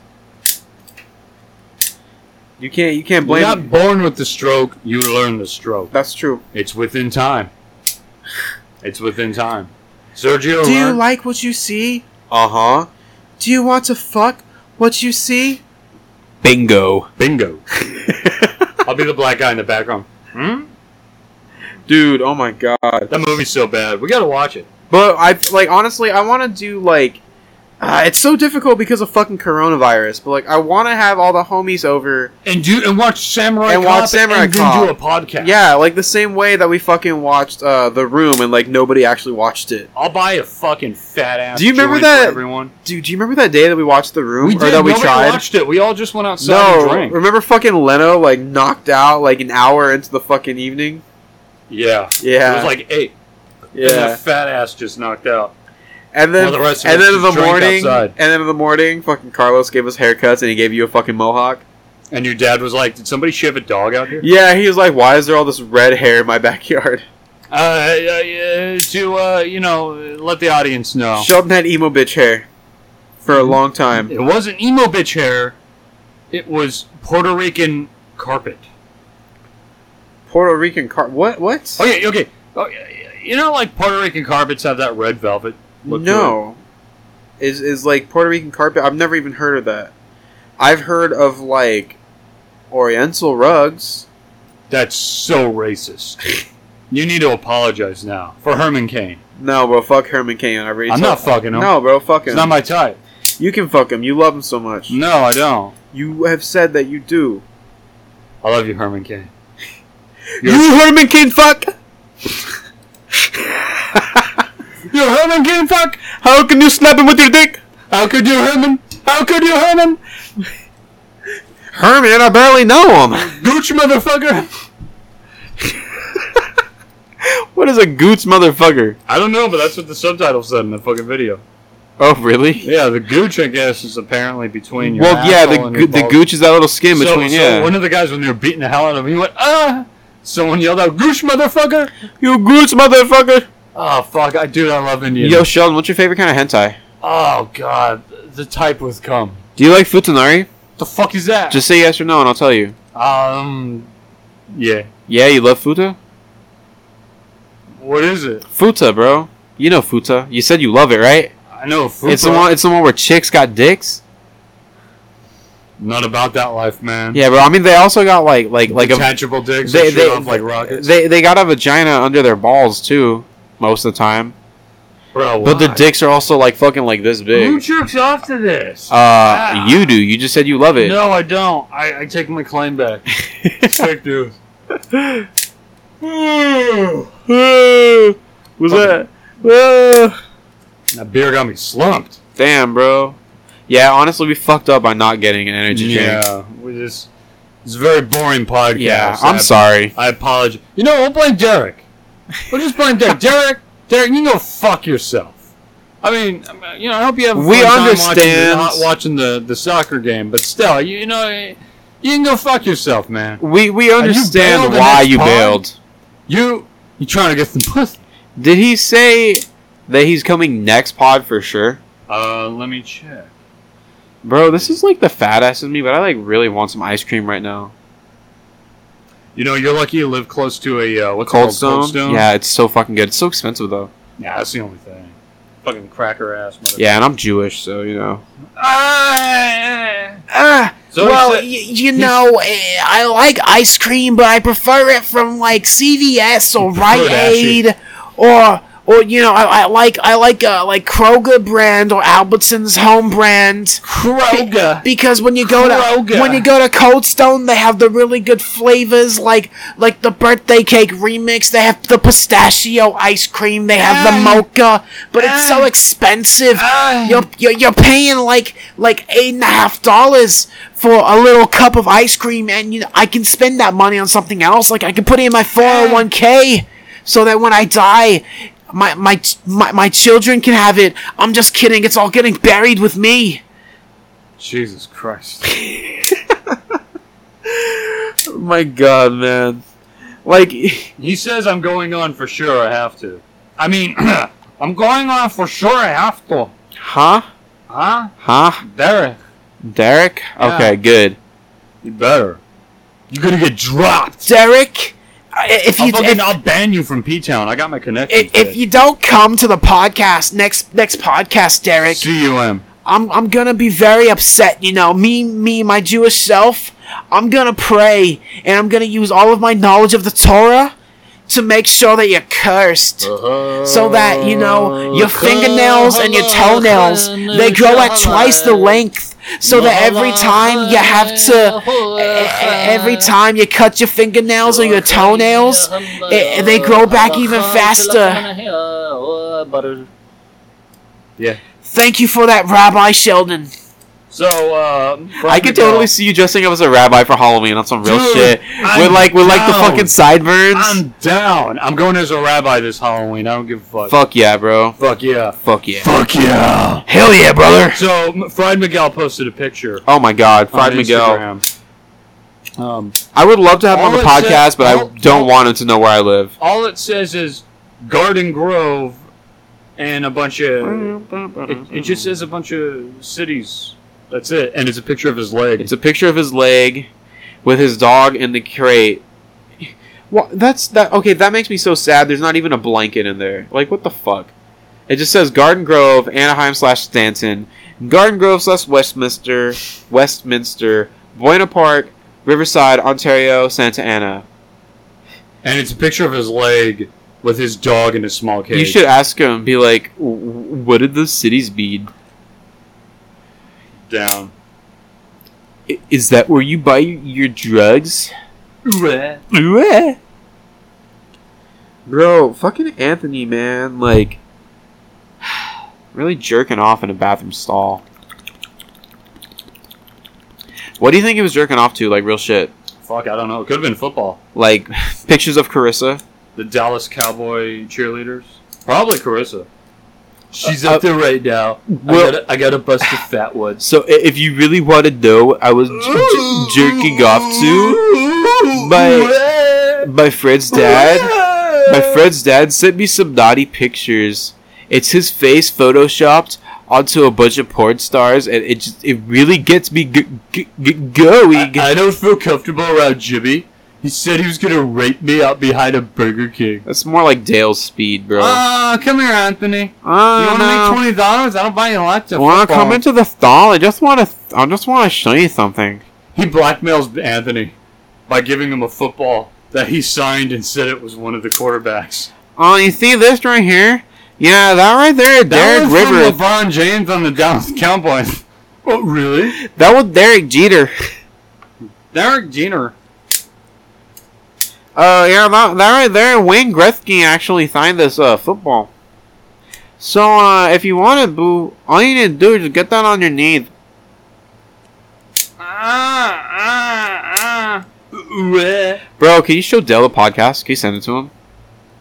You can't you can't
You're
blame.
not born with the stroke, you learn the stroke.
That's true.
It's within time. It's within time. Sergio,
Do you
learned-
like what you see? Uh huh. Do you want to fuck what you see? Bingo,
bingo. I'll be the black guy in the background. Hmm?
dude. Oh my god.
That movie's so bad. We gotta watch it.
But I like honestly, I want to do like Uh, it's so difficult because of fucking coronavirus. But like, I want to have all the homies over.
And do and watch Samurai
And
and
watch
Cop
Samurai
and then
Cop.
do a podcast.
Yeah, like the same way that we fucking watched uh, The Room and like nobody actually watched it.
I'll buy a fucking fat ass.
Do you remember
joint for
that-
everyone?
Dude, do you remember that day that we watched The Room
We
or
did.
that we
Nobody
tried?
watched it. We all just went outside and
no,
drank.
remember fucking Leno like knocked out like an hour into the fucking evening.
Yeah.
Yeah.
It was like eight. And
Yeah,
that fat ass just knocked out.
and then
Well, the rest of
and
us
then in
just
the
drank
morning,
outside.
and then in the morning, fucking Carlos gave us haircuts and he gave you a fucking mohawk.
And your dad was like, "Did somebody shave a dog out here?"
Yeah, he was like, "Why is there all this red hair in my backyard?"
Uh, uh, uh, to uh, you know, let the audience know.
Sheldon had emo bitch hair for
Mm-hmm.
a long time.
It wasn't emo bitch hair. It was Puerto Rican carpet.
Puerto Rican car. What? What?
Okay, okay. Oh, y- y- You know, like Puerto Rican carpets have that red velvet. Look to it.
no, is is like Puerto Rican carpet? I've never even heard of that. I've heard of like Oriental rugs.
that's so racist. you need to apologize now for Herman Cain.
No, bro, fuck Herman Cain. I already
I'm
told-
not fucking him.
No, bro, fuck
It's
him.
not my type.
you can fuck him. You love him so much.
No, I don't.
You have said that you do.
I love you, Herman Cain.
You Herman Cain fuck.
You Herman Cain fuck.
How can you slap him with your dick?
How could you, Herman? How could you, Herman?
Herman, I barely know him.
Gooch, motherfucker.
What is a goots motherfucker?
I don't know, but that's what the subtitle said in the fucking video.
Oh, really?
Yeah, the gooch, I guess, is apparently between your
Well, yeah,
asshole
the
and your
goo- the
balls.
gooch is that little skin
So-
between.
so
yeah.
one of the guys when they were beating the hell out of him, he went ah. Someone yelled out, "Gooch, motherfucker!"
You goots motherfucker.
Oh fuck, I dude, I love Indian.
Yo, Sheldon, what's your favorite kind of hentai?
Oh god, the type with cum.
Do you like futanari?
The fuck is that?
Just say yes or no, and I'll tell you.
um, yeah.
Yeah, you love futa.
What is it?
Futa, bro. You know futa. You said you love it, right?
I know. Fupa.
It's the one. It's the one where chicks got dicks.
Not about that life, man.
Yeah, bro. I mean, they also got like like like a,
detachable dicks.
they
They,
they
off like rockets.
they they got a vagina under their balls too most of the time.
Bro,
But the
why?
dicks are also like fucking like this
Who
big.
jerks off to this?
Uh, you do. You just said you love it.
No, I don't. I, I take my claim back. Fake news.
Was that? Whoa.
That beer got me slumped.
Damn, bro. Yeah, honestly, we fucked up by not getting an energy drink.
Yeah, we just. It's a very boring podcast.
Yeah, I'm
I-
sorry.
I apologize. You know, we'll blame Derek. We'll just blame Derek. Derek, Derek, you can go fuck yourself. I mean, I mean, you know, I hope you have a
We
fun time
understand.
watching, the, watching the the soccer game, but still, you, you know, you can go fuck yourself, man.
We we
you
understand
bailed the
why
next
you
pod?
bailed.
You you trying to get some pussy?
Did he say that he's coming next pod for sure?
Uh, let me check.
Bro, this is like the fat ass in me, but I like really want some ice cream right now.
You know, you're lucky you live close to a uh, what's it
Cold
called?
Stone? Yeah, it's so fucking good. It's so expensive though.
Nah, that's the only thing. Fucking cracker ass. Mother-
Yeah, and I'm Jewish, so you know.
Ah!
Ah,
So
well, y-
he
you know, eh, I like ice cream, but I prefer it from like CVS or Rite
prefer it ashy.
Aid, or or you know, I, I like I like uh, like Kroger brand or Albertsons home brand.
said, Kroger.
Because when you go
Kroger.
to when you go to Cold Stone, they have the really good flavors, like like the birthday cake remix. They have the pistachio ice cream. They have the mocha, but it's so expensive. you're, you're you're paying like like eight and a half dollars for a little cup of ice cream, and you know, I can spend that money on something else. Like I can put it in my four hundred one k, so that when I die. My, my ch- my my children can have it. I'm just kidding. It's all getting buried with me.
Jesus Christ.
Oh My god, man. Like
He says I'm going on for sure. I have to. I mean, I'm going on for sure. I have to.
Huh?
Huh?
Huh?
Derek,
Derek?
Yeah.
Okay, good.
you better. You're gonna get dropped.
Derek, I- if
I'll,
you
fucking,
if,
I'll ban you from P Town. I got my connection.
if, if you don't come to the podcast next next podcast, Derek,
cum.
I'm I'm gonna be very upset. You know, me me my Jewish self. I'm gonna pray and I'm gonna use all of my knowledge of the Torah to make sure that you're cursed. So that, you know, your
Uh-huh.
fingernails and your toenails, they grow at twice the length. So that every time you have
Uh,
to, e- e- every time you cut your fingernails or your toenails, eh, they grow back even faster.
oh,
Yeah.
Thank you for that, Rabbi Sheldon.
So, um,
I could totally see you dressing up as a rabbi for Halloween on some real
Dude,
shit.
I'm
with like with like the
down.
fucking sideburns.
I'm down. I'm going as a rabbi this Halloween. I don't give a fuck.
Fuck yeah, bro.
Fuck yeah.
Fuck yeah.
Fuck yeah.
Hell yeah, brother.
So, M- Fried Miguel posted a picture.
Oh my god, Fried
on
Miguel.
Instagram. Um,
I would love to have him on
All
the
it said-
podcast, but I
all-
don't
all-
want him to know where I live.
all it says is Garden Grove and a bunch of. It, it just says a bunch of cities. That's it. And it's a picture of his leg.
It's a picture of his leg with his dog in the crate. What? That's that. Okay, that makes me so sad. There's not even a blanket in there. Like, what the fuck? It just says Garden Grove, Anaheim slash Stanton, Garden Grove slash Westminster, Westminster, Buena Park, Riverside, Ontario, Santa Ana.
and it's a picture of his leg with his dog in a small cage.
You should ask him. Be like, "W- w- what did those cities mean?
down.
I- Is that where you buy your drugs? Bleh. Bro, fucking Anthony, man, like really jerking off in a bathroom stall. What do you think he was jerking off to? Like real shit.
Fuck, I don't know. It could have been football.
Like pictures of Carissa.
The Dallas Cowboy cheerleaders. Probably Carissa. She's
Uh,
up there right now.
well-
I, gotta, I gotta bust the fat ones.
So i- if you really want to know, what I was j- jerking off to my my friend's dad. My friend's dad sent me some naughty pictures. It's his face photoshopped onto a bunch of porn stars, and it just it really gets me g- g- g-
I,
going.
I don't feel comfortable around Jimmy. He said he was gonna rape me out behind a Burger King.
That's more like Dale's speed, bro.
Ah, come here, Anthony.
oh,
twenty dollars? I'll buy you lots of.
Want to come into the stall? I just want to. I just want to show you something.
He blackmails Anthony by giving him a football that he signed and said it was one of the quarterbacks.
Oh, you see this right here? Yeah, that right there, Derek Rivers.
LeBron James on the Dallas Cowboys. oh, really?
that was Derek Jeter.
Derek Jeter.
Uh, yeah, that, that right there, Wayne Gretzky actually signed this uh, football. So, uh, if you want it, boo, all you need to do is just get that on your knees. Bro, can you show Dell a podcast? Can you send it to him?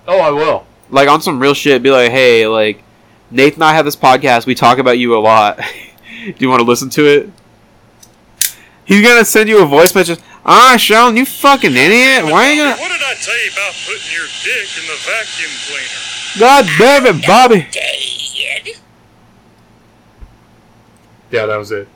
Oh, I will.
Like, on some real shit, be like, hey, like, Nathan and I have this podcast. We talk about you a lot. do you want to listen to it? He's gonna send you a voice message. Ah, Sheldon, you fucking idiot. Why are you gonna.
What did I tell you about putting your dick in the vacuum cleaner?
God damn it, Bobby.
Yeah, that was it.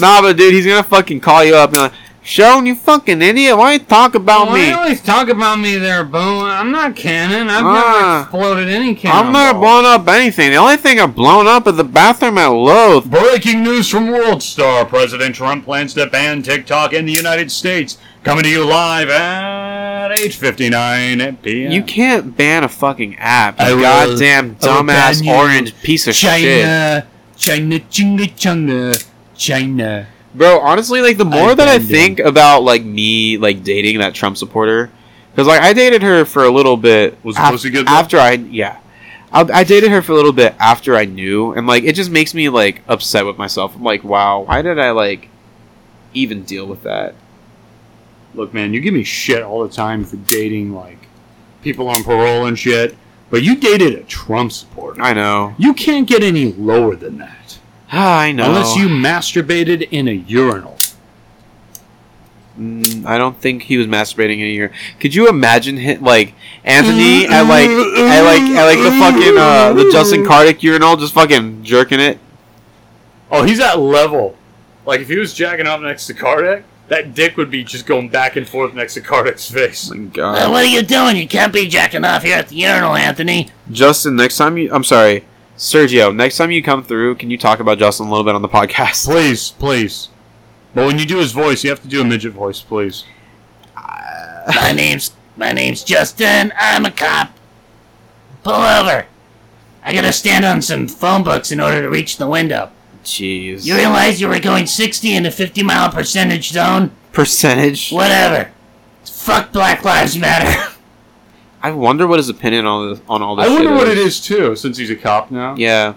Nah, but dude, he's gonna fucking call you up and like, Sheldon, you fucking idiot. Why you talk about
Why
me?
you always talk about me there, Boo? I'm not canon. I've
Ah.
never exploded any cannon.
I'm not blown up anything. The only thing I've blown up is the bathroom at Lowe's.
Breaking news from World Star: President Trump plans to ban TikTok in the United States. Coming to you live at 8:59 p.m.
You can't ban a fucking app.
I
You
will-
goddamn
I will
dumbass
ban you.
orange piece of shit.
China, China, China, China, China.
Bro, honestly, like the more that I
banned him.
think about like me like dating that Trump supporter, because like I dated her for a little bit.
Was the
af-
pussy good, though?
after I yeah. I, I dated her for a little bit after I knew, and like it just makes me like upset with myself. I'm like, wow, why did I like even deal with that?
Look, man, you give me shit all the time for dating like people on parole and shit, but you dated a Trump supporter.
I know,
You can't get any lower than that
I know.
unless you masturbated in a urinal.
Mm, I don't think he was masturbating in here. Could you imagine him like Anthony at like at like at like the fucking uh, the Justin Cardick urinal, just fucking jerking it?
Oh, he's at level. Like if he was jacking off next to Kardec, that dick would be just going back and forth next to Kardec's face.
my god,
what are you doing? You can't be jacking off here at the urinal, Anthony.
Justin, next time you, I'm sorry, Sergio, next time you come through, can you talk about Justin a little bit on the podcast?
Please, please. But when you do his voice, you have to do a midget voice, please.
My name's my name's Justin. I'm a cop. Pull over. I gotta stand on some phone books in order to reach the window.
Jeez.
You realize you were going 60 in a 50 mile percentage zone?
Percentage.
Whatever. Fuck Black Lives Matter.
I wonder what his opinion on this, on all this.
I wonder
shit
what it is too, since he's a cop now.
Yeah.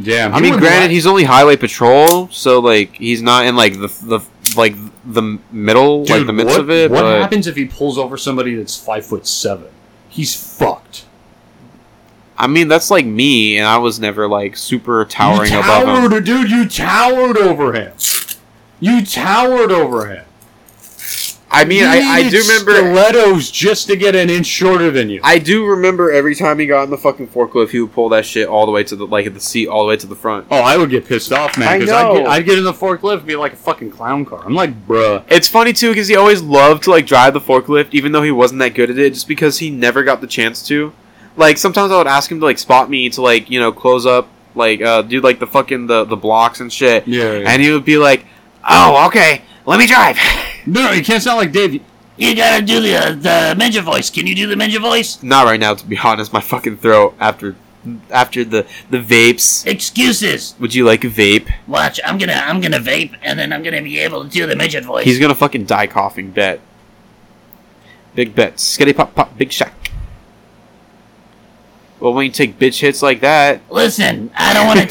Damn.
I
he
mean,
would
granted,
like-
he's only highway patrol, so like he's not in like the the like the middle, like
Dude,
the midst
what,
of it.
What
but
happens if he pulls over somebody that's five foot seven? He's fucked.
I mean, that's like me, and I was never like super towering
you
above him.
towered, dude. You towered over him. You towered over him.
I mean, I, I
Needed
do remember.
stilettos just to get an inch shorter than you.
I do remember every time he got in the fucking forklift, he would pull that shit all the way to the like at the seat, all the way to the front.
oh, I would get pissed off,
I
man, because I'd, get-
know.
I'd get in the forklift and be like a fucking clown car. I'm like, bruh.
It's funny too because he always loved to like drive the forklift, even though he wasn't that good at it, just because he never got the chance to. Like sometimes I would ask him to like spot me to like you know close up, like uh, do like the fucking the the blocks and shit,
Yeah.
and he would be like, "Oh, okay, let me drive."
no, no, you can't sound like Dave.
you gotta do the uh, the ninja voice. Can you do the ninja voice?
Not right now, to be honest. My fucking throat after after the the vapes.
Excuses.
Would you like a vape?
Watch, I'm gonna I'm gonna vape and then I'm gonna be able to do the midget voice.
He's gonna fucking die coughing. Bet. Big bet. Skitty pop pop. Big shack. Well, when you take bitch hits like that.
Listen, I don't want to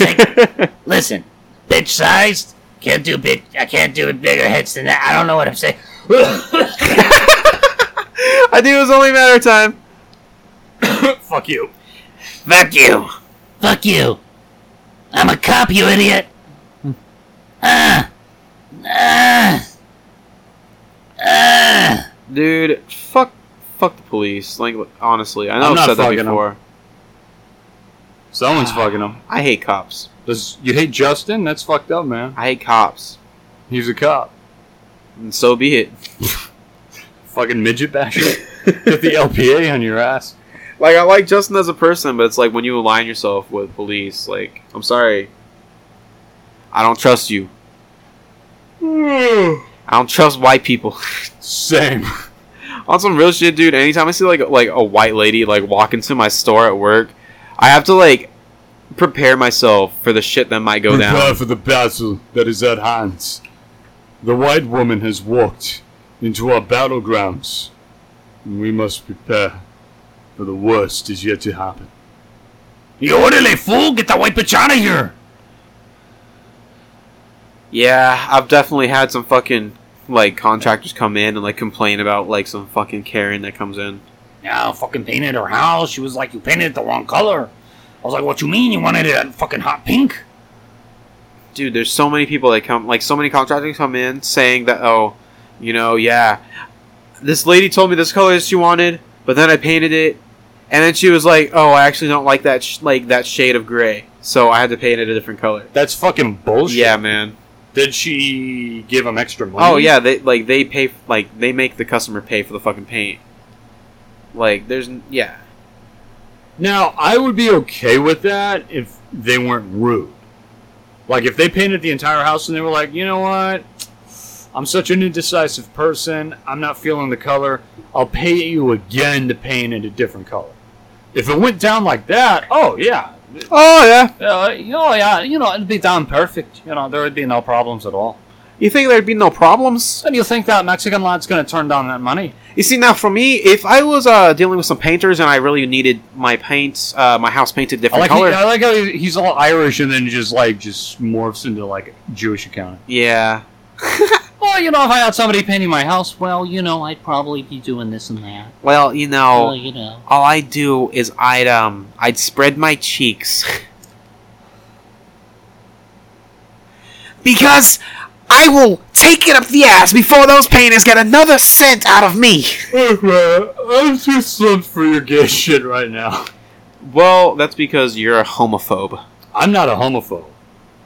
take. listen, bitch sized. Can't do big. I can't do bigger hits than that. I don't know what I'm saying.
I think it was only a matter of time.
Fuck you.
Fuck you. Fuck you. I'm a cop, you idiot. Ah. Ah. Ah.
Dude, fuck fuck the police. Like honestly, I know
I'm
I've
not
said that
fucking 'em.
before.
Someone's
Ah.
fucking him.
I hate cops.
Does you hate Justin? That's fucked up, man.
I hate cops.
He's a cop.
And so be it.
Fucking midget basher. get the LPA on your ass.
Like I like Justin as a person, but it's like when you align yourself with police, like I'm sorry. I don't trust you. I don't trust white people.
Same.
On some real shit, dude. Anytime I see like like a white lady like walk into my store at work, I have to like prepare myself for the shit that might go down.
Prepare for the battle that is at hand. The white woman has walked into our battlegrounds, and we must prepare for the worst is yet to happen.
You orderly fool! Get that white bitch out of here!
Yeah, I've definitely had some fucking like contractors come in and like complain about like some fucking Karen that comes in.
Yeah, I fucking painted her house. She was like, "You painted it the wrong color." I was like, "What you mean? You wanted it fucking hot pink?"
Dude, there's so many people that come like so many contractors come in saying that oh, you know, yeah. This lady told me this color she wanted, but then I painted it and then she was like, "Oh, I actually don't like that sh- like that shade of gray." So I had to paint it a different color.
That's fucking bullshit.
Yeah, man.
Did she give him extra money?
Oh yeah, they like they pay like they make the customer pay for the fucking paint. Like there's n- yeah.
Now I would be okay with that if they weren't rude. Like if they painted the entire house and they were like, you know what, I'm such an indecisive person. I'm not feeling the color. I'll pay you again to paint it a different color. If it went down like that, oh yeah,
Oh yeah.
Uh, you know, yeah, you know, it'd be damn perfect. You know, there would be no problems at all.
You think there'd be no problems?
And you think that Mexican lad's gonna turn down that money?
You see, now for me, if I was uh, dealing with some painters and I really needed my paints, uh, my house painted
I
different
like,
color,
I like how he- he's all Irish and then just like just morphs into like Jewish accounting.
yeah,
Well, you know, if I had somebody painting my house, well, you know, I'd probably be doing this and that.
well, you
Well,
know,
you know.
all I do is I'd um, I'd spread my cheeks
Because I will take it up the ass before those painters get another cent out of me.
I'm too slumped for your gay shit right now.
Well, that's because you're a homophobe.
I'm not a homophobe.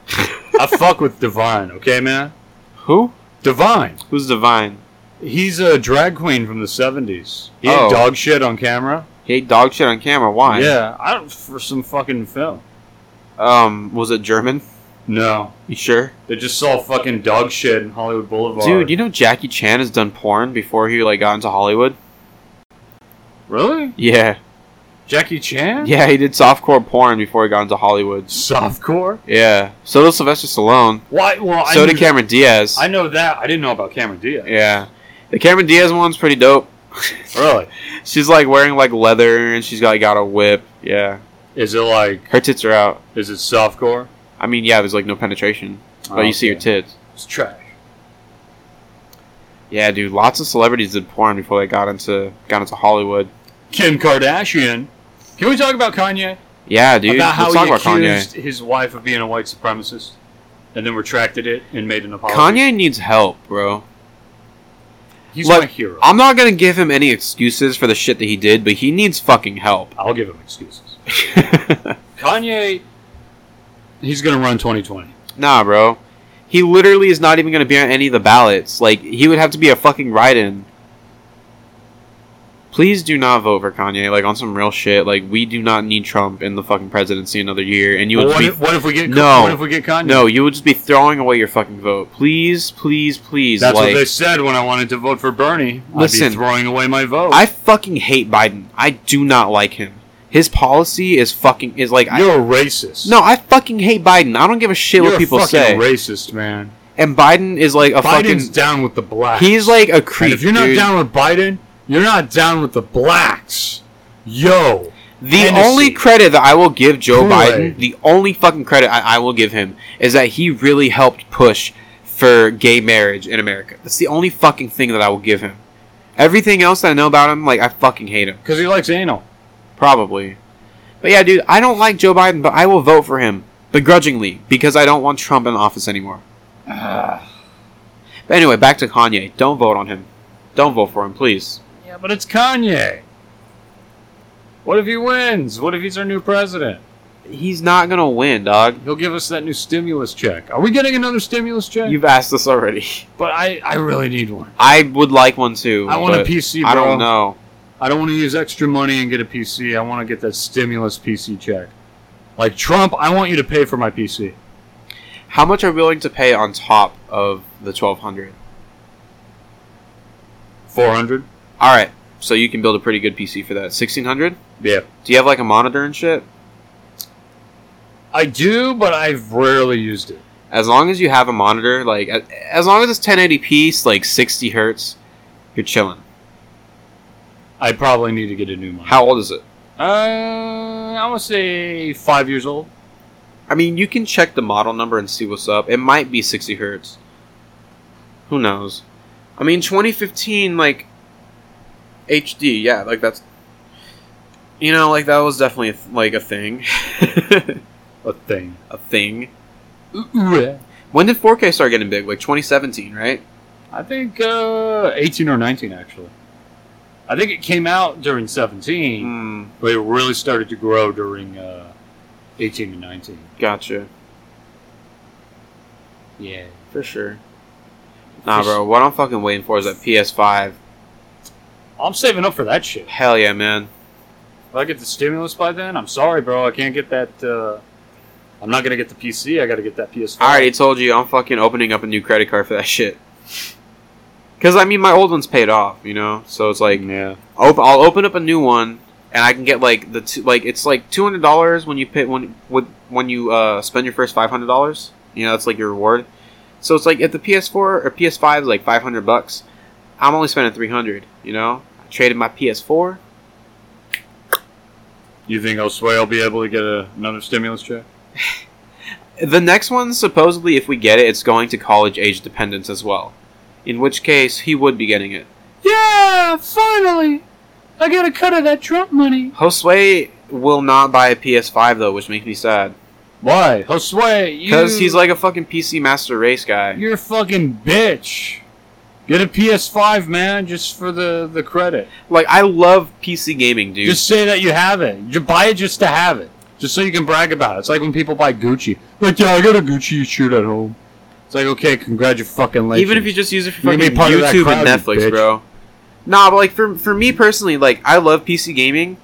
I fuck with Divine, okay, man?
Who?
Divine.
Who's divine?
He's a drag queen from the 70s. He
Oh.
had dog shit on camera.
Hate dog shit on camera. Why?
Yeah, I don't, for some fucking film.
Um, was it German?
No,
You sure?
they just saw fucking dog shit in Hollywood Boulevard.
Dude, you know Jackie Chan has done porn before he like got into Hollywood?
really?
Yeah.
Jackie Chan?
Yeah, he did softcore porn before he got into Hollywood.
Softcore?
Yeah. So did Sylvester Stallone.
Why? Well, I
so did
knew-
Cameron Diaz.
I know that. I didn't know about Cameron Diaz.
yeah. The Cameron Diaz one's pretty dope.
Really?
She's like wearing like leather and she's like got a whip. Yeah.
Is it like?
Her tits are out.
Is it softcore?
I mean, yeah, there's like no penetration, but you see her
Oh, Okay.
tits.
It's trash.
Yeah, dude, lots of celebrities did porn before they got into got into Hollywood.
Kim Kardashian. Can we talk about Kanye?
Yeah, dude.
about how
let's talk
he
about Kanye.
accused his wife of being a white supremacist, and then retracted it and made an apology.
Kanye needs help, bro.
he's
Look,
my hero. i
I'm not gonna give him any excuses for the shit that he did, but he needs fucking help.
will give him excuses. Kanye, he's gonna run 2020.
nah, bro. He literally is not even gonna be on any of the ballots. Like, he would have to be a fucking write-in. Please do not vote for Kanye. Like on some real shit. Like we do not need Trump in the fucking presidency another year. And you
But
would
what,
be
if, what if we get
No.
What if we get Kanye?
No, you would just be throwing away your fucking vote. Please, please, please.
That's
like,
what they said when I wanted to vote for Bernie. I'd
Listen.
be throwing away my vote.
I fucking hate Biden. I do not like him. His policy is fucking is like I,
You're a racist.
no. I fucking hate Biden. I don't give a shit
You're
what people
a fucking
say.
racist, man.
and Biden is like a
Biden's
fucking.
down with the blacks.
He's like a creep.
and if you're not
dude.
down with Biden, you're not down with the blacks. Yo,
the
Hennessy.
only credit that I will give Joe
Kool-Aid.
Biden, the only fucking credit I, I will give him, is that he really helped push for gay marriage in America. That's the only fucking thing that I will give him. Everything else that I know about him, like I fucking hate him.
because he likes anal.
Probably. But yeah, dude, I don't like Joe Biden, but I will vote for him begrudgingly because I don't want Trump in office anymore. but anyway, back to Kanye. Don't vote on him. Don't vote for him, please.
Yeah, but it's Kanye. What if he wins? What if he's our new president?
He's not gonna win, dog.
He'll give us that new stimulus check. Are we getting another stimulus check?
You've asked this already.
but I, I really need one.
I would like one too.
I want a
but
PC,
I
bro.
don't know.
I don't want to use extra money and get a PC. I want to get that stimulus PC check. Like Trump, I want you to pay for my PC.
How much are we willing to pay on top of the twelve hundred?
Four hundred.
All right, so you can build a pretty good PC for that. Sixteen hundred?
Yeah,
Do you have like a monitor and shit?
I do, but I've rarely used it.
as long as you have a monitor, like a- as long as it's 1080p, like 60 hertz, you're chilling.
I probably need to get a new one.
How old is it?
Uh, I want to Uh, say five years old.
I mean, you can check the model number and see what's up. It might be 60 hertz. Who knows? I mean, 2015, like HD, yeah, like that's you know, like that was definitely a th- like a thing,
A thing.
a thing.
Uh,
When did 4K start getting big? Like 2017, right?
I think uh, 18 or 19, actually. I think it came out during 17,
Mm,
but it really started to grow during uh, 18 and 19.
gotcha,
Yeah.
for sure. Nah, bro, what I'm fucking waiting for is that PS5.
I'm saving up for that shit.
Hell yeah, man.
If I get the stimulus by then, I'm sorry, bro. I can't get that. Uh, I'm not going to get the PC. I got to get that PS5.
I already told you I'm fucking opening up a new credit card for that shit. Cause I mean my old one's paid off, you know. So it's like
yeah.
op- I'll open up a new one, and I can get like the two, like it's like two hundred dollars when you pay when with when you uh, spend your first five hundred dollars. You know that's like your reward. So it's like if the PS4 or PS5 is like five hundred bucks, I'm only spending three hundred. You know, I traded my PS4.
You think Elsewhere will be able to get a, another stimulus check?
The next one, supposedly, if we get it, it's going to college age dependents as well. In which case, he would be getting it.
Yeah, finally! I got a cut of that Trump money.
Josue will not buy a PS5 though, which makes me sad.
Why?
Josue, you.
Because he's like a fucking PC master race guy.
You're a fucking bitch. Get a PS5, man, just for the, the credit.
Like I love PC gaming, dude.
Just say that you have it. You buy it just to have it. Just so you can brag about it. It's like when people buy Gucci. Like, yeah, I got a Gucci shirt at home. It's like, okay, congratulations, fucking lady.
Even if you just use it for
You're gonna
fucking
be part of that
YouTube
crowd,
and
you
Netflix,
bitch.
bro. Nah, but like for for me personally, like I love PC gaming,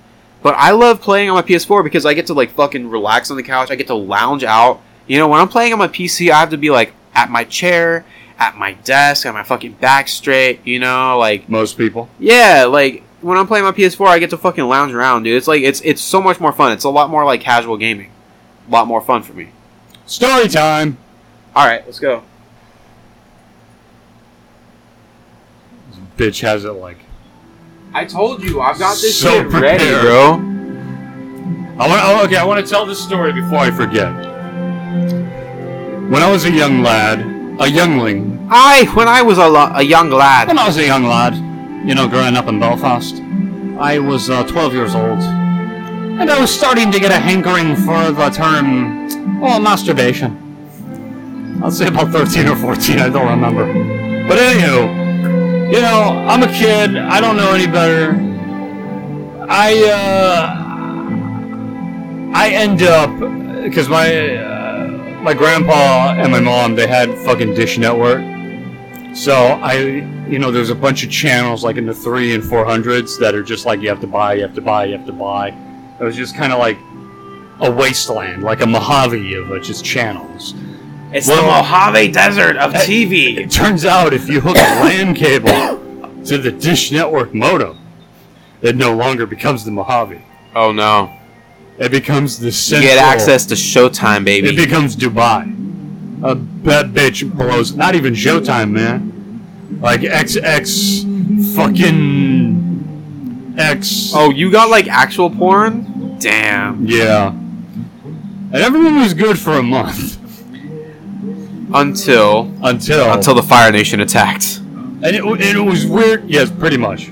but I love playing on my PS4 because I get to like fucking relax on the couch. I get to lounge out You know, when I'm playing on my PC, I have to be like at my chair, at my desk, at my fucking back straight. You know, like
Most people.
yeah, like when I'm playing my PS4, I get to fucking lounge around, dude. It's like it's it's so much more fun. It's a lot more like casual gaming, a lot more fun for me.
Story time.
All right, let's go.
This bitch has it like.
I told you, I've got this
So
shit ready,
prepared.
bro.
I want, oh, okay, I want to tell this story before I forget. When I was a young lad, a youngling,
I when I was a, lo- a young lad,
when I was a young lad, you know, growing up in Belfast, I was uh, 12 years old. And I was starting to get a hankering for the term, well, masturbation. I'll say about 13 or 14, I don't remember. But anywho, you know, I'm a kid, I don't know any better. I, uh, I end up because my uh, my grandpa and my mom they had fucking Dish Network, so I you know there's a bunch of channels like in the three and four hundreds that are just like you have to buy, you have to buy, you have to buy. It was just kind of like a wasteland, like a Mojave of uh, just channels.
it's
Well-
the Mojave Desert of TV.
It turns out if you hook a LAN cable to the Dish Network modem, it no longer becomes the Mojave.
Oh no,
It becomes the
you
central.
get access to Showtime,
It
baby.
becomes Dubai. Uh, that bitch blows. Not even Showtime, man. Like XX fucking X.
Oh, you got like actual porn? Damn.
yeah. And everyone was good for a month
Until
until
until the Fire Nation attacked.
and it, and it was weird. Yes, pretty much.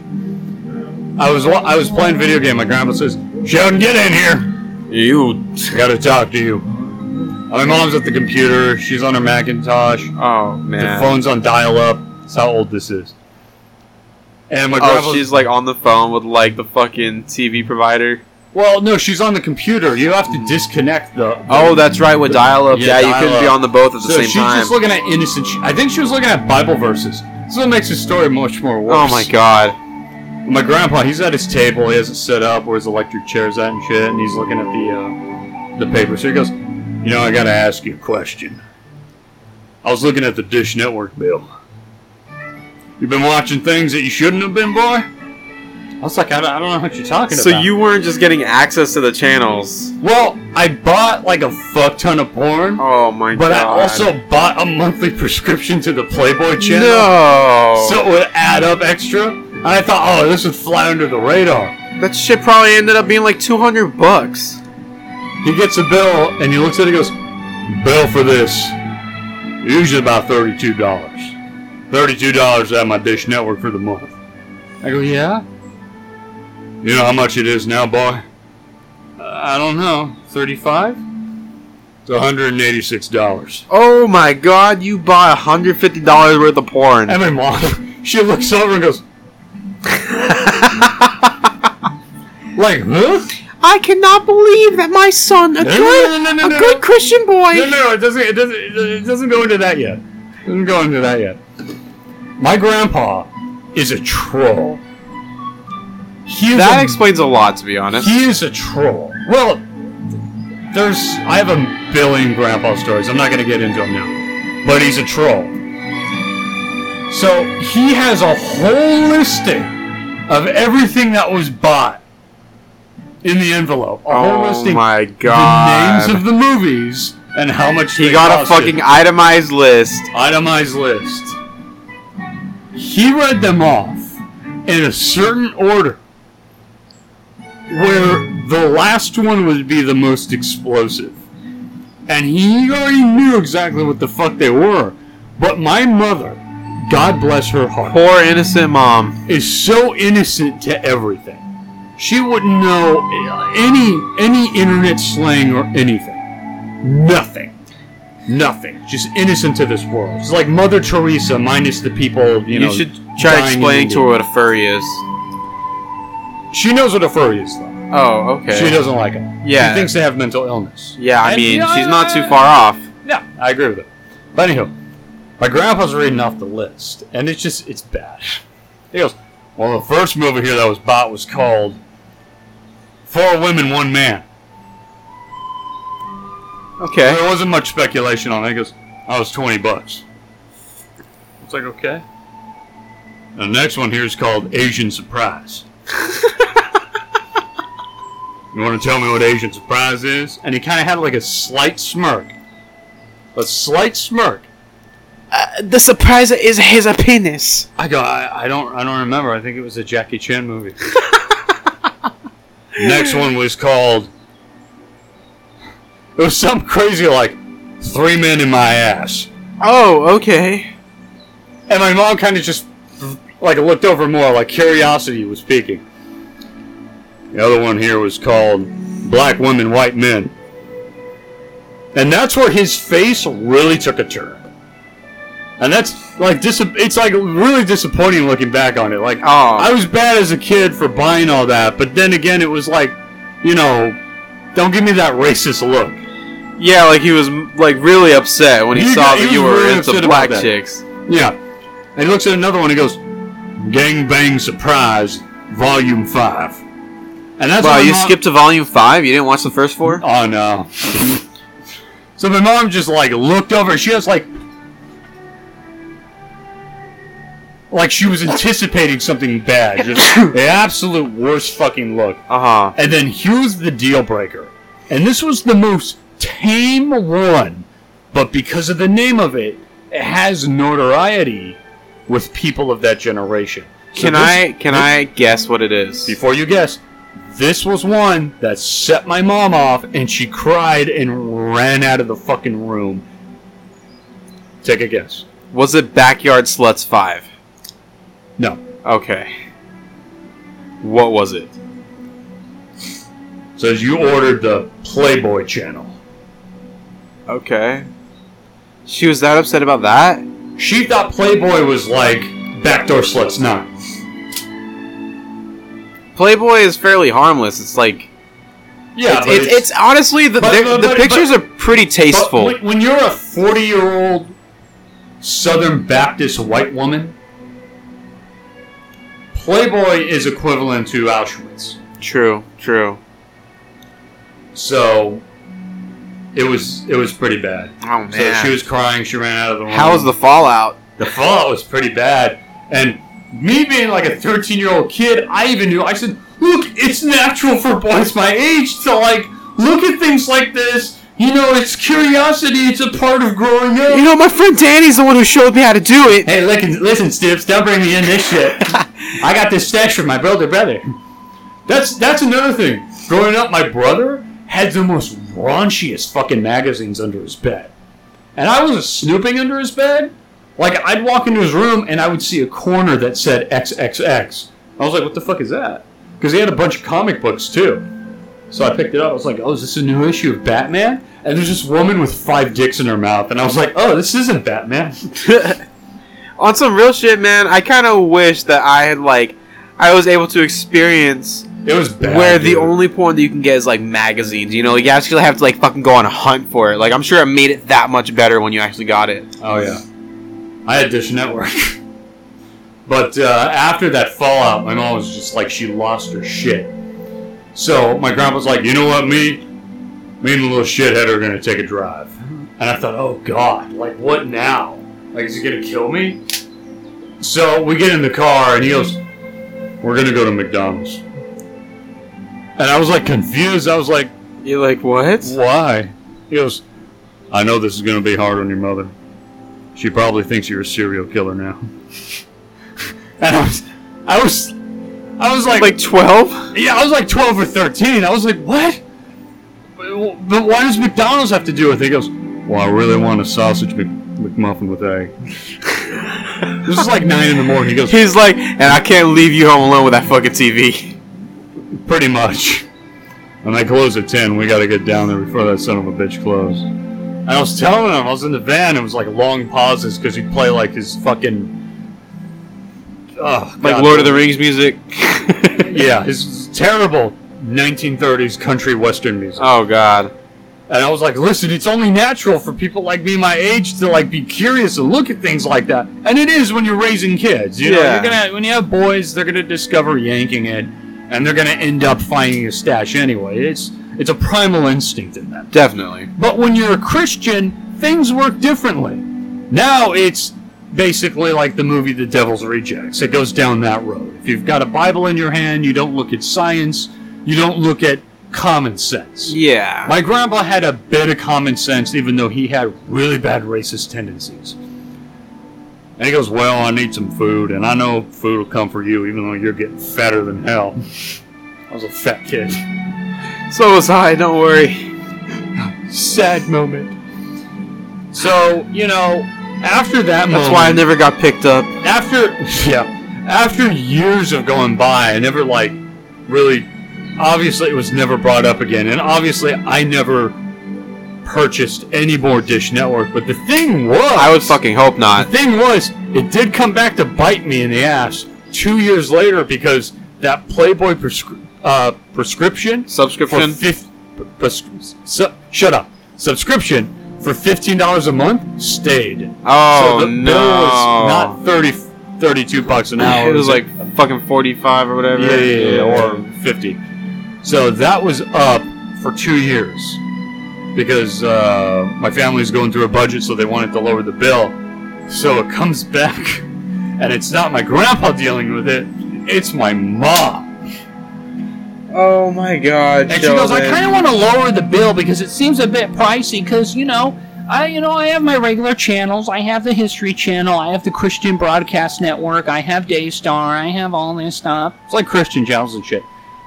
I was wa- I was playing video game. My grandma says, "Sheldon, get in here."
You.
I gotta talk to you. My mom's at the computer. She's on her Macintosh.
Oh
The
man.
phone's on dial-up. That's how old this is. And my grandma's
Oh, she's like on the phone with like the fucking TV provider.
well, no, she's on the computer. You have to disconnect the.
Oh, that's right, with dial up.
Yeah,
Yeah, you couldn't be
dial-up.
on the both at the
so
same
she's
time.
just looking at innocent. Sh- I think she was looking at Bible verses. So it makes the story much more
Oh
worse.
my god.
My grandpa, he's at his table. He has it set up where his electric chair's at and shit, and he's looking at the uh, the paper. So he goes, "You know, I gotta ask you a question. I was looking at the Dish Network bill. You've been watching things that you shouldn't have been, boy." I was like, "I don't, I don't know what you're talking
So
about."
you weren't just getting access to the channels.
Well, I bought like a fuck ton of porn,
Oh my
but I
god.
also bought a monthly prescription to the Playboy channel.
No.
So it would add up extra. And I thought, oh, this would fly under the radar.
that shit probably ended up being like 200 bucks.
He gets a bill and he looks at it and goes, Bill for this. Usually about $32. $32 at my Dish Network for the month. I go, yeah? You know how much it is now, boy? "Uh, I don't know. 35 It's $186.
Oh my god, you bought $150 worth of porn.
And my mom, she looks over and goes, like, huh?
I cannot believe that my son, a
No, no,
good,
no, no, no,
a
no,
good Christian boy,
No, no, no, it doesn't. It doesn't. It doesn't go into that yet. It doesn't go into that yet. My grandpa is a troll. He is
that
a-
explains a lot, to be honest.
he is a troll. Well, there's. I have a billion grandpa stories. I'm not going to get into them now. But he's a troll. So he has a whole listing of everything that was bought in the envelope. A whole
Oh
listing.
my
The names
god.
of the Oh, movies and how much
He
they
got a
costed
fucking itemized list.
itemized list. He read them off in a certain order where the last one would be the most explosive. And he already knew exactly what the fuck they were. But my mother, God bless her heart,
Poor innocent mom.
is so innocent to everything. She wouldn't know any any internet slang or anything. Nothing. Nothing. Just innocent to this world. It's like Mother Teresa minus the people, you,
You,
know.
should try
dying
explaining
in
to her what a furry is.
India. She knows what a furry is though.
Oh, okay.
She doesn't like it.
Yeah.
She thinks they have mental illness.
yeah, I
And-
mean,
yeah,
she's not too
yeah,
far off.
Yeah, I agree with it. But anyhow, my grandpa's reading off the list, and it's just it's bad. He goes, "Well, the first movie here that was bought was called Four Women, One Man."
Okay.
There wasn't much speculation on it. He goes, I was 20 bucks. It's like, okay. The next one here is called Asian Surprise. you want to tell me what Asian Surprise is? And he kind of had like a slight smirk. A slight smirk.
Uh, the surprise is his penis.
I go, I, I don't, I don't remember. I think it was a Jackie Chan movie. Next one was called. It was something crazy like three men in my ass,
Oh, okay.
and my mom kind of just like looked over more, like curiosity was speaking. The other one here was called "Black Women, White Men," and that's where his face really took a turn. And that's like dis- It's like really disappointing looking back on it. Like I
Oh.
was bad as a kid for buying all that, but then again, it was like, you know, don't give me that racist look.
Yeah, like he was m- like really upset when he,
He
saw
got- he
that you
was
were
really upset
into
about
black
that.
chicks.
Yeah. And he looks at another one, he goes, Gang Bang Surprise, Volume 5. And that's
Wow,
what my
you
mom-
skipped to volume five. You didn't watch the first four.
Oh, no. so my mom just, like, looked over, she was like, like she was anticipating something bad. Just the absolute worst fucking look.
Uh huh.
And then here's the deal breaker. And this was the most tame one, but because of the name of it, it has notoriety with people of that generation. So
Can
this-
I can I guess what it is?
Before you guess, this was one that set my mom off, and she cried and ran out of the fucking room. Take a guess.
Was it Backyard Sluts five?
No.
Okay. What was it?
Says you ordered the Playboy channel.
Okay. She was that upset about that?
She thought Playboy was like backdoor sluts, not.
Playboy is fairly harmless. It's like
Yeah,
it's,
but
it's, it's honestly the
but-
they're-
but-
the
but-
pictures
but-
are pretty
But
tasteful.
when, when you're a 40 year old Southern Baptist white woman, Playboy is equivalent to Auschwitz.
true, true.
So it was it was pretty bad.
Oh
So she was crying. She ran out of the room.
How was the fallout?
the fallout was pretty bad. And me being like a 13 year old kid, I even knew. I said, "Look, it's natural for boys my age to like look at things like this. You know, it's curiosity. It's a part of growing up."
You know, my friend Danny's the one who showed me how to do it.
Hey, listen, listen, Stips, don't bring me in this shit. I got this stash from my brother, brother. That's that's another thing. Growing up, my brother had the most raunchiest fucking magazines under his bed, and I was snooping under his bed. Like I'd walk into his room and I would see a corner that said XXX. I was like, what the fuck is that? Because he had a bunch of comic books too. So I picked it up. I was like, oh, is this a new issue of Batman? And there's this woman with five dicks in her mouth, and I was like, oh, this isn't Batman.
On some real shit, man, I kind of wish that I had like I was able to experience
It was bad.
where the
dude.
only porn that you can get is like magazines. You know, you actually have to like fucking go on a hunt for it. Like I'm sure it made it that much better when you actually got it.
Oh yeah, I had Dish Network. but uh, after that fallout, my mom was just like she lost her shit. So my grandpa was like, you know what, me, me and the little shithead are gonna take a drive. And I thought, oh god, like what now? Like is he gonna kill me? So we get in the car and he goes, we're gonna go to McDonald's. And I was like confused. I was like,
You're like, what?
why? He goes, I know this is going to be hard on your mother. She probably thinks you're a serial killer now. and I was, I was, I was like,
Like 12?
yeah, I was like 12 or 13. I was like, what? But but why does McDonald's have to do with it? He goes, well, I really want a sausage Mc, McMuffin with egg. this is like 9 in the morning. He goes,
He's like, and I can't leave you home alone with that fucking TV.
Pretty much. And they close at 10. We got to get down there before that son of a bitch closed. And I was telling him, I was in the van, it was like long pauses because he'd play like his fucking. Ugh,
Like
God.
Lord of the Rings music.
Yeah, his terrible 1930s country western music.
oh god.
And I was like, listen, it's only natural for people like me my age to like be curious and look at things like that. And it is when you're raising kids. You know,
Yeah.
you're gonna when you have boys, they're gonna discover yanking it and they're gonna end up finding a stash anyway. It's It's a primal instinct in them.
Definitely.
But when you're a Christian, things work differently. Now it's basically like the movie The Devil's Rejects. It goes down that road. If you've got a Bible in your hand, you don't look at science, you don't look at common sense.
Yeah.
My grandpa had a bit of common sense, even though he had really bad racist tendencies. And he goes, Well, I need some food, and I know food will comfort you, even though you're getting fatter than hell. I was a fat kid.
So was I, don't worry.
Sad moment. So, you know, after that
That's
moment.
why I never got picked up.
after yeah after years of going by i never like really obviously it was never brought up again and obviously i never purchased any more dish network but the thing was
I would fucking hope
the
not.
thing was it did come back to bite me in the ass two years later because that playboy prescri- uh, prescription for
Subscription?
fif- pres- su- shut up subscription for $15 a month stayed
Oh,
so the
no.
bill was not 30, 32 bucks an hour.
it was like fucking 45 or whatever.
yeah, yeah, yeah, or fifty. So that was up for two years because uh, my family's going through a budget, so they wanted to lower the bill. So it comes back, and it's not my grandpa dealing with it; it's my mom.
Oh my god.
And she goes, I kind of want to lower the bill because it seems a bit pricey. Because you know, I you know I have my regular channels. I have the History Channel. I have the Christian Broadcast Network. I have Daystar. I have all this stuff.
It's like Christian channels and shit.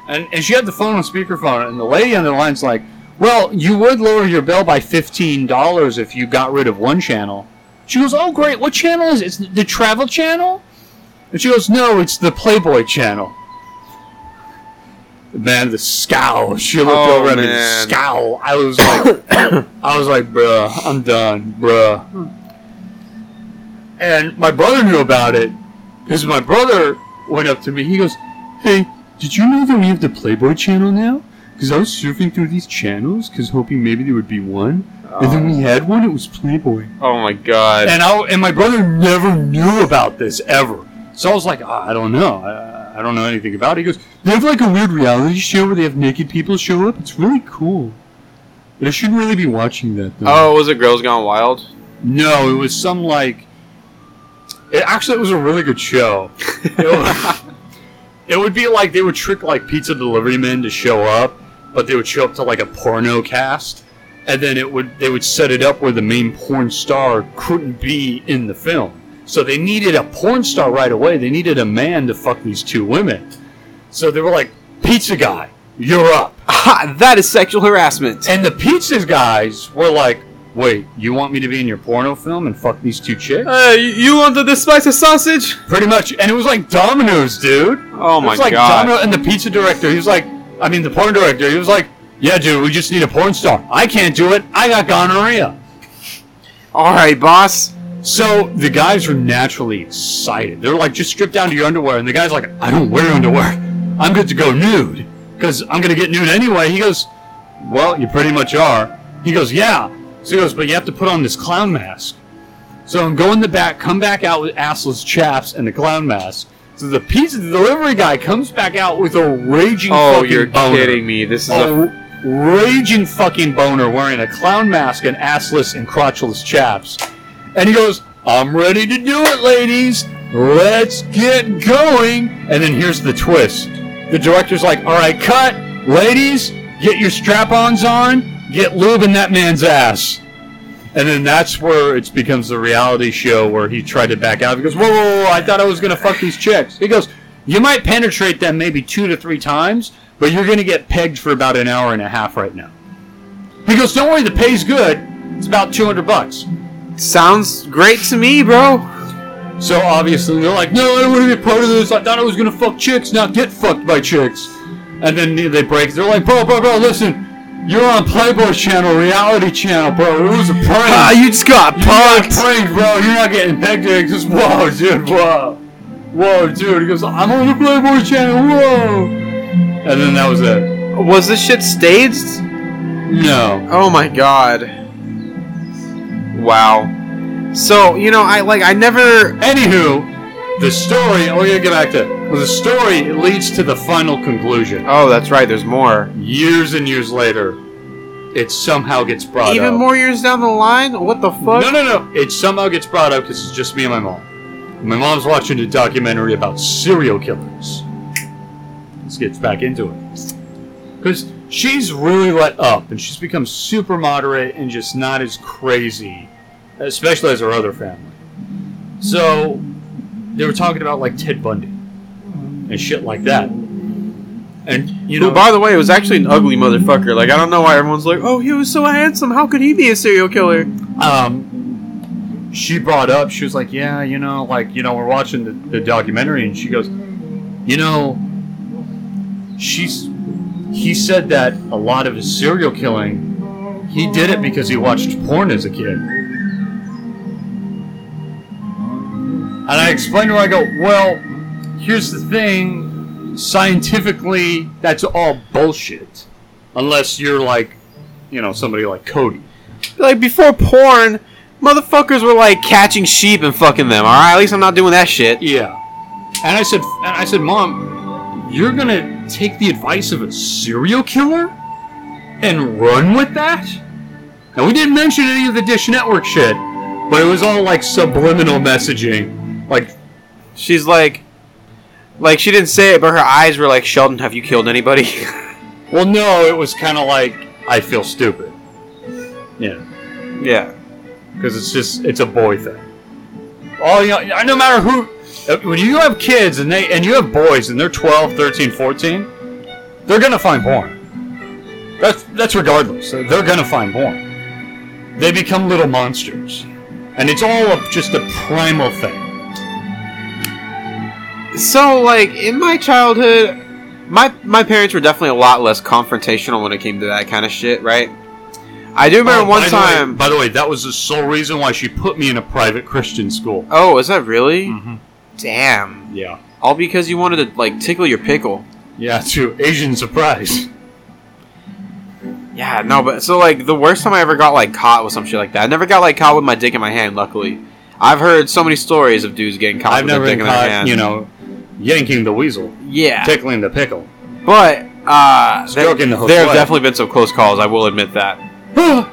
And, and she had the phone on speakerphone, and the lady on the line's like, Well, you would lower your bill by $15 if you got rid of one channel. She goes, Oh, great. What channel is it? It's the Travel Channel? And she goes, No, it's the Playboy Channel. Man, the scowl. She looked
Oh,
over at me, the
man.
scowl. I was like, I was like, bruh, I'm done, bruh. And my brother knew about it because my brother went up to me. He goes, Hey, did you know that we have the Playboy channel now? Because I was surfing through these channels because hoping maybe there would be one. And then we had one, it was Playboy.
Oh my god.
And, I, and my brother never knew about this ever. So I was like, "Ah, I don't know. I, I don't know anything about it. He goes, They have like a weird reality show where they have naked people show up. It's really cool. But I shouldn't really be watching that though.
Oh, was it Girls Gone Wild?
No, it was some like. It actually it was a really good show. It, was- it would be like they would trick like pizza delivery men to show up, but they would show up to like a porno cast, and then it would they would set it up where the main porn star couldn't be in the film. So they needed a porn star right away. They needed a man to fuck these two women. So they were like, "Pizza guy, you're up."
Ha, that is sexual harassment.
And the pizzas guys were like, "Wait, you want me to be in your porno film and fuck these two chicks?"
Hey, you want the spice of sausage?
Pretty much, and it was like Domino's, dude.
Oh
it
my
was like
god.
Domino and the pizza director. He was like, I mean, the porn director. He was like, "Yeah, dude, we just need a porn star. I can't do it. I got gonorrhea."
Alright, boss.
So the guys were naturally excited. They're like, "Just strip down to your underwear," and the guy's like, "I don't wear underwear. I'm good to go nude because I'm gonna get nude anyway." He goes, "Well, you pretty much are." He goes, "Yeah." So he goes, "But you have to put on this clown mask." So I'm going the back, come back out with assless chaps and the clown mask. So the pizza delivery guy comes back out with a raging
Oh,
fucking
you're
boner.
kidding me. This is a.
A Oh, raging fucking boner wearing a clown mask and assless and crotchless chaps. And he goes, I'm ready to do it, ladies. Let's get going. And then here's the twist. The director's like, all right, cut. Ladies, get your strap ons on. Get lube in that man's ass. And then that's where it becomes the reality show where he tried to back out. He goes, whoa, whoa, whoa, I thought I was going to fuck these chicks. He goes, you might penetrate them maybe two to three times, but you're going to get pegged for about an hour and a half right now. He goes, don't worry, the pay's good. It's about 200 bucks.
Sounds great to me, bro.
So obviously they're like, no, I don't want to be part of this. I thought I was gonna fuck chicks, not get fucked by chicks. And then they break. They're like, bro, bro, bro, listen, you're on Playboy Channel, reality channel, bro. It was a prank.
Ah, you just got
You got
punked.
pranked, bro. You're not getting pegged. It's just whoa, dude, whoa, whoa, dude. He goes, I'm on the Playboy Channel, whoa. And then that was it.
Was this shit staged?
No.
Oh my god. Wow. So, you know, I like I never
Anywho, the story. We're gonna get back to it. the story leads to the final conclusion.
Oh, that's right. There's more.
Years and years later, it somehow gets brought up.
Even more years down the line? What the fuck?
No, no, no. It somehow gets brought up because it's just me and my mom. My mom's watching a documentary about serial killers. This gets back into it. Because she's really let up and she's become super moderate and just not as crazy, especially as her other family. So they were talking about like Ted Bundy and shit like that. And you know,
Who, by the way, was actually an ugly motherfucker. Like, I don't know why everyone's like, oh, he was so handsome. How could he be a serial killer?
um, she brought up, she was like, yeah, you know, like, you know, we're watching the, the documentary, and she goes, you know, she's, he said that a lot of his serial killing, he did it because he watched porn as a kid. And I explained to her, I go, well, here's the thing, scientifically, that's all bullshit. Unless you're like, you know, somebody like Cody.
Like, before porn, motherfuckers were, like, catching sheep and fucking them, alright? At least I'm not doing that shit.
Yeah. And I said, and I said, Mom, you're gonna take the advice of a serial killer and run with that? And we didn't mention any of the Dish Network shit, but it was all like subliminal messaging. Like,
She's like, like, she didn't say it, but her eyes were like, Sheldon, have you killed anybody?
well, no, it was kind of like I feel stupid. Yeah,
yeah.
because it's just it's a boy thing. All you know, no matter who, uh, when you have kids and they and you have boys and they're 12, 13, 14, they're gonna find porn. That's that's regardless. They're gonna find porn. They become little monsters, and it's all a, just a primal thing.
So, like, in my childhood, my my parents were definitely a lot less confrontational when it came to that kind of shit, right? I do remember
Oh,
one
by the way-
time.
by the way, that was the sole reason why she put me in a private Christian school.
oh, is that really?
Mhm.
Damn.
Yeah,
All because you wanted to like tickle your pickle.
yeah, too. Asian surprise.
Yeah, no, but so like the worst time I ever got like caught with some shit like that. I never got like caught with my dick in my hand. Luckily, I've heard so many stories of dudes getting caught
I've
with their
never
dick
been
in their
caught,
hand.
you know, yanking the weasel,
Yeah,
tickling the pickle.
but uh, there,
Stroking the whole
there have
sweat.
definitely been some close calls. I will admit that.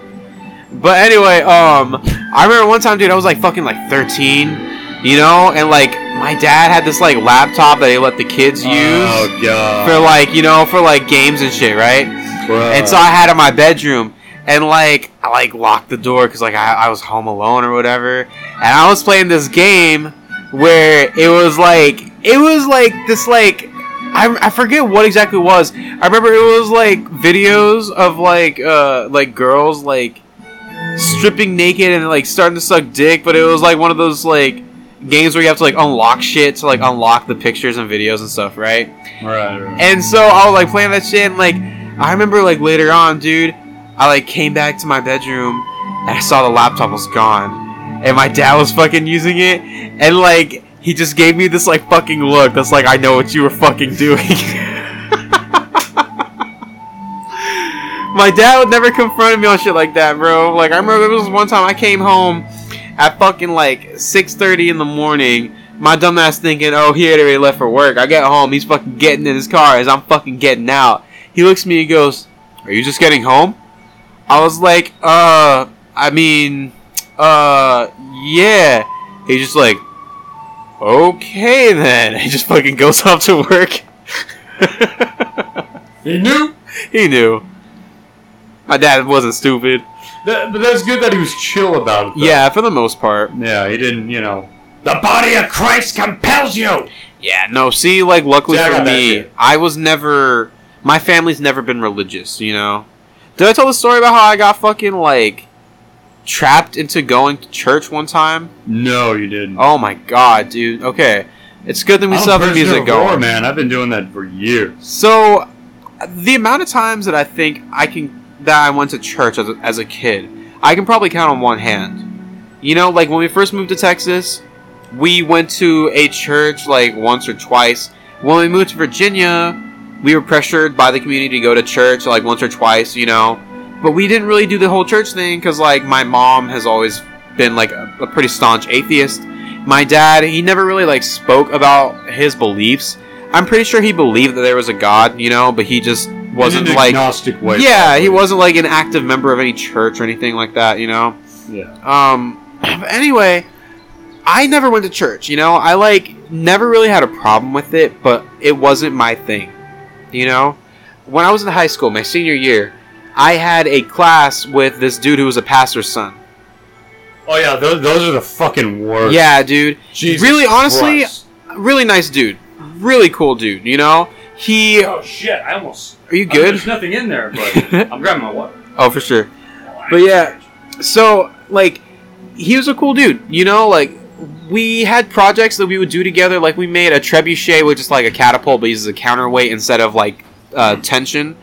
But anyway, um, I remember one time, dude, I was like fucking like 13, you know, and like my dad had this like laptop that he let the kids use
Oh god.
for like you know for like games and shit, right? and so I had it in my bedroom, and like I like locked the door because like I, I was home alone or whatever, and I was playing this game where it was like it was like this like I, I forget what exactly it was. I remember it was like videos of like uh like girls like stripping naked and like starting to suck dick, but it was like one of those like games where you have to like unlock shit to like unlock the pictures and videos and stuff, right?
Right, right.
And so I was like playing that shit, and like I remember like later on, dude, I like came back to my bedroom and I saw the laptop was gone, and my dad was fucking using it, and like he just gave me this like fucking look that's like I know what you were fucking doing. My dad would never confront me on shit like that, bro. Like I remember there was one time I came home at fucking like six thirty in the morning. My dumbass thinking, oh, he had already left for work. I get home, he's fucking getting in his car as I'm fucking getting out. He looks at me and goes, "Are you just getting home?" I was like, "Uh, I mean, uh, yeah." He's just like, "Okay then." He just fucking goes off to work.
He knew.
he knew. My dad wasn't stupid.
That, but that's good that he was chill about it. though.
Yeah, for the most part.
Yeah, he didn't, you know.
The body of Christ compels you!
Yeah, no, see, like, luckily
See, I
for
got that
me,
shit.
I was never. My family's never been religious, you know? Did I tell the story about how I got fucking, like, trapped into going to church one time?
No, you didn't.
Oh my god, dude. Okay. It's good that we
I'm
still have
a
the
prisoner
music
of war,
going.
man. I've been doing that for years.
So, the amount of times that I think I can that I went to church as a, as a kid, I can probably count on one hand. You know, like when we first moved to Texas, we went to a church like once or twice. When we moved to Virginia, we were pressured by the community to go to church like once or twice. You know, but we didn't really do the whole church thing because like my mom has always been like a, a pretty staunch atheist. my dad, he never really like spoke about his beliefs. I'm pretty sure he believed that there was a god, you know, but he just wasn't
in an
like
agnostic way.
yeah, he wasn't like an active member of any church or anything like that, you know.
Yeah.
Um, but anyway, I never went to church. You know, I like never really had a problem with it, but it wasn't my thing. You know, when I was in high school, my senior year, I had a class with this dude who was a pastor's son.
Oh yeah, those, those are the fucking worst.
Yeah, dude,
Jesus
really, honestly,
Christ.
really nice dude, really cool dude. You know, he. Are
Oh shit! I almost.
you
I mean,
good?
there's nothing in there, but I'm grabbing my water.
Oh, for sure. But yeah, so like he was a cool dude, you know, like we had projects that we would do together like we made a trebuchet which is like a catapult but uses a counterweight instead of like uh, tension,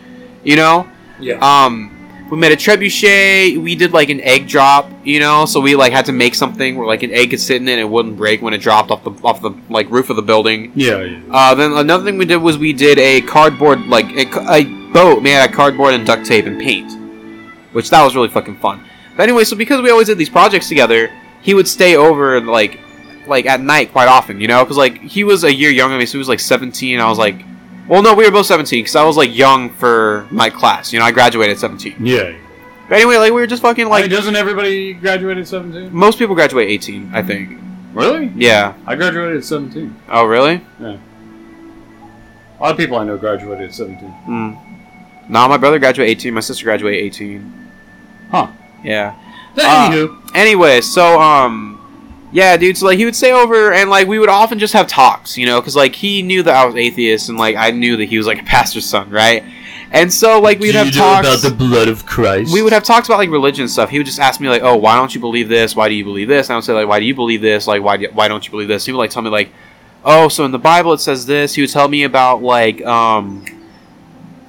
you know?
Yeah.
Um we made a trebuchet, we did like an egg drop, you know, so we like had to make something where like an egg could sit in it and it wouldn't break when it dropped off the off the like roof of the building.
Yeah, yeah.
Uh, then another thing we did was we did a cardboard like a, ca- a boat made out of cardboard and duct tape and paint, which that was really fucking fun. But anyway, so because we always did these projects together, he would stay over like like at night quite often, you know, because like he was a year younger than me, so he was like 17. I was like, well, no, we were both 17 because I was like young for my class, you know, I graduated at 17.
Yeah. yeah.
But anyway, like we were just fucking
Like,
like
doesn't everybody graduate at 17?
most people graduate 18, I think.
Really?
Yeah.
I graduated at 17.
Oh, really?
A lot of people I know graduated at 17.
Hmm. Nah, my brother graduated 18. My sister graduated 18.
Huh.
Yeah. Uh,
Anywho,
anyway, so um, yeah, dude. So like, he would stay over, and like, we would often just have talks, you know, because like he knew that I was atheist, and like I knew that he was like a pastor's son, right? And so like we'd have talks
blood of Christ.
we would have talks about like religion stuff. He would just ask me like, "Oh, why don't you believe this? Why do you believe this?" And I would say like, "Why do you believe this? Like, why do why don't you believe this?" He would like tell me like, "Oh, so in the Bible it says this." He would tell me about like um,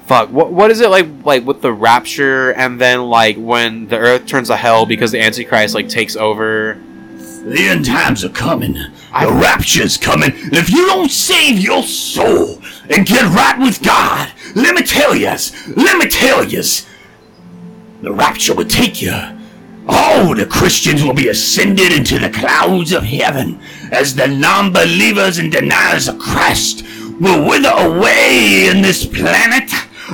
fuck, what what is it like like with the rapture and then like when the earth turns to hell because the Antichrist like takes over.
The end times are coming.
I-
The rapture's coming. And if you don't save your soul and get right with God, let me tell yous, let me tell yous, the rapture will take you. All the Christians will be ascended into the clouds of heaven as the non believers and deniers of Christ will wither away in this planet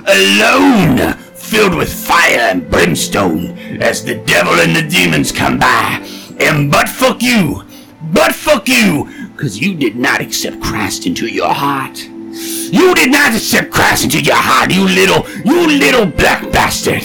alone, filled with fire and brimstone as the devil and the demons come by. And but fuck you, but fuck you, because you did not accept Christ into your heart. You did not accept Christ into your heart, you little, you little black bastard.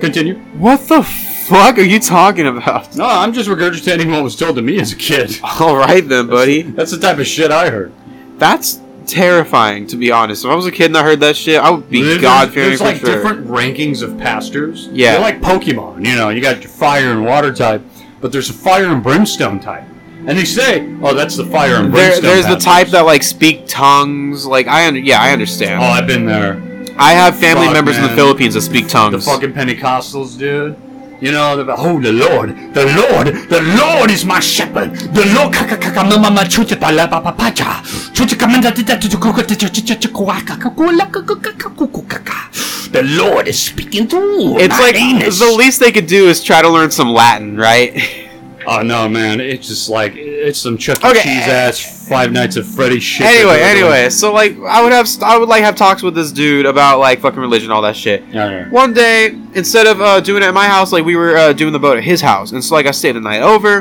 continue.
What the fuck are you talking about?
No, I'm just regurgitating what was told to me as a kid.
All right then, buddy.
That's the type of shit I heard.
That's terrifying to be honest. If I was a kid and I heard that shit, I would be
There's-
god fearing
There's
for
like
sure.
different rankings of pastors.
Yeah.
They're like Pokemon, you know, you got your fire and water type, but there's a fire and brimstone type. And they say, oh, that's the fire and
There,
brimstone.
there's the
pastors.
type that like speak tongues. Like I, under, yeah, I understand.
Oh, I've been there.
I have family
fuck,
members in the
man.
Philippines that speak
The
tongues.
fucking Pentecostals, dude. You know, the, oh, the Lord, the Lord, the Lord is my shepherd. The Lord, kakakamama chutipalapapapacha, chutikamandatitatukukukukukukukukukukukukukukukukukukukukukukukukukukukukukukukukukukukukukukukukukukukukukukukukukukukukukukukukukukukukukukukukuku
The Lord is speaking through. my
it's like
anus.
the least they could do is try to learn some Latin, right?
Oh no, man! It's just like it's some Chuck E.
Okay.
Cheese ass Five Nights at Freddy's shit.
anyway,
that they're
anyway, so like I would have, I would like have talks with this dude about like fucking religion, all that shit.
doing. Yeah, yeah.
One day, instead of uh, doing it at my house, like we were uh, doing the boat at his house, and so like I stayed the night over,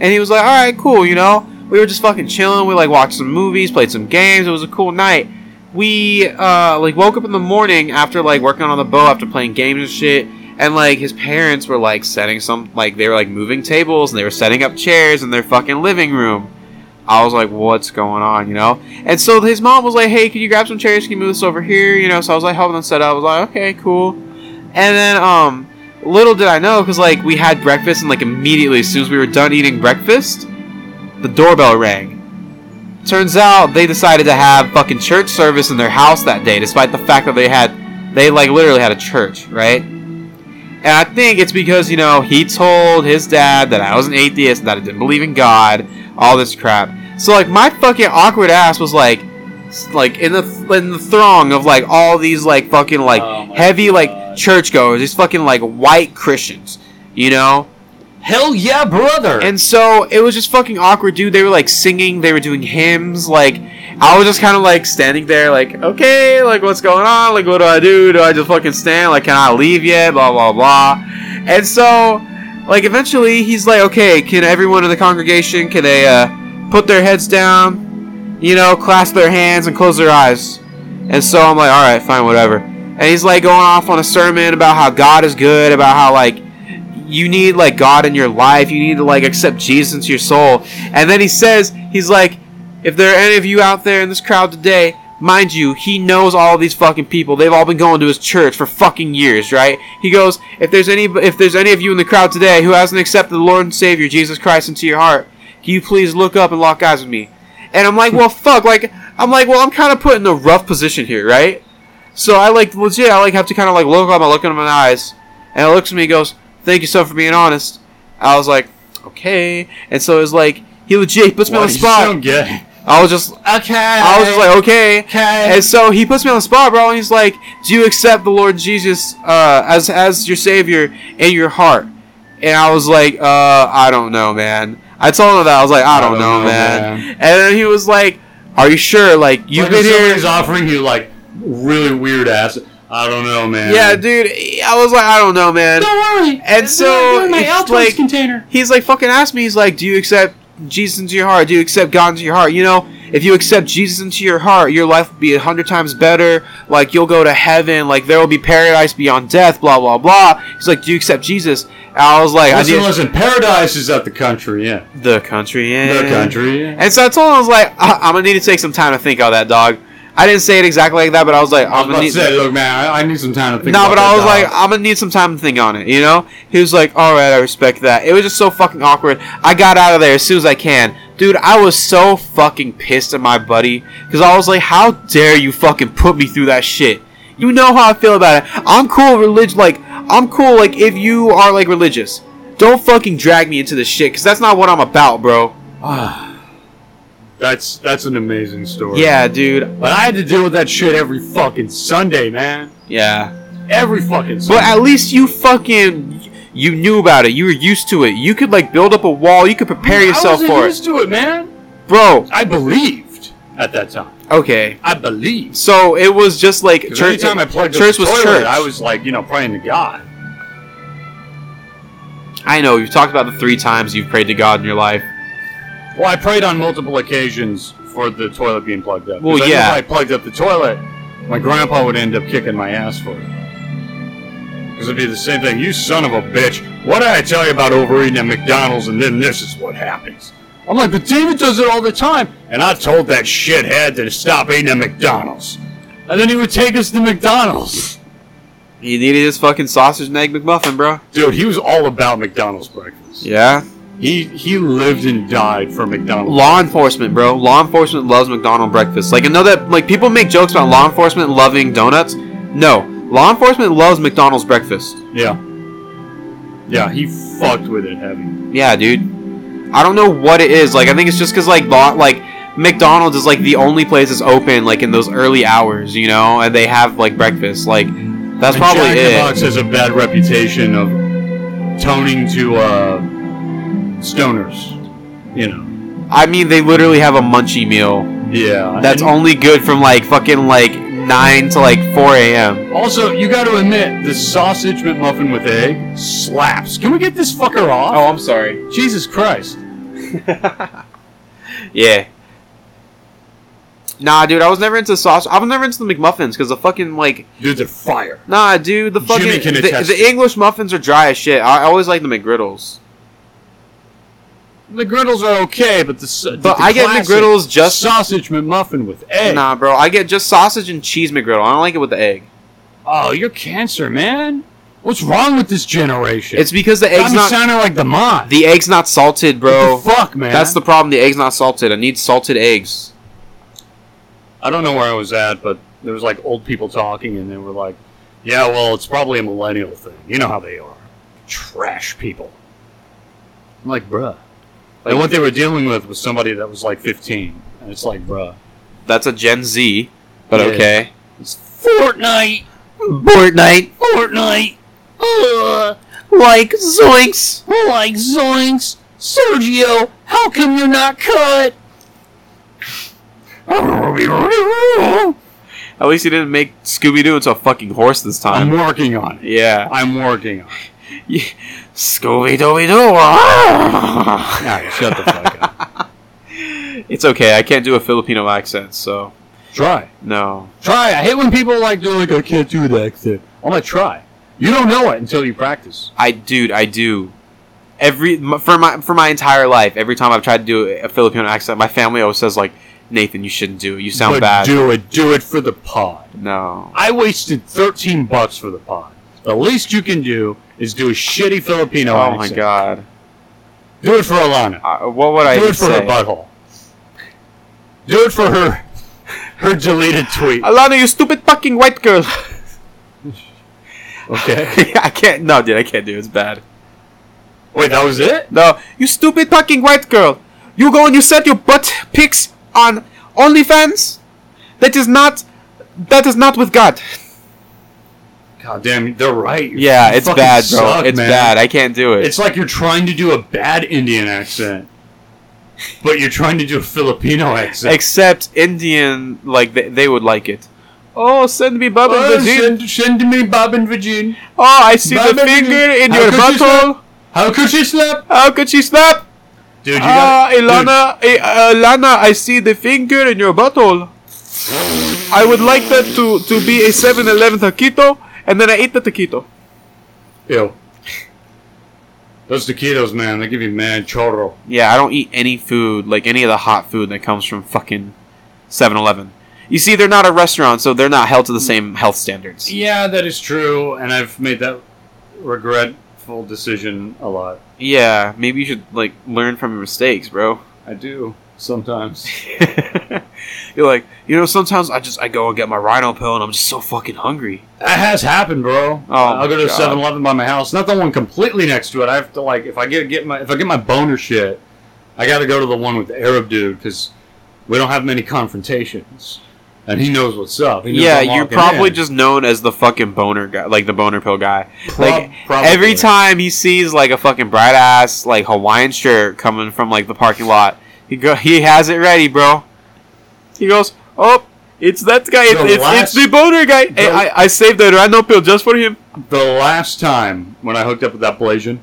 and he was like, "All right, cool," you know. We were just fucking chilling. We like watched some movies, played some games. It was a cool night. We uh, like woke up in the morning after like working on the boat, after playing games and shit, and like his parents were like setting some like they were like moving tables and they were setting up chairs in their fucking living room. I was like, what's going on, you know? And so his mom was like, hey, can you grab some chairs? Can you move this over here? You know, so I was like helping them set up. I was like, okay, cool. And then, um, little did I know, because like we had breakfast and like immediately as soon as we were done eating breakfast, the doorbell rang. Turns out they decided to have fucking church service in their house that day, despite the fact that they had, they like literally had a church, right? And I think it's because, you know, he told his dad that I was an atheist and that I didn't believe in God, all this crap. So like my fucking awkward ass was like s- like in the in the throng of like all these like fucking like
Oh my
heavy
God.
like churchgoers, these fucking like white Christians, you know?
Hell yeah, brother!
And so it was just fucking awkward, dude. They were like singing, they were doing hymns, like I was just kind of like standing there, like okay, like what's going on? Like what do I do? Do I just fucking stand? Like can I leave yet? Blah blah blah. And so, like eventually he's like, okay, can everyone in the congregation can they uh, put their heads down, you know, clasp their hands and close their eyes? And so I'm like, all right, fine, whatever. And he's like going off on a sermon about how God is good, about how like you need like God in your life. You need to like accept Jesus into your soul. And then he says, he's like, if there are any of you out there in this crowd today, mind you, he knows all these fucking people. They've all been going to his church for fucking years, right? He goes, if there's any, if there's any of you in the crowd today who hasn't accepted the Lord and Savior Jesus Christ into your heart, can you please look up and lock eyes with me? And I'm like, well, fuck, like, I'm like, well, I'm kind of put in a rough position here, right? So I like legit, I like have to kind of like look up, I look in my eyes, and it looks at me, and goes, "Thank you so much for being honest." I was like, "Okay," and so it was like he legit puts me
Why,
on
you
the spot.
sound gay.
I was just,
okay.
I was just like, "Okay,"
okay.
and so he puts me on the spot, bro. And he's like, "Do you accept the Lord Jesus uh, as as your Savior in your heart?" And I was like, "Uh, I don't know, man." I told him that I was like, "I don't, know, man. And then he was like, "Are you sure? Like you've
Like,
been
if
here?"
somebody's offering you like really weird ass. I don't know, man.
Yeah, dude. I was like, I don't know, man.
Don't worry.
And so
They're in my
it's
Altoids
like-
container.
He's like, fucking asked me. He's like, do you accept Jesus into your heart? Do you accept God into your heart? You know, if you accept Jesus into your heart, your life will be a hundred times better. Like you'll go to heaven. Like there will be paradise beyond death. Blah blah blah. He's like, do you accept Jesus? And I was like,
Listen,
I need
listen. Paradise is at the country. Yeah,
the country. Yeah.
the country. Yeah.
And so I told him, I was like, I- I'm gonna need to take some time to think on that, dog. I didn't say it exactly like that, but I was like,
I was
I'm
about
gonna
to
need.
say, look, man, I, I need some time to think.
No,
about
but
that
I was
dog.
like, I'm gonna need some time to think on it, you know? He was like, alright, I respect that. It was just so fucking awkward. I got out of there as soon as I can. Dude, I was so fucking pissed at my buddy. Because I was like, how dare you fucking put me through that shit? You know how I feel about it. I'm cool, religious. Like, I'm cool, like, if you are, like, religious. Don't fucking drag me into this shit, because that's not what I'm about, bro.
that's that's an amazing story.
Yeah, dude.
but I had to deal with that shit every fucking Sunday, man.
Yeah.
Every fucking Sunday.
But at least you fucking. You knew about it. You were used to it. You could, like, build up a wall. You could prepare
I
yourself
wasn't
for it.
used to it, man.
bro
I believed at that time.
okay
I believed.
so it was just like
Because
church
anytime I plugged up
church
the
was
toilet,
church
I was like, you know, praying to God.
i know you've talked about the three times you've prayed to god in your life
Well, I prayed on multiple occasions for the toilet being plugged up. 'Cause
Well,
I knew
yeah.
If I plugged up the toilet, my grandpa would end up kicking my ass for it. Because it'd be the same thing. You son of a bitch. What did I tell you about overeating at McDonald's and then this is what happens? I'm like, but David does it all the time. And I told that shithead to stop eating at McDonald's. And then he would take us to McDonald's.
you needed his fucking sausage and egg mcmuffin bro
Dude, he was all about McDonald's breakfast.
yeah
He he lived and died for McDonald's.
law enforcement bro law enforcement loves mcdonald's breakfast like i know that like people make jokes about law enforcement loving donuts no law enforcement loves mcdonald's breakfast
Yeah. Yeah, he fucked with it heavy.
Yeah, dude. I don't know what it is. Like, I think it's just because like law, like McDonald's is like the only place that's open like in those early hours, you know, and they have like breakfast. Like, that's
And
probably
Jack in the
it.
Box has a bad reputation of toning to uh, stoners. You know.
I mean, they literally have a munchie meal
Yeah.
that's
and
only good from like fucking like nine to like four a.m.
also you got to admit the sausage McMuffin with egg slaps. Can we get this fucker off?
Oh, I'm sorry.
Jesus Christ!
Yeah. Nah, dude, I was never into sauce. I was never into the McMuffins because the fucking like
Dude, they're fire.
nah, dude, the
Jimmy
fucking
can
the,
attest
the
to it.
English muffins are dry as shit. I, I always like the McGriddles.
The griddles are okay, but the s-
But
the
I get
classic
McGriddles just-
sausage McMuffin with egg.
Nah, bro. I get just sausage and cheese McGriddle. I don't like it with the egg.
Oh, you're cancer, man. What's wrong with this generation?
It's because the egg's
I'm
not
sounding like the mod.
the egg's not salted, bro.
What the fuck, man.
That's the problem. The egg's not salted. I need salted eggs.
I don't know where I was at, but there was like old people talking, and they were like, "Yeah, well, it's probably a millennial thing. You know how they are, trash people." I'm like, bruh.
Like-
and what they were dealing with was somebody that was like 15, and it's like, bruh,
That's a Gen Z, but
Yeah.
okay.
it's Fortnite,
Fortnite.
Fortnite. Ugh.
Like zoinks!
Like Zoinks, Sergio, how come you're not cut?
At least he didn't make Scooby Doo into a fucking horse this
I'm
time.
working on it.
Yeah.
I'm working on it.
Scooby Dooby Doo!
All right, shut the fuck up.
It's okay, I can't do a Filipino accent, so.
Try.
No.
Try. I hate when people like do like I can't do that accent. I'm gonna try. You don't know it until you practice.
I, dude, I do. Every m- for my for my entire life, every time I've tried to do a Filipino accent, my family always says like, "Nathan, you shouldn't do it. You sound
But
bad."
Do it. Do it for the pod.
no,
I wasted 13 bucks for the pod. The least you can do is do a shitty Filipino
oh
accent.
my god,
Do it for Alana.
I, what would I
Do
even
it for her
say?
butthole. Do it for her her deleted tweet.
Alana, you stupid fucking white girl.
Okay.
I can't. No, dude, I can't do it. It's bad.
Wait, that was it?
No, you stupid fucking white girl. You go and you set your butt pics on OnlyFans. That is not. That is not with God.
God damn, they're right. You
Yeah, it's
fucking
bad, bro.
suck,
it's
man.
bad. I can't do it.
It's like you're trying to do a bad Indian accent, but you're trying to do a Filipino accent.
Except Indian, like they, they would like it. Oh, send me Bob
Oh,
and Vagine.
send, send me Bob and Virgin.
Oh, I see
Bob
the
and
finger
Vagine.
in
How
your
could she
butthole.
How could she slap?
How could she snap?
Dude, you
Ah,
got
Ilana, eh, uh, Lana, I see the finger in your butthole. I would like that to, to be a 7-Eleven taquito, and then I eat the taquito.
Dude, ew. Those taquitos, man, they give you mad chorro.
Yeah, I don't eat any food, like any of the hot food that comes from fucking 7-Eleven. You see, they're not a restaurant, so they're not held to the same health standards.
Yeah, that is true, and I've made that regretful decision a lot.
Yeah, maybe you should like learn from your mistakes, bro.
I do sometimes.
You're like, you know, sometimes I just I go and get my rhino pill and I'm just so fucking hungry.
That has happened, bro.
Oh,
I'll go to
God.
7-Eleven by my house. Not the one completely next to it. I have to like if I get get my if I get my boner shit, I got to go to the one with the Arab dude because we don't have many confrontations, and he knows what's up. He knows
Yeah,
I'm
you're
walking
probably
in.
just known as the fucking boner guy, like the boner pill guy.
Prob-
like
probably.
every time he sees like a fucking bright ass like Hawaiian shirt coming from like the parking lot, he go he has it ready, bro. He goes, oh, it's that guy. It's,
The
it's,
last-
it's the boner guy. Hey,
the-
I I saved the rhino pill just for him.
the last time when I hooked up with that Blasian,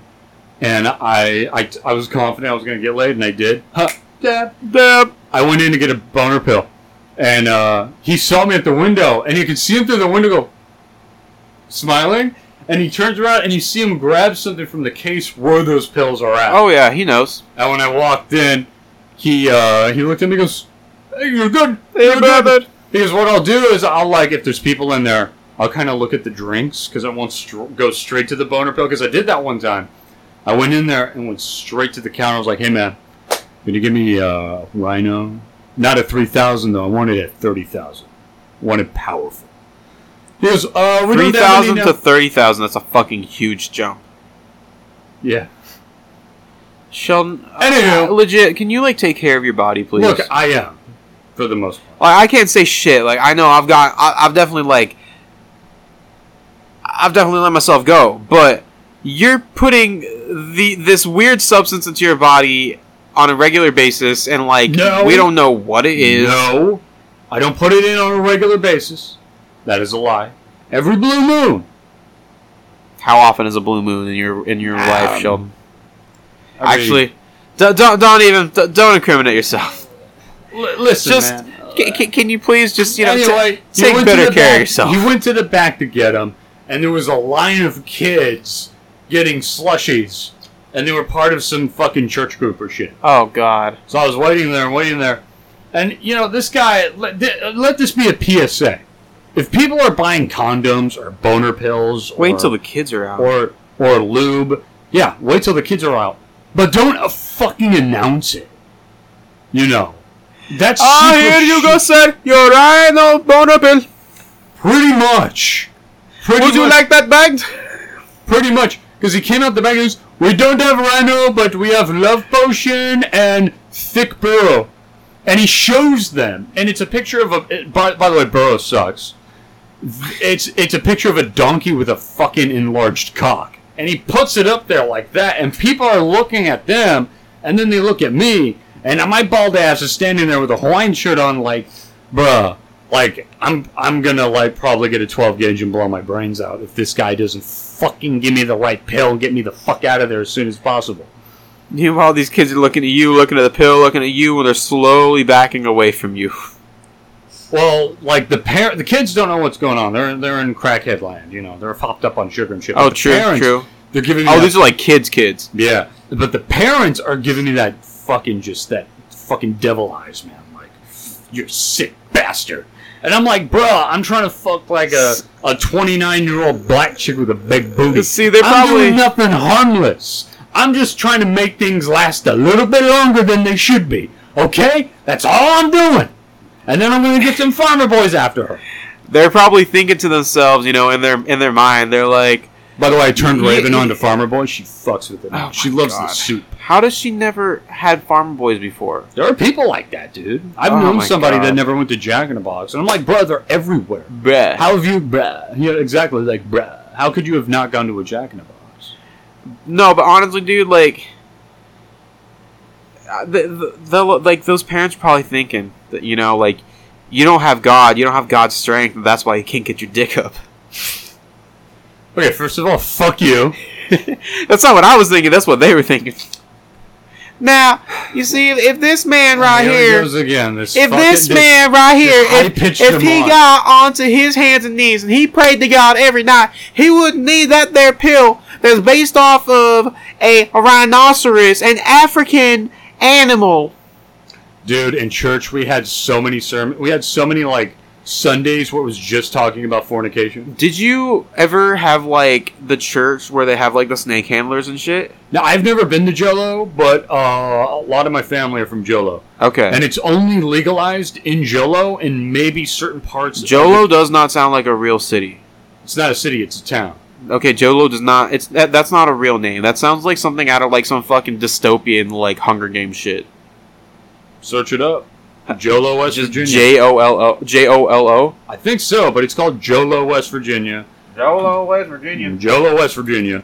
and I I, I was confident I was gonna get laid, and I did. Huh, dab.
Damn.
I went in to get a boner pill, and uh, he saw me at the window, and you could see him through the window go, smiling, and he turns around and you see him grab something from the case where those pills are at.
Oh yeah, he knows.
And when I walked in, he uh, he looked at me and goes, "Hey, you're good,
Hey,
you're
brother."
good." Because what I'll do is I'll like if there's people in there, I'll kind of look at the drinks because I won't str- go straight to the boner pill because I did that one time. I went in there and went straight to the counter. I was like, "Hey man, can you give me uh, Rhino? Not at three thousand though. I wanted it at thirty thousand. Wanted powerful." He goes, uh, we
Three
don't have any
thousand
now."
to thirty thousand. That's a fucking huge jump.
yeah.
Sheldon,
Anywho.
uh, legit, can you like take care of your body, please?
Look, I am for the most part.
like I can't say shit. Like I know I've got, I, I've definitely like, I've definitely let myself go. But you're putting the this weird substance into your body on a regular basis, and like
No.
we don't know what it is.
No, I don't put it in on a regular basis. That is a lie. Every blue moon.
How often is a blue moon in your in your life,
Um,
Sheldon?
I mean,
Actually, d- don't don't even d- don't incriminate yourself.
li- listen,
Just
man.
ca- ca- can you please just you know ta-
anyway, you
take
went to
better
the
care
back-
of yourself?
You went to the back to get them, and there was a line of kids getting slushies, and they were part of some fucking church group or shit.
oh God.
So I was waiting there and waiting there. And, you know, this guy, let, th- let this be a PSA. If people are buying condoms or boner pills
Wait
or,
until the kids are out.
or or lube. Yeah, wait till the kids are out, but don't uh, fucking announce it. You know, that's
Ah,
super
here you
shit.
go, sir. Your rhino boner pill.
Pretty much. Pretty
Would you
much,
like that bagged?
Pretty much, because he came out the back and goes, "We don't have rhino, but we have love potion and thick burrow," and he shows them, and it's a picture of a. it- by, by the way, burrow sucks. It's it's a picture of a donkey with a fucking enlarged cock. and he puts it up there like that, and people are looking at them, and then they look at me, and my bald ass is standing there with a Hawaiian shirt on, like, bruh, like I'm I'm gonna like probably get a 12 gauge and blow my brains out if this guy doesn't fucking give me the right pill and get me the fuck out of there as soon as possible.
Meanwhile, these kids are looking at you, looking at the pill, looking at you, and they're slowly backing away from you. Oh,
Well, like the parent, the kids don't know what's going on. They're they're in crackhead land, you know. They're popped up on sugar and shit.
Oh,
But the
true,
parents,
true.
They're giving me
Oh,
that
these are like kids, kids.
Yeah, but the parents are giving me that fucking just that fucking devil eyes, man. Like, you're a sick bastard. And I'm like, bruh, I'm trying to fuck like a a 29 year old black chick with a big booty.
See, they're
I'm doing
probably-
nothing harmless. I'm just trying to make things last a little bit longer than they should be. Okay, that's all I'm doing. And then I'm gonna get some farmer boys after her.
They're probably thinking to themselves, you know, in their in their mind, they're like,
By the way, I turned
Yeah,
Raven
yeah.
on to Farmer Boy. She fucks with it.
Oh
she
my
loves
God.
the soup.
"How does she never had farmer boys before?"
There are people like that, dude. I've
Oh
known
my
somebody
God.
that never went to Jack in the Box, and I'm like, bruh, they're everywhere.
Bruh.
How have you, bruh? Yeah, exactly. Like, bruh, how could you have not gone to a Jack in the Box?
No, but honestly, dude, like, uh, the, the, the, like those parents probably thinking that you know, like, you don't have God, you don't have God's strength, and that's why you can't get your dick up.
Okay, first of all, fuck you.
That's not what I was thinking. That's what they were thinking. Now, you see, if, if this man right
Here it
here,
goes again. This
if
fucking-
this man right here, if,
high-pitched
if he
demand.
got onto his hands and knees and he prayed to God every night, he wouldn't need that there pill that's based off of a rhinoceros, an African animal.
dude, in church we had so many sermon, we had so many like Sundays where it was just talking about fornication.
Did you ever have like the church where they have like the snake handlers and shit?
Now I've never been to Jolo, but uh, a lot of my family are from Jolo,
Okay.
and it's only legalized in Jolo and maybe certain parts. of
Jolo does not sound like a real city.
It's not a city, it's a town.
Okay, Jolo does not. It's that, that's not a real name. That sounds like something out of like some fucking dystopian like Hunger Game shit.
Search it up. Jolo, West
Just
Virginia.
J O L O J O L O.
I think so, but it's called Jolo, West Virginia.
Jolo, West Virginia.
Jolo, West Virginia.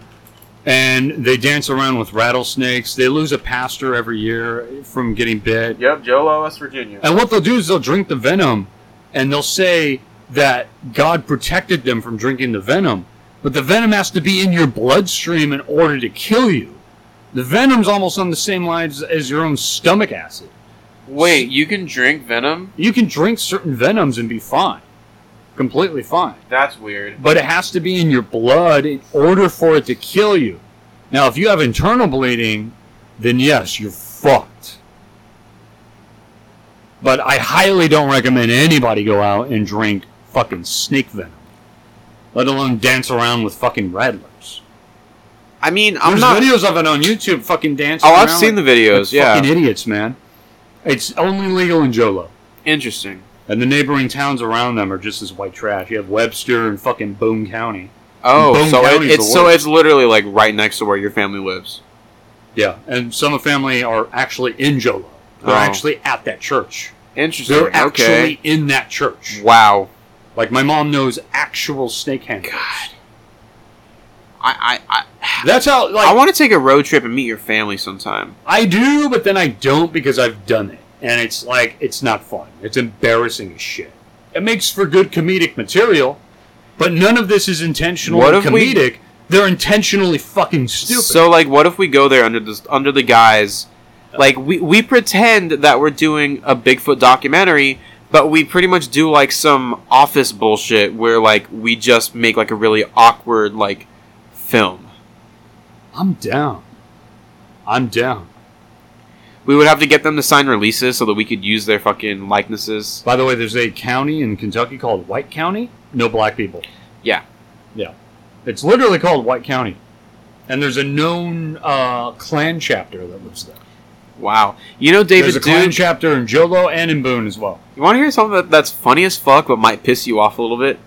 And they dance around with rattlesnakes. They lose a pastor every year from getting bit.
Yep, Jolo, West Virginia.
And what they'll do is they'll drink the venom and they'll say that God protected them from drinking the venom. But the venom has to be in your bloodstream in order to kill you. The venom's almost on the same lines as your own stomach acid.
Wait, you can drink venom?
You can drink certain venoms and be fine. Completely fine.
That's weird.
But it has to be in your blood in order for it to kill you. Now, if you have internal bleeding, then yes, you're fucked. But I highly don't recommend anybody go out and drink fucking snake venom, let alone dance around with fucking rattlers.
I mean, I'm
There's
not.
videos of it on YouTube fucking dancing
Oh, I've
around
seen the
like-
videos.
like
Yeah,
Fucking idiots, man. It's only legal in Jolo.
interesting.
And the neighboring towns around them are just as white trash. You have Webster and fucking Boone County.
Oh,
Boone
so it,
County's the
it's so
worst.
it's literally like right next to where your family lives.
Yeah, and some of family are actually in Jolo. They're
Oh.
actually at that church.
Interesting.
They're
okay.
actually in that church.
Wow.
Like my mom knows actual snake handlers.
I I I,
That's how like
I
I,
want to take a road trip and meet your family sometime.
do, but then I don't because I've done it, and it's like it's not fun. It's embarrassing as shit. It makes for good comedic material, but none of this is intentional
What
or
if we-
comedic. They're intentionally fucking stupid.
So like, what if we go there under the under the guise, like we we pretend that we're doing a Bigfoot documentary, but we pretty much do like some office bullshit where like we just make like a really awkward like film.
I'm down. I'm down.
We would have to get them to sign releases so that we could use their fucking likenesses.
By the way, there's a county in Kentucky called White County. No black people.
Yeah.
Yeah. It's literally called White County. And there's a known uh, clan chapter that lives there.
Wow. You know,
there's
David,
a clan
dude,
chapter in Jolo and in Boone as well.
you want to hear something that, that's funny as fuck but might piss you off a little bit?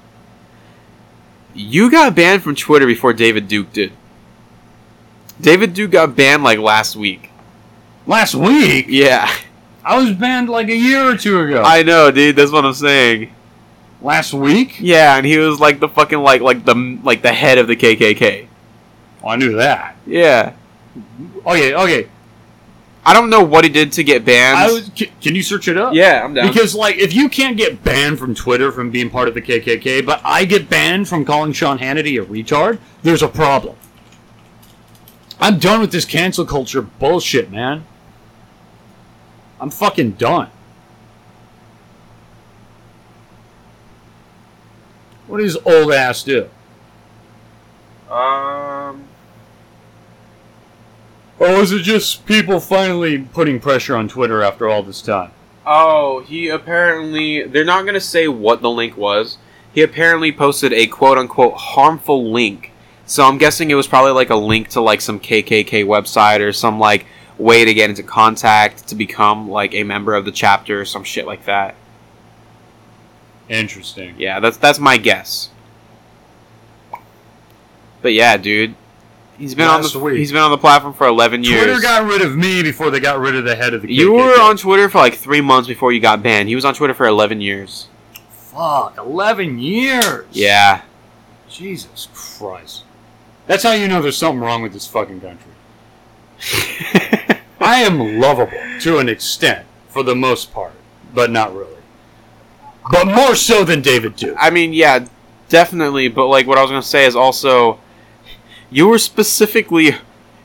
You got banned from Twitter before David Duke did. David Duke got banned like last week.
Last week,
Yeah,
I was banned like a year or two ago.
I know, dude. That's what I'm saying.
Last week?
Yeah, and he was like the fucking like like the like the head of the KKK.
Oh, I knew that.
Yeah.
Okay, okay.
I don't know what he did to get banned.
I was. Can, can you search it up?
yeah, I'm down.
Because like, if you can't get banned from Twitter from being part of the KKK, but I get banned from calling Sean Hannity a retard, there's a problem. I'm done with this cancel culture bullshit, man. I'm fucking done. What does old ass do?
um,
Or was Oh, it just people finally putting pressure on Twitter after all this time?
oh, he apparently they're not gonna say what the link was. He apparently posted a quote unquote harmful link. So I'm guessing it was probably like a link to like some KKK website or some like way to get into contact to become like a member of the chapter or some shit like that.
Interesting.
Yeah, that's that's my guess. But yeah, dude, he's been
Last
on the
week.
he's been on the platform for eleven years.
Twitter got rid of me before they got rid of the head of the.
you
KKK.
were on Twitter for like three months before you got banned. He was on Twitter for eleven years.
Fuck, 11 years.
Yeah,
Jesus Christ. That's how you know there's something wrong with this fucking country. I am lovable to an extent, for the most part, but not really. But more so than David Duke.
I mean, yeah, definitely. But like, what I was gonna say is also, you were specifically, y-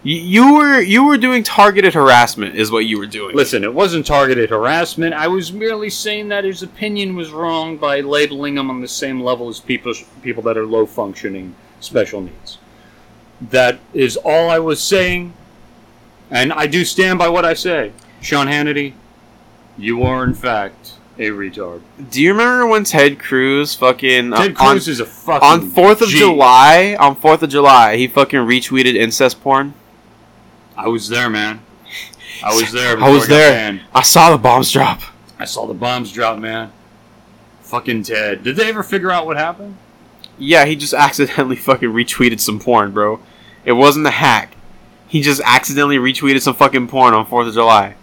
you were you were doing targeted harassment, is what you were doing.
Listen, it wasn't targeted harassment. I was merely saying that his opinion was wrong by labeling him on the same level as people people that are low functioning special needs. That is all I was saying, and I do stand by what I say. Sean Hannity, you are in fact a retard.
Do you remember when Ted Cruz fucking
Ted
uh, on-
Cruz is a fucking
on Fourth of
G.
July, on Fourth of July, he fucking retweeted incest porn.
I was there, man. I was there.
I was
before got
there.
banned.
I saw the bombs drop.
I saw the bombs drop, man. Fucking Ted. Did they ever figure out what happened?
Yeah, he just accidentally fucking retweeted some porn, bro. It wasn't a hack. He just accidentally retweeted some fucking porn on Fourth of July.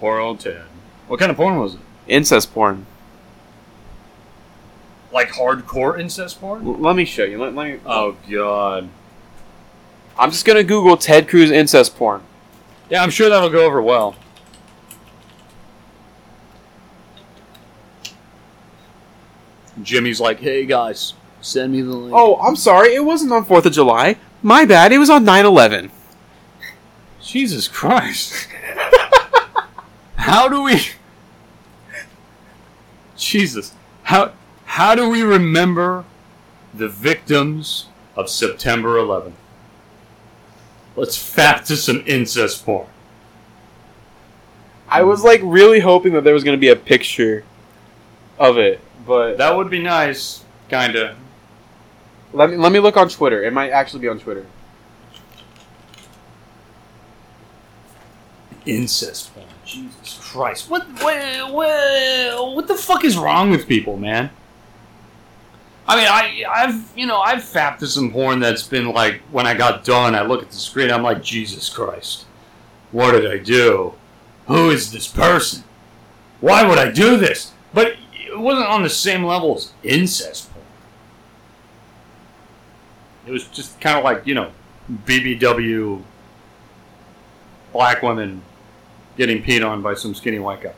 Poor old Ted. What kind of porn was it?
Incest porn.
Like hardcore incest porn?
L- let me show you. Let, let me.
Oh god.
I'm just gonna Google Ted Cruz incest porn.
Yeah, I'm sure that'll go over well. Jimmy's like, hey guys, send me the link.
Oh, I'm sorry. It wasn't on Fourth of July. My bad. It was on 9/11.
Jesus Christ. how do we Jesus. How how do we remember the victims of September 11th? Let's fat to some incest porn.
I was like really hoping that there was gonna be a picture of it, but
That would be nice, kinda.
Let me let me look on Twitter. It might actually be on Twitter.
incest porn. Jesus Christ! What, what what what the fuck is wrong with people, man? I mean, I I've you know I've fapped to some porn that's been like when I got done, I look at the screen, I'm like Jesus Christ, what did I do? Who is this person? Why would I do this? But it wasn't on the same level as incest porn. It was just kind of like you know BBW black women getting peed on by some skinny white guy.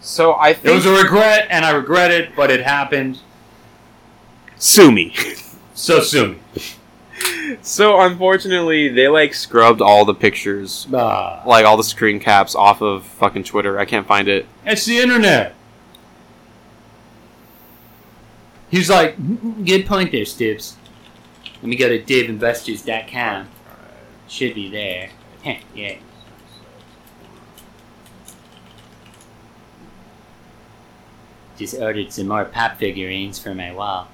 So I
It was
think
a regret, and I regret it, but it happened.
sue me.
So soon.
so unfortunately, they like scrubbed all the pictures,
Ah,
like all the screen caps off of fucking Twitter. I can't find it.
it's the internet. He's like, "Mm, good point there, Stibs. Let me go to diveinvestors.com. Should be there. Heh, yeah.
Just ordered some more pop figurines for my wall.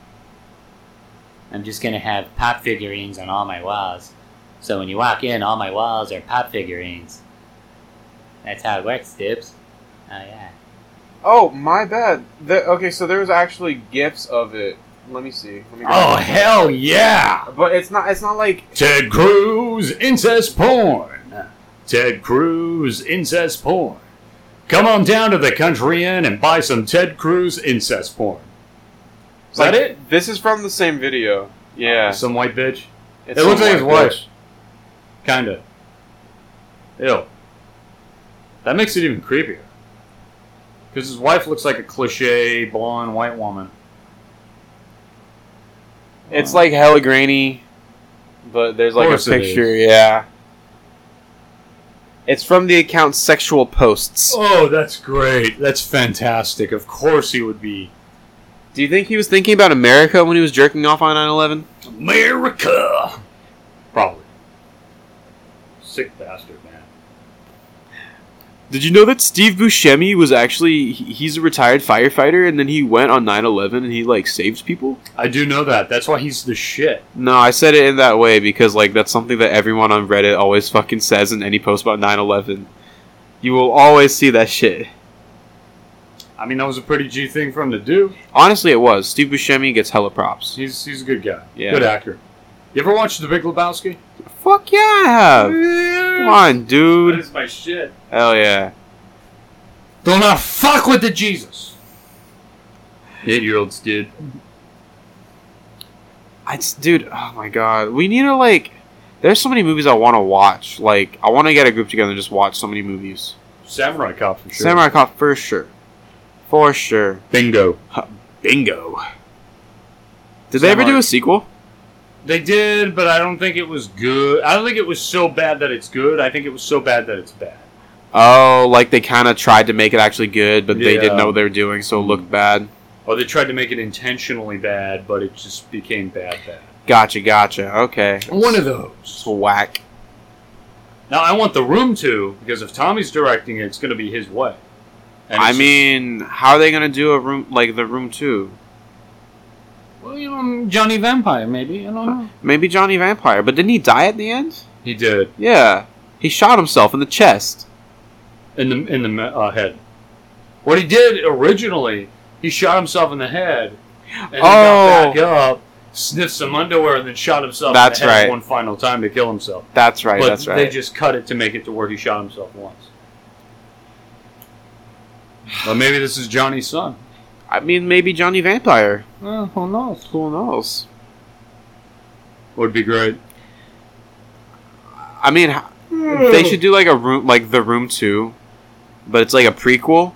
I'm just gonna have pop figurines on all my walls. So when you walk in, all my walls are pop figurines. That's how it works, Dibs. Oh, yeah.
Oh my bad. The, okay, so there was actually gifs of it. Let me see. Let me
Oh, hell yeah!
But it's not. It's not like
Ted Cruz, incest porn. Ted Cruz, incest porn. Come on down to the Country Inn and buy some Ted Cruz incest porn. Is that it?
This is from the same video. Yeah.
Some white bitch. It looks like his wife.
that.
Kinda. Ew. That makes it even creepier. Because his wife looks like a cliche blonde white woman.
It's like hella grainy, but there's like a
Course it
picture. Yeah. It's from the account Sexual Posts.
Oh, that's great. That's fantastic. Of course he would be.
Do you think he was thinking about America when he was jerking off on 9 11?
America!
Probably. Sick bastard, man.
Did you know that Steve Buscemi was actually he- he's a retired firefighter and then he went on 9/11 and he like saved people?
I do know that. That's why he's the shit.
No, I said it in that way because like that's something that everyone on Reddit always fucking says in any post about 9/11. You will always see that shit.
I mean, that was a pretty G thing for him to do.
Honestly, it was Steve Buscemi gets hella props.
He's, he's a good guy.
Yeah.
Good actor. You ever watched The Big Lebowski?
Fuck yeah, I have. Come on,
That
dude.
is my shit.
Hell yeah.
Do not fuck with the Jesus. Eight year olds did.
I just, dude, oh my god, we need to like. There's so many movies I want to watch. Like, I want to get a group together and just watch so many movies.
Samurai Cop for sure.
Samurai Cop for sure, for sure.
Bingo.
Bingo. Did they ever do
Samurai-
a sequel?
They did, but I don't think it was good. I don't think it was so bad that it's good. I think it was so bad that it's bad.
Oh, like they kind of tried to make it actually good, but they didn't
Yeah. Mm.
know what they were doing, so it looked bad.
Or they tried to make it intentionally bad, but it just became bad bad.
Gotcha, gotcha. Okay.
One of those.
It's whack.
Now I want the room to because if Tommy's directing it, it's going to be his way. And
I
it's
mean, how are they gonna do a room like the room two?
just- well, you know, Johnny Vampire maybe. I don't know.
Maybe Johnny Vampire, but didn't he die at the end?
He did
Yeah, he shot himself in the chest.
in the in the uh, head. What he did originally, he shot himself in the head, and he
Oh.
got back up, sniffed some underwear, and then shot himself.
That's
in the head
right.
One final time to kill himself.
That's right.
but
that's right.
they just cut it to make it to where he shot himself once. Well, maybe this is Johnny's son.
I mean, maybe Johnny Vampire.
Well, who knows?
Who knows?
Would be great.
I mean, h- they
Hmm.
should do like a room, like the Room Two, but it's like a prequel,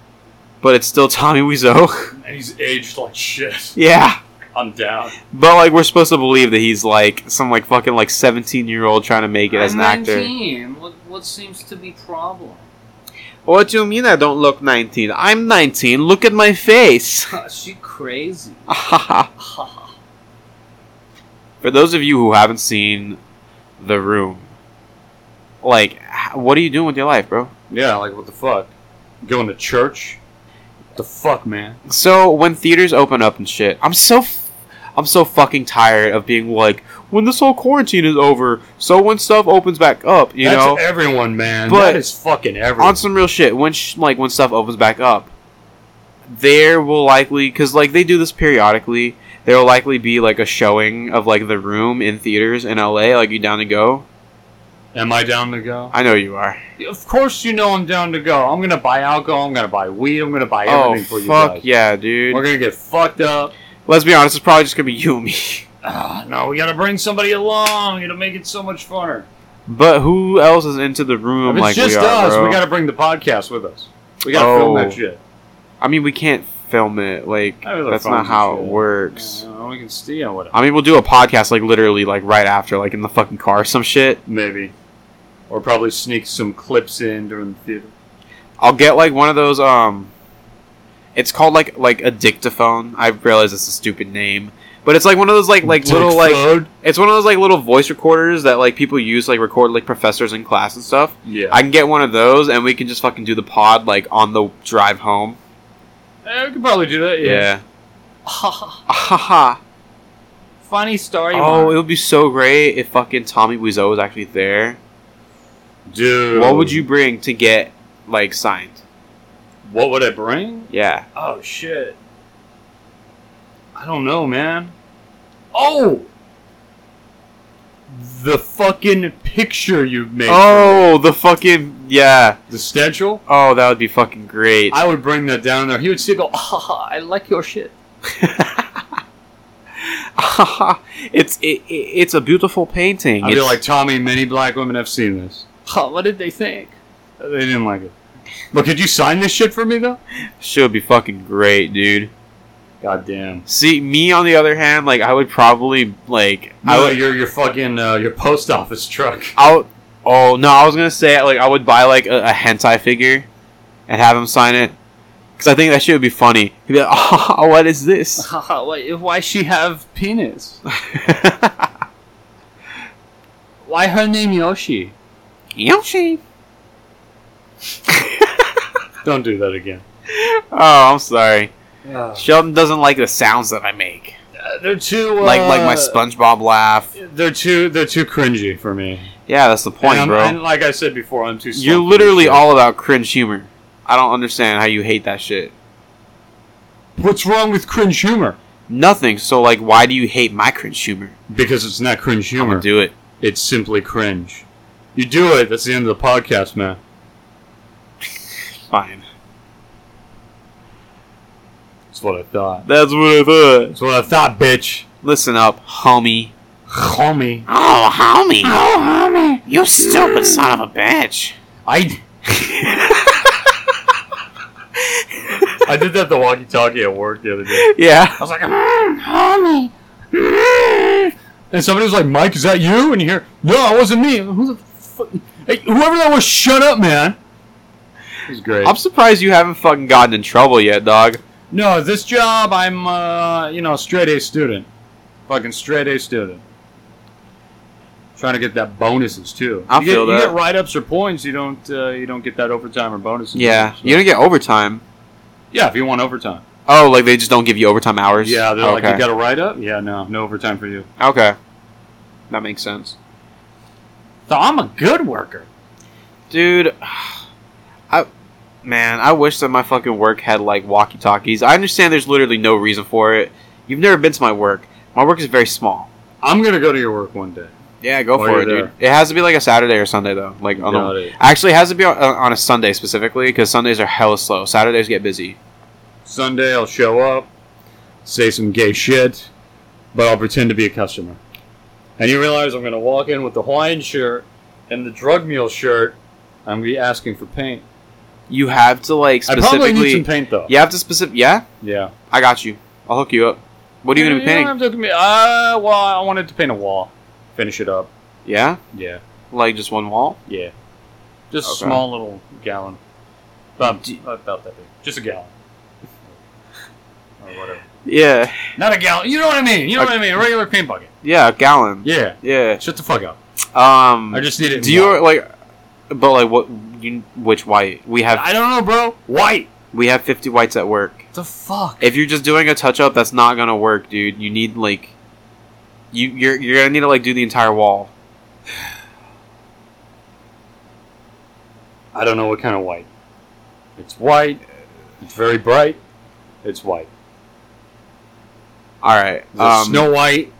but it's still Tommy Wiseau.
And he's aged like shit.
yeah,
I'm down.
but like we're supposed to believe that he's like some like fucking like seventeen year old trying to make it as an actor.
What, what seems to be problem?
What do you mean I don't look nineteen? I'm nineteen. Look at my face.
she crazy.
For those of you who haven't seen The Room, like, h- what are you doing with your life, bro?
Yeah, like what the fuck? Going to church? What the fuck, man?
So when theaters open up and shit, I'm so, f- I'm so fucking tired of being like, when this whole quarantine is over, so when stuff opens back up, you
That's
know,
everyone, man.
But-
that is fucking everyone.
on some real shit. When sh- like when stuff opens back up, there will likely because like they do this periodically. There will likely be like a showing of like The Room in theaters in LA. Like you down to go?
Am I down to go?
I know you are.
Of course, you know I'm down to go. I'm gonna buy alcohol. I'm gonna buy weed. I'm gonna buy
Oh
everything for you
fuck
guys.
yeah, dude.
We're gonna get fucked up.
Let's be honest, it's probably just gonna be you and me.
Ah, no, we gotta bring somebody along. It'll make it so much funner.
But who else is into the room
If it's
like
just
we are,
us,
Oh bro?
we gotta bring the podcast with us. We gotta
Oh.
film that shit.
I mean, we can't film it. Like
I really
that's
found
not
some
how
shit.
it works.
Yeah, we can steal whatever.
I mean, we'll do a podcast like literally like right after, like in the fucking car, or some shit.
Maybe. Or probably sneak some clips in during the theater.
I'll get like one of those. Um, it's called like like a dictaphone. I realize it's a stupid name, but it's like one of those like like little like it's one of those like little voice recorders that like people use like record like professors in class and stuff.
Yeah.
I can get one of those, and we can just fucking do the pod like on the drive home.
Eh, we could probably do that, yeah.
Yeah. Ahaha.
Funny story.
Oh,
Mark.
it would be so great if fucking Tommy Wiseau was actually there.
Dude.
What would you bring to get like signed?
What would I bring?
Yeah.
Oh shit. I don't know, man. Oh! The fucking picture you made.
Oh, the fucking yeah.
The stencil?
Oh, that would be fucking great.
I would bring that down there. He would still go, ah, I like your shit.
it's it, it, it's a beautiful painting.
I feel
It's-
like Tommy, many black women have seen this.
what did they think?
They didn't like it. But could you sign this shit for me though?
shit would be fucking great, dude.
God damn.
See, me on the other hand, like I would probably like I
No,
would
your your fucking uh, your post office truck.
I would- oh no, I was gonna say like I would buy like a, a hentai figure and have him sign it because I think that shit would be funny. He'd be like, oh, what is this?
why, why she have penis? Why her name Yoshi?
Yoshi.
Don't do that again.
Oh, I'm sorry. Sheldon doesn't like the sounds that I make,
Uh, they're too uh,
like like my SpongeBob laugh.
They're too they're too cringy for me.
Yeah, that's the point,
and I'm-
bro.
And like I said before, I'm too.
You're
slow for
literally
this shit.
all about cringe humor. I don't understand how you hate that shit.
What's wrong with cringe humor?
Nothing. So like, why do you hate my cringe humor?
Because it's not cringe
I'm
humor.
gonna do it.
It's simply cringe. You do it. That's the end of the podcast, man.
Fine.
That's what I thought.
That's what I thought.
That's what I thought, bitch.
Listen up, homie.
Call me.
Oh, homie. Oh, homie. You stupid son of a bitch.
I. I did that the walkie-talkie at work the other day.
Yeah.
I was like, mm, "Homie." mm." And somebody was like, "Mike, is that you?" And you hear, "No, it wasn't me." Who the fuck? Hey, whoever that was, shut up, man. It was great.
I'm surprised you haven't fucking gotten in trouble yet, dog.
No, this job, I'm, uh, you know, straight A student. Fucking straight A student. Trying to get that bonuses too.
I
you get,
feel
You
that.
get write ups or points. You don't. Uh, you don't get that overtime or bonuses.
Yeah.
So-
You don't get overtime.
yeah, if you want overtime.
Oh, like they just don't give you overtime hours.
Yeah, they're like
okay.
you got a write up. Yeah, no, no overtime for you.
okay. That makes sense.
So I'm a good worker.
Dude, I man, I wish that my fucking work had like walkie talkies. I understand there's literally no reason for it. You've never been to my work. My work is very small. Oh,
I'm gonna go to your work one day.
Yeah, go
While
for
you're
it, dude.
there.
It has to be like a Saturday or Sunday though. Like on
Got
the,
it.
actually, it has to be on, uh, on a Sunday specifically because Sundays are hella slow. Saturdays get busy.
Sunday, I'll show up, say some gay shit, but I'll pretend to be a customer. And you realize I'm going to walk in with the Hawaiian shirt and the drug mule shirt. I'm going to be asking for paint.
You have to like
I probably need some
specifically.
paint, though.
You have to specific. Yeah,
Yeah.
I got you. I'll hook you up. What are you gonna be
don't
painting?
have to commit- uh, well, I wanted to paint a wall. Finish it up.
Yeah,
Yeah.
like just one wall.
Yeah. Just
Okay.
a small little gallon. About,
Do-
about that big. Just a gallon. or whatever.
Yeah,
Not a gallon. You know what I mean. You know
A-
what I mean. A regular paint bucket.
yeah, a gallon.
Yeah.
Yeah.
Shut the fuck up.
Um,
I just need it.
Do you
white.
like? But like, what? You, which white? We have
I don't know, bro. White.
we have fifty whites at work.
The fuck.
If you're just doing a touch up, that's not gonna work, dude. You need like, you you're you're gonna need to like do the entire wall.
I don't know what kind of white. It's white. It's very bright. It's white.
All right.
Is it
Um,
snow white.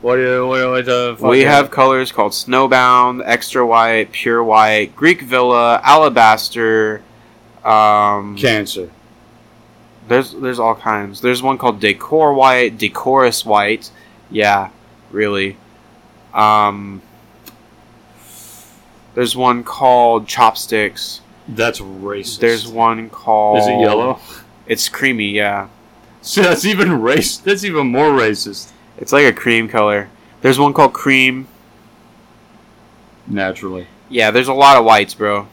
What? do- What? what the fuck
we
is
have
it?
colors called Snowbound, Extra White, Pure White, Greek Villa, Alabaster. Um,
cancer.
there's there's all kinds. There's one called Decor White, Decorous White. Yeah, really. Um, there's one called Chopsticks.
That's racist.
There's one called.
Is it yellow?
It's creamy. Yeah,
See, that's even race. That's even more racist.
it's like a cream color. There's one called Cream.
Naturally.
Yeah, there's a lot of whites, bro.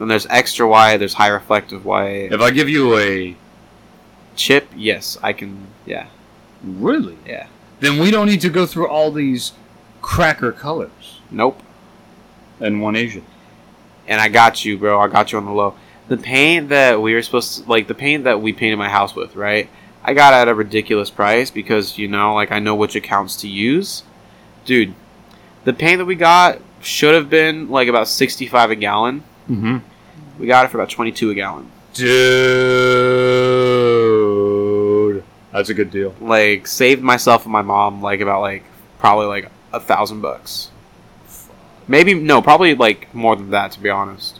Then there's extra white. There's high reflective white.
If I give you a
Chip. Yes, I can. Yeah.
really,
Yeah.
then we don't need to go through all these cracker colors
Nope.
and one Asian.
and I got you, bro. I got you on the low. The paint that we were supposed to, like, the paint that we painted my house with, right? I got at a ridiculous price because, you know, like, I know which accounts to use. Dude, the paint that we got should have been, like, about 65 a gallon.
Mm-hmm.
We got it for about 22 a gallon.
Dude, that's a good deal.
Like, saved myself and my mom, like, about, like, probably, like, a thousand bucks. Maybe, no, probably, like, more than that, to be honest.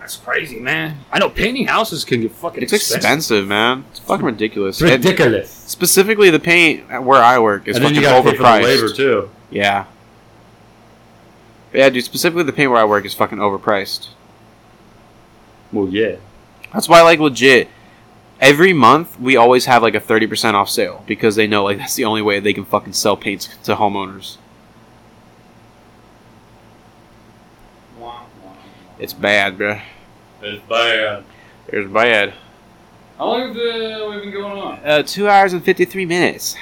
That's crazy, man. I know painting houses can get fucking
It's expensive, man. It's fucking ridiculous. And
Ridiculous.
specifically, the paint at where I work is
and then
fucking
you got pay for the
overpriced.
labor too.
Yeah. But yeah, dude. Specifically, the paint where I work is fucking overpriced.
Well, yeah.
That's why, like, legit. Every month, we always have like a thirty percent off sale because they know like that's the only way they can fucking sell paints to homeowners. It's bad, bruh.
It's bad.
It's bad.
How long have uh, we been going on?
Uh, two hours and fifty three minutes.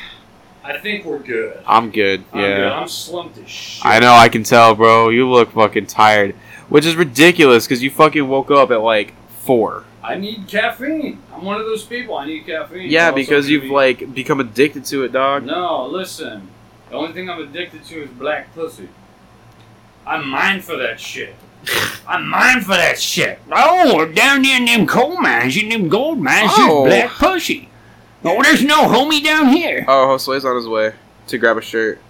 I think we're good.
I'm good.
I'm
yeah.
good. I'm slumped as shit.
I know, I can tell, bro. You look fucking tired, which is ridiculous because you fucking woke up at like four.
I need caffeine. I'm one of those people. I need caffeine.
Yeah,
It's also
because
gonna
you've
be-
like become addicted to it, dog.
No, listen. The only thing I'm addicted to is black pussy. I'm mine for that shit. I'm mine for that shit.
Oh, we're down there in them coal mines, in them gold mines,
Oh.
there's black pussy. Oh, there's no homie down here.
Oh, Josue's on his way to grab a shirt.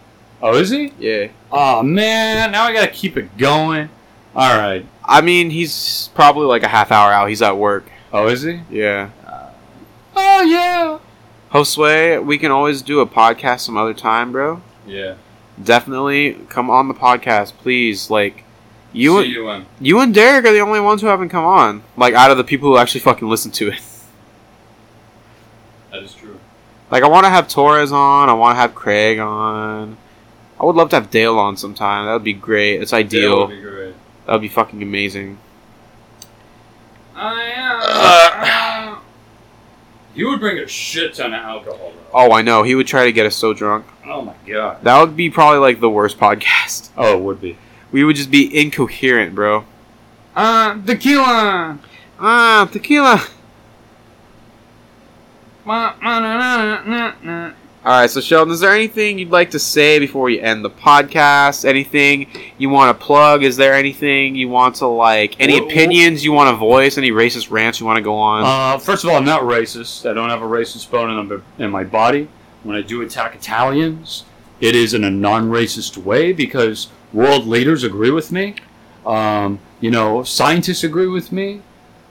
Oh, is he?
Yeah,
Oh man, now I gotta keep it going. All right.
I mean he's probably like a half hour out. He's at work.
Oh, is he?
Yeah,
Oh, yeah.
Josue, we can always do a podcast some other time, bro.
Yeah.
Definitely come on the podcast, please. Like you,
See you in.
you and Derek are the only ones who haven't come on. Like out of the people who actually fucking listen to it.
That is true.
Like I want to have Torres on. I want to have Craig on. I would love to have Dale on sometime. That would be great. It's
That would
ideal.
be great.
That would be fucking amazing.
I am. you would bring a shit ton of alcohol. Bro.
Oh, I know. He would try to get us so drunk.
Oh my god.
That would be probably like the worst podcast.
Oh, it would be.
We would just be incoherent, bro.
Uh, tequila.
Ah, tequila.
Ma- ma- na- na- na- na- na.
All right, so Sheldon, is there anything you'd like to say before we end the podcast? Anything you want to plug? Is there anything you want to like? Any
Wh- wh-
opinions you want to voice? Any racist rants you want to go on?
Uh, first of all, I'm not racist. I don't have a racist bone in, my- in my body. When I do attack Italians, it is in a non racist way because world leaders agree with me. Um, you know, scientists agree with me.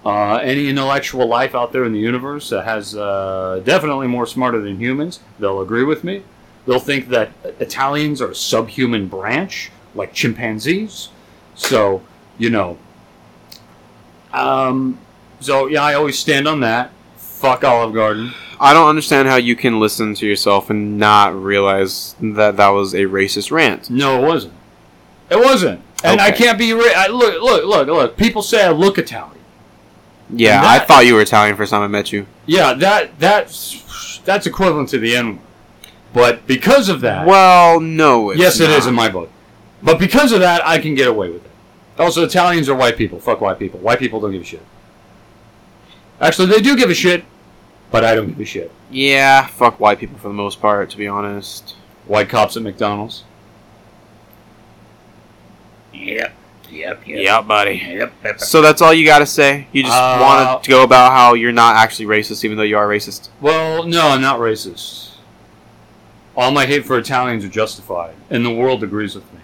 Uh, any intellectual life out there in the universe that has uh, definitely more smarter than humans, they'll agree with me. They'll think that Italians are a subhuman branch, like chimpanzees. So, you know. Um, so yeah, I always stand on that. Fuck Olive Garden.
I don't understand how you can listen to yourself and not realize that that was a racist rant.
No, it wasn't. It wasn't. And I
Okay.
can't be. Ra- I, look, look, look, look. People say I look Italian.
Yeah, I
That-
thought you were Italian first time I met you.
Yeah, that that's that's equivalent to the N word. But because of that,
Well, no, it's
yes, it
not.
is in my book. But because of that, I can get away with it. Also, Italians are white people. Fuck white people. White people don't give a shit. Actually, they do give a shit, but I don't give a shit.
Yeah, fuck white people for the most part, to be honest.
White cops at McDonald's.
Yep, yep, yep.
buddy.
Yep, yep.
So that's all you gotta say. You just
Uh,
wanted to go about how you're not actually racist, even though you are racist.
Well, no, I'm not racist. All my hate for Italians are justified, and the world agrees with me.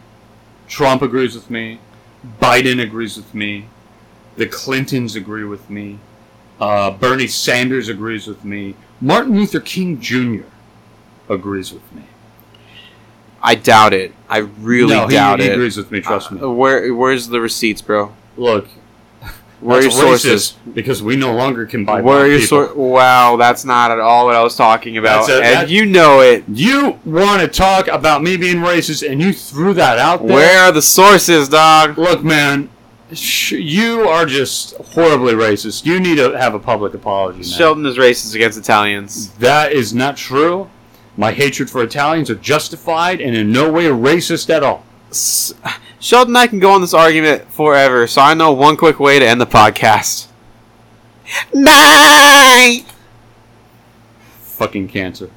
Trump agrees with me. Biden agrees with me. The Clintons agree with me. Uh, Bernie Sanders agrees with me. Martin Luther King Jr. agrees with me.
I doubt it. I really
no, he,
doubt
he
it.
agrees with me. Trust me.
Uh, where Where's the receipts, bro?
Look,
Where are your
that's
sources?
racist because we no longer can buy.
Where are
black
your
people.
sources? Wow, that's not at all what I was talking about,
That's it,
and
that-
you know it.
You want to talk about me being racist, and you threw that out there.
Where are the sources, dog?
Look, man, sh- you are just horribly racist. You need to have a public apology, man.
Sheldon is racist against Italians.
that is not true. My hatred for Italians are justified and in no way racist at all.
S- Sheldon and I can go on this argument forever, so I know one quick way to end the podcast. Bye!
Fucking cancer.